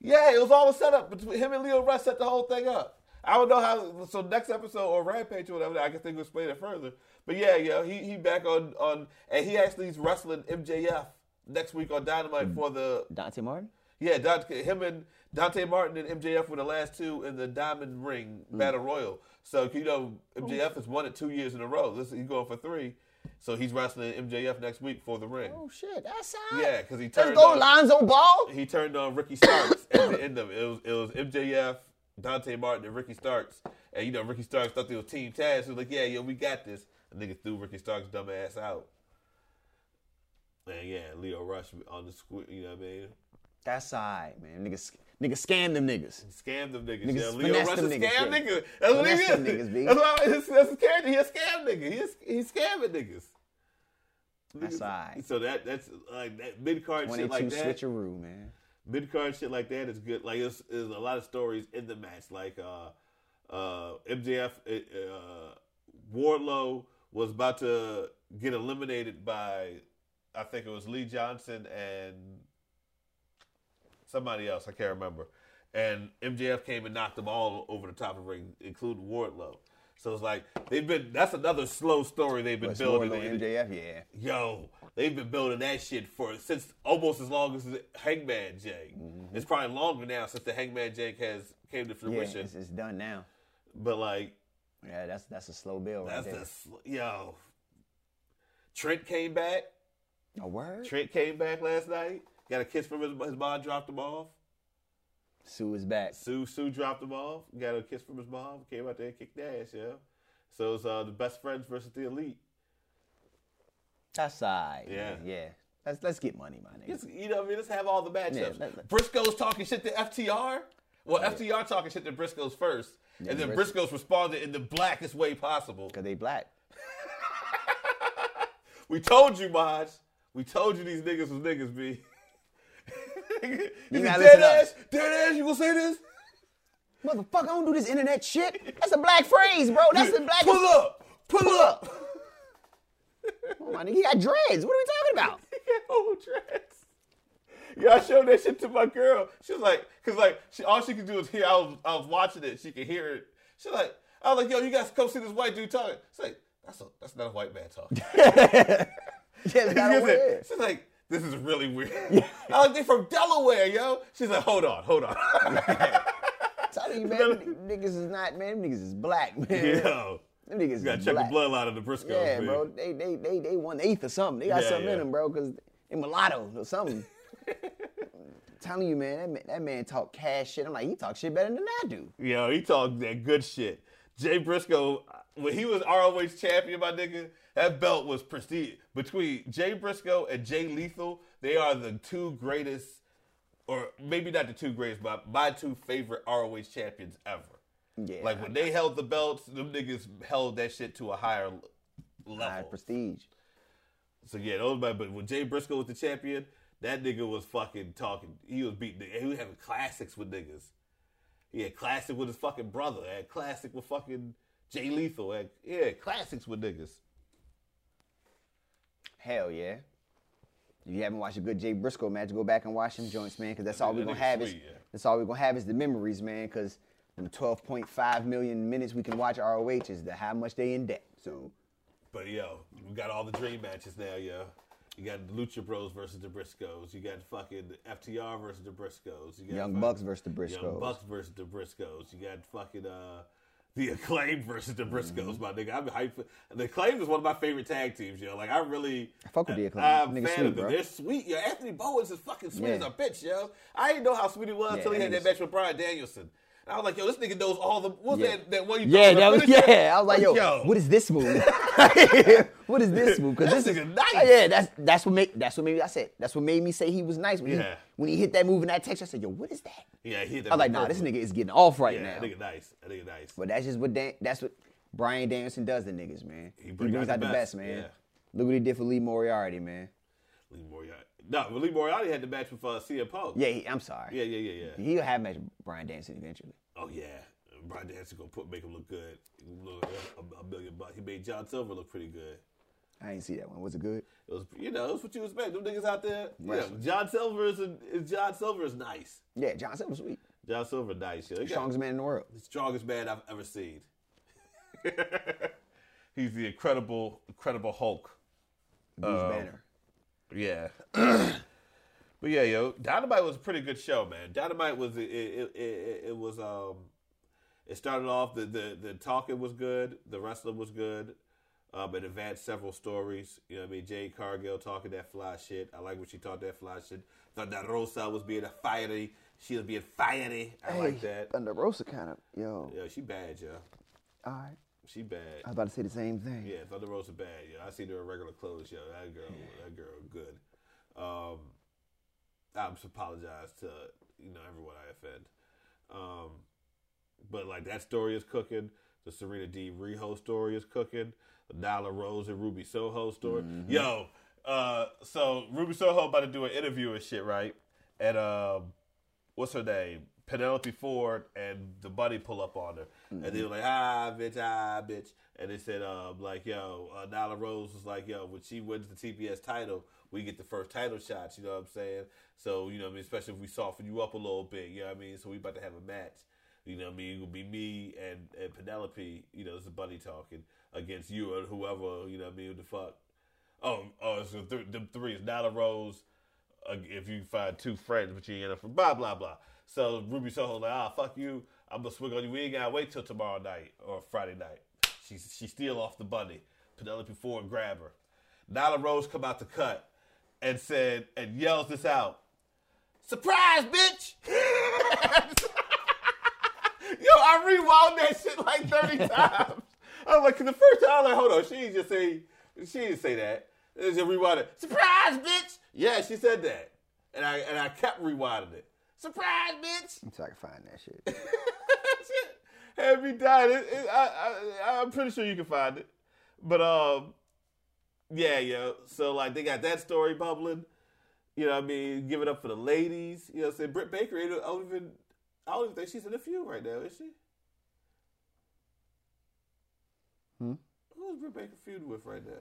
Speaker 1: Yeah, it was all a setup. Between him and Leo Rush set the whole thing up. I don't know how. So next episode or Rampage or whatever, I guess they can explain it further. But yeah, yo, he he back on on, and he actually is wrestling MJF next week on
Speaker 2: Mm.
Speaker 1: Dynamite for the
Speaker 2: Dante Martin.
Speaker 1: yeah Dante, him and Dante Martin and MJF were the last two in the Diamond Ring
Speaker 2: Mm.
Speaker 1: Battle Royal. So you know
Speaker 2: Oh.
Speaker 1: MJF has won it two years in a row. This he's going for three, so he's wrestling MJF next week for the ring.
Speaker 2: Oh shit, that's hot.
Speaker 1: Yeah, 'cause he
Speaker 2: Let's
Speaker 1: turned
Speaker 2: go
Speaker 1: on-
Speaker 2: Lonzo Ball.
Speaker 1: he turned on Ricky Starks at the end of it. It was, it was MJF, Dante Martin, and Ricky Starks. And you know, Ricky Starks thought they was Team Taz. He was like, yeah, yeah, we got this. And nigga threw Ricky Starks' dumb ass out. And yeah, Leo Rush on the squid, you know what I mean?
Speaker 2: That's all right, man. Niggas, niggas scam them niggas.
Speaker 1: Scam them niggas.
Speaker 2: Niggas
Speaker 1: yeah, Leo
Speaker 2: finesse
Speaker 1: Rush is
Speaker 2: them
Speaker 1: a
Speaker 2: niggas,
Speaker 1: scam
Speaker 2: yeah.
Speaker 1: nigga. That's what he
Speaker 2: Finesse them
Speaker 1: is.
Speaker 2: niggas, B.
Speaker 1: That's, why his, that's his character. He a scam nigga. He, a, he scamming niggas.
Speaker 2: That's all right.
Speaker 1: So that that's like that mid card shit
Speaker 2: 22
Speaker 1: like that.
Speaker 2: switcheroo, man.
Speaker 1: mid card shit like that is good. Like there's, there's a lot of stories in the match. Like uh, uh, MJF uh, Wardlow was about to get eliminated by I think it was Lee Johnson and somebody else. I can't remember. And MJF came and knocked them all over the top of the ring, including Wardlow. So it's like they've been. That's another slow story they've been
Speaker 2: But
Speaker 1: building.
Speaker 2: Wardlow, MJF, yeah.
Speaker 1: Yo, they've been building that shit for since almost as long as Hangman Jake. It's probably longer now since the Hangman Jake has came to
Speaker 2: Mm-hmm. Yeah,
Speaker 1: fruition.
Speaker 2: it's, it's done now.
Speaker 1: but like
Speaker 2: Yeah, that's that's a slow bill right
Speaker 1: that's
Speaker 2: there.
Speaker 1: the sl- yo. Trent came back.
Speaker 2: A word?
Speaker 1: Trent came back last night. Got a kiss from his his mom. Dropped him off.
Speaker 2: Sue is back.
Speaker 1: Sue Sue dropped him off. Got a kiss from his mom. Came out there and kicked ass. Yeah. So it's uh, the best friends versus the elite.
Speaker 2: That's all right.
Speaker 1: Yeah.
Speaker 2: man. Yeah. Let's let's get money, my nigga.
Speaker 1: It's- you know, what I mean, let's have all the matchups.
Speaker 2: let- let-
Speaker 1: Briscoe's talking shit to FTR. Well, FTR talking shit to Briscoe's first, and then
Speaker 2: Bris-
Speaker 1: Briscoe's responded in the blackest way possible.
Speaker 2: Cause they black.
Speaker 1: We told you, Maj. We told you these niggas was niggas, B. you dead
Speaker 2: not listening to
Speaker 1: ass,
Speaker 2: us.
Speaker 1: dead ass. You gonna say this?
Speaker 2: Motherfucker, I don't do this internet shit. That's a black phrase, bro. That's the black.
Speaker 1: Pull up, pull up.
Speaker 2: Oh, my nigga, he got dreads. What are we talking about?
Speaker 1: old dress. Yeah, I showed that shit to my girl. She was like, cause like she all she could do is hear. I was, I was watching it. She could hear it. She was like, I was like, yo, you guys come see this white dude talking. She's like, that's a, that's not a white man talking.
Speaker 2: Yeah, that's not
Speaker 1: She's
Speaker 2: what
Speaker 1: like-
Speaker 2: it is.
Speaker 1: She's like, this is really weird. I was like, they from Delaware, yo. She's like, hold on, hold on.
Speaker 2: Tell you, man, them niggas is not, man. Them niggas is black, man.
Speaker 1: yo,
Speaker 2: Them
Speaker 1: you
Speaker 2: niggas
Speaker 1: gotta
Speaker 2: is
Speaker 1: check
Speaker 2: black.
Speaker 1: the bloodline of the Briscoes.
Speaker 2: Yeah,
Speaker 1: man.
Speaker 2: bro. They they they they one eighth or something. They got
Speaker 1: Yeah,
Speaker 2: something
Speaker 1: yeah.
Speaker 2: in them, bro, because they mulatto or something. telling you, man, that man, that man talk cash shit. I'm like, he talk shit better than I do.
Speaker 1: Yo, he talked that good shit. Jay Briscoe, when he was ROH champion, my nigga, that belt was prestige. Between Jay Briscoe and Jay Lethal, they are the two greatest, or maybe not the two greatest, but my two favorite ROH champions ever.
Speaker 2: Yeah.
Speaker 1: Like when they held the belts, them niggas held that shit to a higher l- level.
Speaker 2: High prestige.
Speaker 1: So yeah, those my but when Jay Briscoe was the champion, that nigga was fucking talking. He was beating. He was having classics with niggas. He had classic with his fucking brother. He had classic with fucking Jay Lethal. He had, yeah, classics with niggas.
Speaker 2: Hell yeah. If you haven't watched a good Jay Briscoe match, go back and watch them joints, man, because that's all we're
Speaker 1: That
Speaker 2: gonna
Speaker 1: nigga
Speaker 2: have is
Speaker 1: sweet, yeah.
Speaker 2: that's all we're gonna have is the memories, man, because the 12.5 million minutes we can watch ROH is the how much they in debt. So
Speaker 1: But yo, we got all the dream matches now, yo. You got the Lucha Bros versus the Briscoes. You got fucking FTR versus the Briscoes. You got
Speaker 2: Young
Speaker 1: fucking-
Speaker 2: Bucks versus the
Speaker 1: Young
Speaker 2: Briscoes.
Speaker 1: Bucks versus the Briscoes. You got fucking uh, the Acclaim versus the Briscoes,
Speaker 2: Mm-hmm.
Speaker 1: my nigga. I'm hyped. For, the Acclaim is one of my favorite tag teams, yo. Like I really,
Speaker 2: I fuck with the Acclaim.
Speaker 1: I'm
Speaker 2: Nigga
Speaker 1: fan
Speaker 2: sweet,
Speaker 1: of them.
Speaker 2: bro.
Speaker 1: They're sweet, yo. Anthony Bowens is fucking sweet
Speaker 2: Yeah.
Speaker 1: as a bitch, yo. I didn't know how sweet he was
Speaker 2: Yeah,
Speaker 1: until he
Speaker 2: that
Speaker 1: had that
Speaker 2: nigga's-
Speaker 1: match with Brian Danielson. And I was like, yo, this nigga knows all the what's
Speaker 2: Yeah.
Speaker 1: that that one you
Speaker 2: Yeah,
Speaker 1: talking
Speaker 2: that
Speaker 1: about?
Speaker 2: was, yeah. I was like, yo,
Speaker 1: Yo.
Speaker 2: what is this move? what is this move? Because
Speaker 1: That
Speaker 2: this is Oh,
Speaker 1: nigga nice.
Speaker 2: Yeah, that's that's what made that's what made me. I said that's what made me say he was nice when he
Speaker 1: Yeah.
Speaker 2: when he hit that move in that text. I said, yo, what is that?
Speaker 1: Yeah, he hit that
Speaker 2: I was like,
Speaker 1: with
Speaker 2: nah, this
Speaker 1: purpose.
Speaker 2: nigga is getting off right
Speaker 1: Yeah,
Speaker 2: now.
Speaker 1: that nigga nice. That nigga nice.
Speaker 2: But that's just what Dan, that's what Brian Danielson does to niggas, man. He,
Speaker 1: bring
Speaker 2: brings out the best, man.
Speaker 1: yeah.
Speaker 2: Look what he did for Lee Moriarty, man.
Speaker 1: Lee Moriarty. No, but Lee Moriarty had the match with uh, CM Punk.
Speaker 2: Yeah, he, I'm sorry.
Speaker 1: Yeah, yeah, yeah, yeah.
Speaker 2: He'll have match with Brian Danielson eventually.
Speaker 1: Oh yeah, Brian Danielson gonna put make him look good. Look, uh, a, a million bucks. He made John Silver look pretty good.
Speaker 2: I didn't see that one. Was it good?
Speaker 1: It was, you know, it's what you expect. Them niggas out there. Yeah,
Speaker 2: Wrestling.
Speaker 1: John Silver is, a, is John Silver is nice.
Speaker 2: Yeah, John Silver sweet.
Speaker 1: John Silver nice. Yeah, They got
Speaker 2: Strongest man in the world.
Speaker 1: the strongest man I've ever seen. He's the incredible, incredible Hulk.
Speaker 2: Bruce
Speaker 1: Um,
Speaker 2: Banner.
Speaker 1: Yeah. but yeah, yo, Dynamite was a pretty good show, man. Dynamite was it it, it, it, it was um it started off the, the the talking was good, the wrestling was good. Um, it advanced several stories. You know what I mean? Jade Cargill talking that fly shit. I like when she talked that fly shit. Thunder Rosa was being a fiery. She was being fiery. I like that.
Speaker 2: Thunder Rosa kind of, yo.
Speaker 1: Yo, she bad, yo.
Speaker 2: All right.
Speaker 1: She bad.
Speaker 2: I was about to say the same thing.
Speaker 1: Yeah, Thunder Rosa bad. Yeah, I seen her in regular clothes. Yo, that girl, that girl, good. Um, I just apologize to you know everyone I offend. Um, but like that story is cooking. The Serena D. Riho story is cooking. The Nyla Rose and Ruby Soho story. Yo, uh, so Ruby Soho about to do an interview and shit, right? And um, what's her name? Penelope Ford and the buddy pull up on her, and they were like, "Ah, bitch, ah, bitch," and they said, um, "Like, yo, uh, Nyla Rose was like, yo, when she wins the TBS title, we get the first title shots. You know what I'm saying? So, you know, what I mean, especially if we soften you up a little bit, you know what I mean? So we about to have a match. You know what I mean? It would be me and and Penelope. You know, this is Buddy talking against you and whoever. You know what I mean? What the fuck? Oh, oh, so th- the three is Nyla Rose. Uh, if you find two friends, but you end up from blah blah blah. So Ruby Soho like, ah, fuck you. I'm gonna swing on you. We ain't gotta wait till tomorrow night or Friday night. She's she steal off the bunny. Penelope Ford grab her. Nyla Rose come out the cut and said and yells this out. Surprise, bitch! Yo, I rewound that shit like 30 times. I was like, 'cause the first time, I was like, hold on, she didn't just say, she didn't say that. It's just rewinded. Surprise, bitch! Yeah, she said that. And I and I kept rewinding it. Surprise, bitch!
Speaker 2: So I can find that shit.
Speaker 1: Shit. Had me died. It, it, I, I, I'm pretty sure you can find it. But um, yeah, yo. So like they got that story bubbling. You know what I mean? Give it up for the ladies. You know what I'm saying? Britt Baker, ain't- I don't even, I don't even think she's in the feud right now, is she?
Speaker 2: Hmm?
Speaker 1: Who's Britt Baker feud with right now?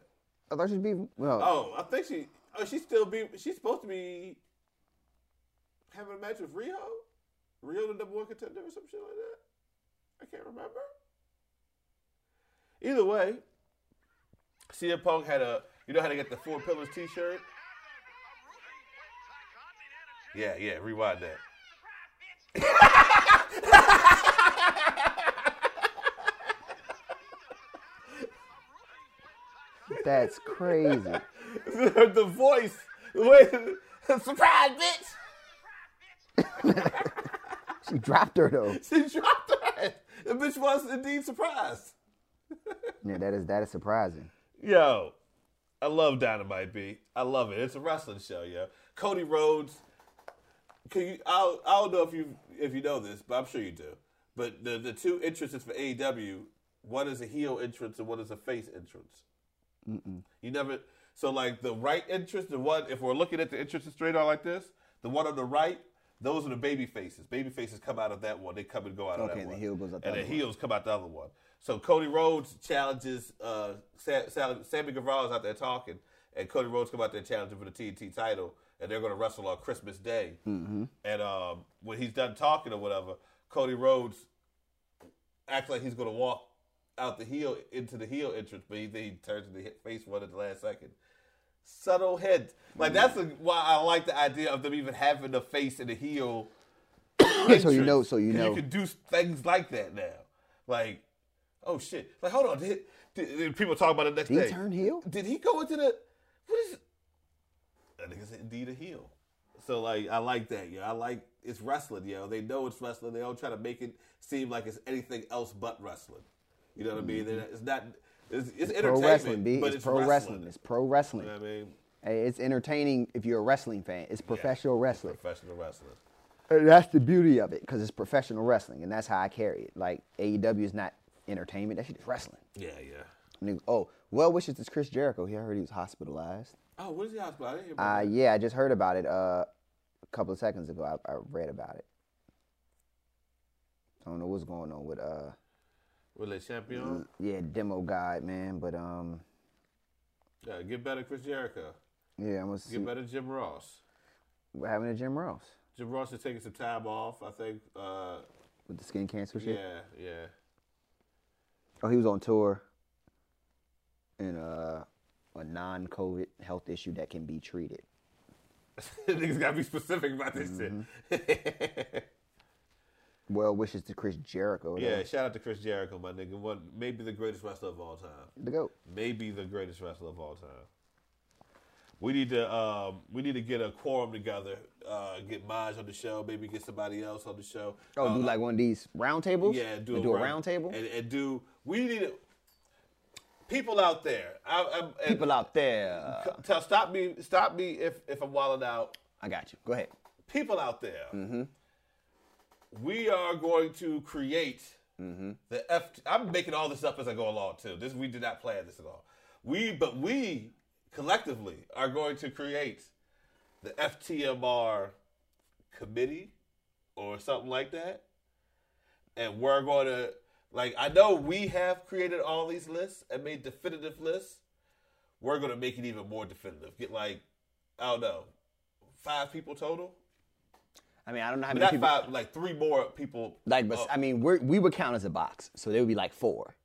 Speaker 2: I thought she'd be, well,
Speaker 1: Oh, I think she. Oh, she still be. She's supposed to be having a match with Rio. Rio the number one contender or some shit like that. I can't remember. Either way, CM Punk had a. You know how to get the Four Pillars T-shirt? Yeah, yeah. Rewind that. Oh.
Speaker 2: that's crazy.
Speaker 1: the voice. The way. Surprise, bitch!
Speaker 2: she dropped her, though.
Speaker 1: She dropped her. ass. The bitch was indeed surprised.
Speaker 2: Yeah, that is that is surprising.
Speaker 1: Yo, I love Dynamite B. I love it. It's a wrestling show, yo. Cody Rhodes. Can you? I I don't know if you if you know this, but I'm sure you do. But the the two entrances for AEW, one is a heel entrance and one is a face entrance. You never. So like the right entrance, the one if we're looking at the entrances straight on like this, the one on the right, those are the baby faces. Baby faces come out of that one. They come and go out of that
Speaker 2: Okay,
Speaker 1: one.
Speaker 2: the heel goes out the
Speaker 1: and
Speaker 2: other
Speaker 1: the
Speaker 2: one.
Speaker 1: heels come out the other one. So Cody Rhodes challenges uh, Sa- Sa- Sammy Guevara's out there talking, and Cody Rhodes come out there challenging for the TNT title, and they're going to wrestle on Christmas Day.
Speaker 2: Mm-hmm.
Speaker 1: And um, when he's done talking or whatever, Cody Rhodes acts like he's gonna walk out the heel into the heel entrance, but he, then he turns to the hit- face one at the last second. Subtle hint, like that's a, why I like the idea of them even having the face and the heel.
Speaker 2: so you
Speaker 1: entrance,
Speaker 2: know, so you
Speaker 1: 'cause
Speaker 2: know.
Speaker 1: you can do s- things like that now. Like, oh shit! Like, hold on, did, did- did people talk about it next
Speaker 2: Did
Speaker 1: day?
Speaker 2: he turn heel?
Speaker 1: Did he go into the? What is? That nigga's indeed a heel. So like I like that, yo. I like it's wrestling, yo. They know it's wrestling. They don't try to make it seem like it's anything else but wrestling. You know what I mean? They're not- It's not. It's, it's
Speaker 2: Mm-hmm. Pro
Speaker 1: entertainment,
Speaker 2: wrestling, B.
Speaker 1: but
Speaker 2: It's, pro wrestling. It's pro wrestling.
Speaker 1: You know what I mean?
Speaker 2: Hey, it's entertaining if you're a wrestling fan. It's professional wrestling.
Speaker 1: Professional wrestling.
Speaker 2: And that's the beauty of it because it's professional wrestling, and that's how I carry it. Like AEW is not entertainment; that shit is wrestling.
Speaker 1: Yeah, yeah.
Speaker 2: Niggas- oh, well wishes to Chris Jericho. He I heard he was hospitalized.
Speaker 1: Oh, what is the hospital? I didn't hear about
Speaker 2: Uh, yeah, I just heard about it uh, a couple of seconds ago. I, I read about it. I don't know what's going on with uh,
Speaker 1: that. Relay champion.
Speaker 2: yeah, demo guide man, but um,
Speaker 1: Yeah, get better, Chris Jericho.
Speaker 2: yeah, I'm gonna see
Speaker 1: Get better, Jim Ross.
Speaker 2: what happened to Jim Ross
Speaker 1: Jim Ross is taking some time off. I think. Uh,
Speaker 2: with the skin cancer shit.
Speaker 1: yeah, yeah.
Speaker 2: Oh, he was on tour in a, a non-COVID health issue that can be treated.
Speaker 1: Niggas gotta be specific about this
Speaker 2: Mm-hmm.
Speaker 1: shit.
Speaker 2: Well wishes to Chris Jericho. though.
Speaker 1: yeah, shout out to Chris Jericho, my nigga. One, maybe the greatest wrestler of all time.
Speaker 2: the goat.
Speaker 1: Maybe the greatest wrestler of all time. We need to um, we need to get a quorum together. Uh, get Maj on the show. Maybe get somebody else on the show.
Speaker 2: Oh,
Speaker 1: Uh,
Speaker 2: do like one of these round tables?
Speaker 1: Yeah, do,
Speaker 2: They
Speaker 1: a,
Speaker 2: do a round table.
Speaker 1: and, and do we need to, people out there? I, I'm, and
Speaker 2: People out there,
Speaker 1: tell- stop me, stop me if if I'm wilding out.
Speaker 2: I got you. Go ahead.
Speaker 1: people out there, we are going to create the F. I'm making all this up as I go along too. This we did not plan this at all. We, but we collectively are going to create the FTMR committee or something like that, and we're going to like. I know we have created all these lists and made definitive lists. We're going to make it even more definitive. Get like, I don't know, five people total
Speaker 2: I mean, I don't know how
Speaker 1: but
Speaker 2: many
Speaker 1: not
Speaker 2: people.
Speaker 1: five, oh. like three more people.
Speaker 2: Like, but I mean, we're, we would count as a box, so there would be like four.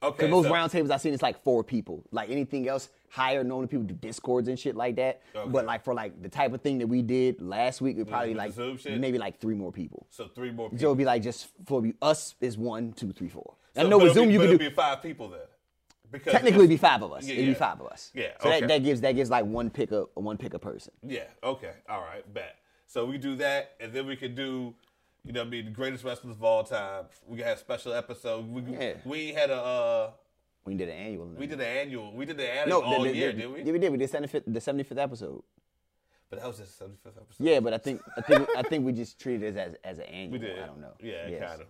Speaker 1: Okay,
Speaker 2: Because most
Speaker 1: so-
Speaker 2: round tables I've seen, it's like four people. Like anything else higher, known to people do discords and shit like that. But like for like the type of thing that we did last week, we probably
Speaker 1: with the
Speaker 2: like
Speaker 1: Zoom shit?
Speaker 2: maybe like three more people.
Speaker 1: So three more.
Speaker 2: So
Speaker 1: People.
Speaker 2: it'd be like just for you, us is one, two, three, four.
Speaker 1: So,
Speaker 2: I know
Speaker 1: but
Speaker 2: with
Speaker 1: it'll
Speaker 2: Zoom
Speaker 1: be,
Speaker 2: you
Speaker 1: but
Speaker 2: can
Speaker 1: it'll
Speaker 2: do
Speaker 1: be five people then. Because
Speaker 2: technically it'd be
Speaker 1: it's-
Speaker 2: five of us.
Speaker 1: Yeah,
Speaker 2: it'd be
Speaker 1: yeah.
Speaker 2: five of us.
Speaker 1: Yeah,
Speaker 2: So
Speaker 1: okay.
Speaker 2: that, that gives that gives like one pick a one pick a person.
Speaker 1: Yeah. Okay. All right. Bet. So we do that, and then we can do, you know, what I mean, the greatest wrestlers of all time. We can have special episodes. We
Speaker 2: Yeah.
Speaker 1: we had a uh,
Speaker 2: We did an annual. and
Speaker 1: we
Speaker 2: everything.
Speaker 1: did an annual. We did an annual all
Speaker 2: the, the-
Speaker 1: year,
Speaker 2: the-
Speaker 1: didn't we?
Speaker 2: Yeah, we did. We did 75th, the seventy fifth episode.
Speaker 1: But that was just seventy fifth episode.
Speaker 2: Yeah, but I think I think I think we just treated it as as an annual.
Speaker 1: We did.
Speaker 2: I don't know.
Speaker 1: Yeah.
Speaker 2: Yes.
Speaker 1: Kind of.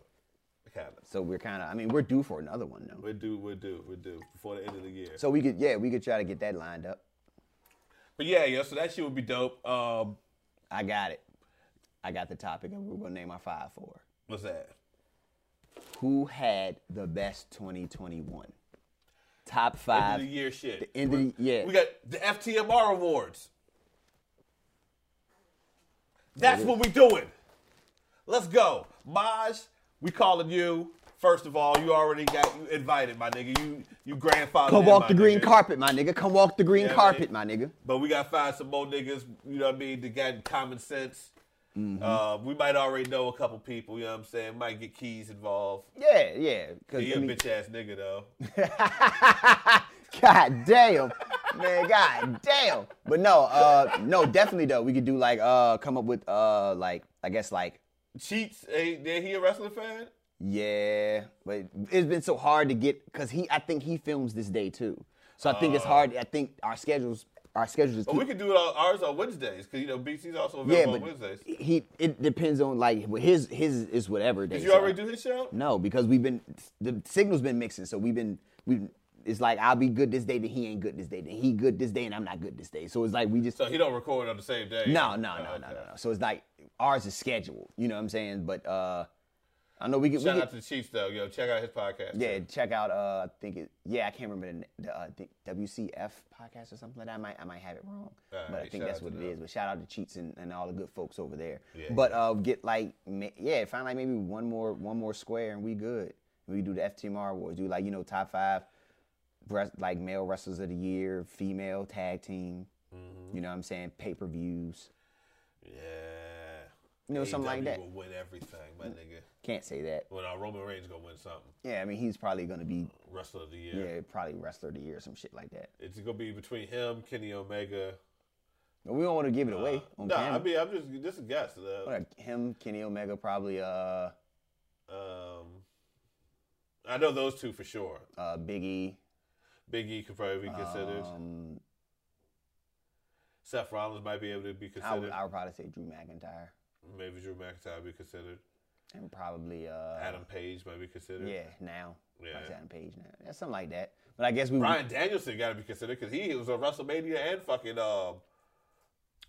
Speaker 1: Kind of.
Speaker 2: So we're kind of. I mean, we're due for another one though.
Speaker 1: We do. We do. We do before the end of the year.
Speaker 2: So we could yeah we could try to get that lined up.
Speaker 1: but yeah, yeah. So that shit would be dope. Um,
Speaker 2: I got it. I got the topic, and we're gonna name our five for
Speaker 1: what's that?
Speaker 2: who had the best 2021 top
Speaker 1: End of
Speaker 2: five.
Speaker 1: the year shit.
Speaker 2: the end of the- yeah.
Speaker 1: We got the FTMR awards. That's what we doing. Let's go. Maj, we calling you. First of all, you already got you invited, my nigga. You you grandfather.
Speaker 2: Come walk the green carpet, my nigga. Come walk the green
Speaker 1: Yeah,
Speaker 2: carpet,
Speaker 1: man.
Speaker 2: my nigga.
Speaker 1: But we gotta find some more niggas, you know what I mean, that got common sense.
Speaker 2: Mm-hmm.
Speaker 1: Uh, we might already know a couple people, you know what I'm saying? Might get keys involved.
Speaker 2: Yeah, yeah. Cause,
Speaker 1: He
Speaker 2: I
Speaker 1: a
Speaker 2: mean,
Speaker 1: bitch ass nigga though.
Speaker 2: God damn, man. God damn. But no, uh, no, definitely though. We could do like uh, come up with uh, like I guess like
Speaker 1: Cheats, ain't did he a wrestling fan?
Speaker 2: yeah. But it's been so hard to get because he I think he films this day too. So I think it's hard. I think our schedules our schedules just
Speaker 1: But
Speaker 2: keep
Speaker 1: Oh. we could do it on ours on Wednesdays, cause you know BC's also
Speaker 2: yeah,
Speaker 1: available
Speaker 2: but
Speaker 1: on Wednesdays.
Speaker 2: he it depends on like well, his his is whatever day.
Speaker 1: Did you
Speaker 2: so-
Speaker 1: already do his show?
Speaker 2: No, because we've been the signal's been mixing, so we've been we. It's like I'll be good this day, then he ain't good this day, then he good this day, and I'm not good this day. So it's like we just
Speaker 1: So he don't record on the same day.
Speaker 2: no, no,
Speaker 1: Oh,
Speaker 2: no, no,
Speaker 1: okay.
Speaker 2: no, no. So it's like ours is scheduled. You know what I'm saying? But uh, I know we get, we
Speaker 1: Shout out
Speaker 2: get
Speaker 1: to the Chiefs though, yo. Check out his podcast.
Speaker 2: yeah. Check out uh, I think it yeah I can't remember the, the, uh, the WCF podcast or something like that. I might I might have it wrong, but I
Speaker 1: right,
Speaker 2: think
Speaker 1: shout
Speaker 2: that's
Speaker 1: out
Speaker 2: what
Speaker 1: to
Speaker 2: it
Speaker 1: them.
Speaker 2: is. But shout out to Cheats and, and all the good folks over there.
Speaker 1: Yeah,
Speaker 2: but uh, get like ma- yeah, find like maybe one more one more square and we good. We do the FTMR awards. Do like you know top five, wres- like male wrestlers of the year, female tag team.
Speaker 1: Mm-hmm.
Speaker 2: You know what I'm saying? Pay per views.
Speaker 1: yeah.
Speaker 2: You know, something like
Speaker 1: AEW
Speaker 2: that.
Speaker 1: Will win everything, my nigga.
Speaker 2: Can't say that.
Speaker 1: When our Roman Reigns gonna win something,
Speaker 2: Yeah, I mean, he's probably gonna be
Speaker 1: wrestler of the year.
Speaker 2: yeah, probably wrestler of the year or some shit like that.
Speaker 1: It's gonna be between him, Kenny Omega,
Speaker 2: But we don't want to give it away on
Speaker 1: No,
Speaker 2: camera.
Speaker 1: I mean I'm just just a guess. Uh,
Speaker 2: What, him, Kenny Omega, probably uh,
Speaker 1: um, I know those two for sure.
Speaker 2: uh, Biggie.
Speaker 1: Big E could probably be considered.
Speaker 2: Um,
Speaker 1: Seth Rollins might be able to be
Speaker 2: I would,
Speaker 1: considered.
Speaker 2: I would probably say Drew McIntyre,
Speaker 1: Maybe Drew McIntyre be considered.
Speaker 2: and probably uh,
Speaker 1: Adam Page might be considered.
Speaker 2: yeah, now.
Speaker 1: Yeah.
Speaker 2: Probably Adam Page now. Yeah, something like that. But I guess we
Speaker 1: Brian Danielson got to be considered because he was on WrestleMania and fucking um,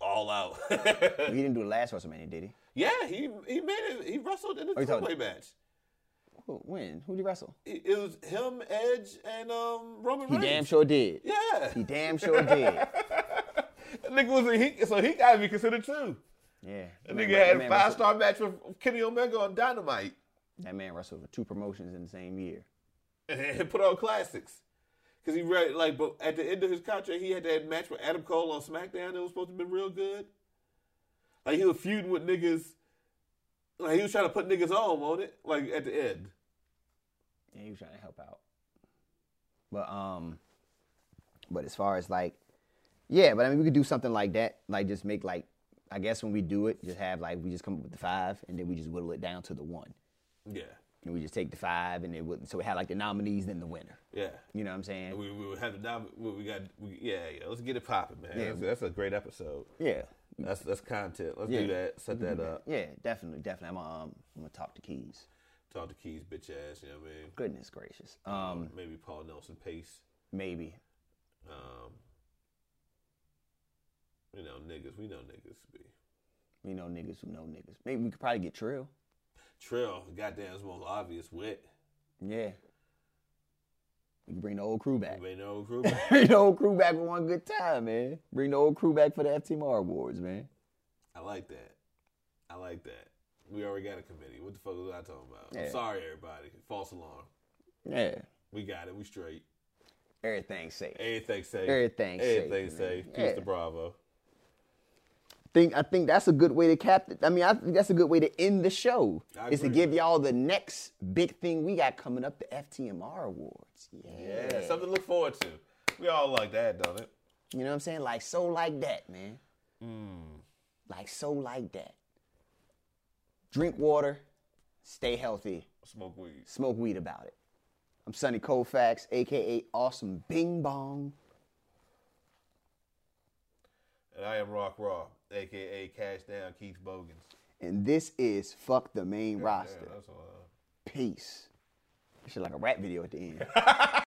Speaker 1: All Out.
Speaker 2: he didn't do the last WrestleMania, did he?
Speaker 1: yeah, he he made it. He wrestled in
Speaker 2: you
Speaker 1: the
Speaker 2: talking-
Speaker 1: two-way match.
Speaker 2: Who, when? Who did he wrestle?
Speaker 1: It it was him, Edge, and um, Roman
Speaker 2: He
Speaker 1: Reigns.
Speaker 2: damn sure did.
Speaker 1: Yeah,
Speaker 2: He damn sure did.
Speaker 1: That nigga was a, he, so he got to be considered too.
Speaker 2: Yeah.
Speaker 1: That
Speaker 2: man-
Speaker 1: nigga had
Speaker 2: man
Speaker 1: a five
Speaker 2: wrestled-
Speaker 1: star match with Kenny Omega on Dynamite
Speaker 2: That man wrestled for two promotions in the same year.
Speaker 1: and put on classics. Cause he read like, but at the end of his contract, he had that match with Adam Cole on SmackDown. It was supposed to be real good. Like he was feuding with niggas. Like he was trying to put niggas on, on it. Like at the end.
Speaker 2: and he was trying to help out. But um, but as far as like, yeah, but I mean, we could do something like that, like just make like, I guess when we do it, just have like we just come up with the five, and then we just whittle it down to the one,
Speaker 1: Yeah,
Speaker 2: and we just take the five, and then we, so we have like the nominees, then the winner.
Speaker 1: yeah.
Speaker 2: You know what I'm
Speaker 1: And
Speaker 2: saying?
Speaker 1: We we would have the nom- we we got we, yeah yeah. Let's get it popping, man. That's, that's a great episode.
Speaker 2: Yeah,
Speaker 1: That's that's content. Let's
Speaker 2: Yeah. Mm-hmm.
Speaker 1: do that. Set that up.
Speaker 2: yeah, definitely, definitely. I'm gonna, um, I'm gonna talk to Keys.
Speaker 1: Talk to Keys, bitch ass. You know what I mean?
Speaker 2: Goodness gracious. Um,
Speaker 1: maybe Paul Nelson Pace.
Speaker 2: maybe.
Speaker 1: Um, you know, niggas. We know niggas be.
Speaker 2: We know niggas who know niggas. Maybe we could probably get Trill.
Speaker 1: Trill, goddamn, is the most obvious wit.
Speaker 2: Yeah. We can bring the old crew back.
Speaker 1: You may know crew.
Speaker 2: Bring the whole crew back for one good time, man. Bring the whole crew back for the FTMR awards, man.
Speaker 1: I like that. I like that. We already got a committee. What the fuck was I talking about?
Speaker 2: Yeah.
Speaker 1: I'm sorry, everybody. False alarm.
Speaker 2: Yeah.
Speaker 1: We got it. We straight.
Speaker 2: Everything's safe.
Speaker 1: Everything safe.
Speaker 2: Everything safe,
Speaker 1: Everything
Speaker 2: man.
Speaker 1: safe.
Speaker 2: Yeah.
Speaker 1: Peace to Bravo.
Speaker 2: Think I think that's a good way to cap it. I mean, I think that's a good way to end the show.
Speaker 1: I
Speaker 2: Is to
Speaker 1: agree.
Speaker 2: give y'all the next big thing we got coming up, the FTMR awards. Yeah.
Speaker 1: Yeah. Something to look forward to. We all like that, don't it?
Speaker 2: You know what I'm saying? Like so like that, man.
Speaker 1: Hmm.
Speaker 2: Like so like that. Drink water, stay healthy.
Speaker 1: Smoke weed.
Speaker 2: smoke weed about it. I'm Sonny Colfax, aka Awesome Bing Bong.
Speaker 1: And I am Rock Raw, aka Cash Down Keith Bogans.
Speaker 2: and this is Fuck the Main
Speaker 1: Yeah,
Speaker 2: Roster.
Speaker 1: that's a lot.
Speaker 2: Peace. Shit like a rap video at the end.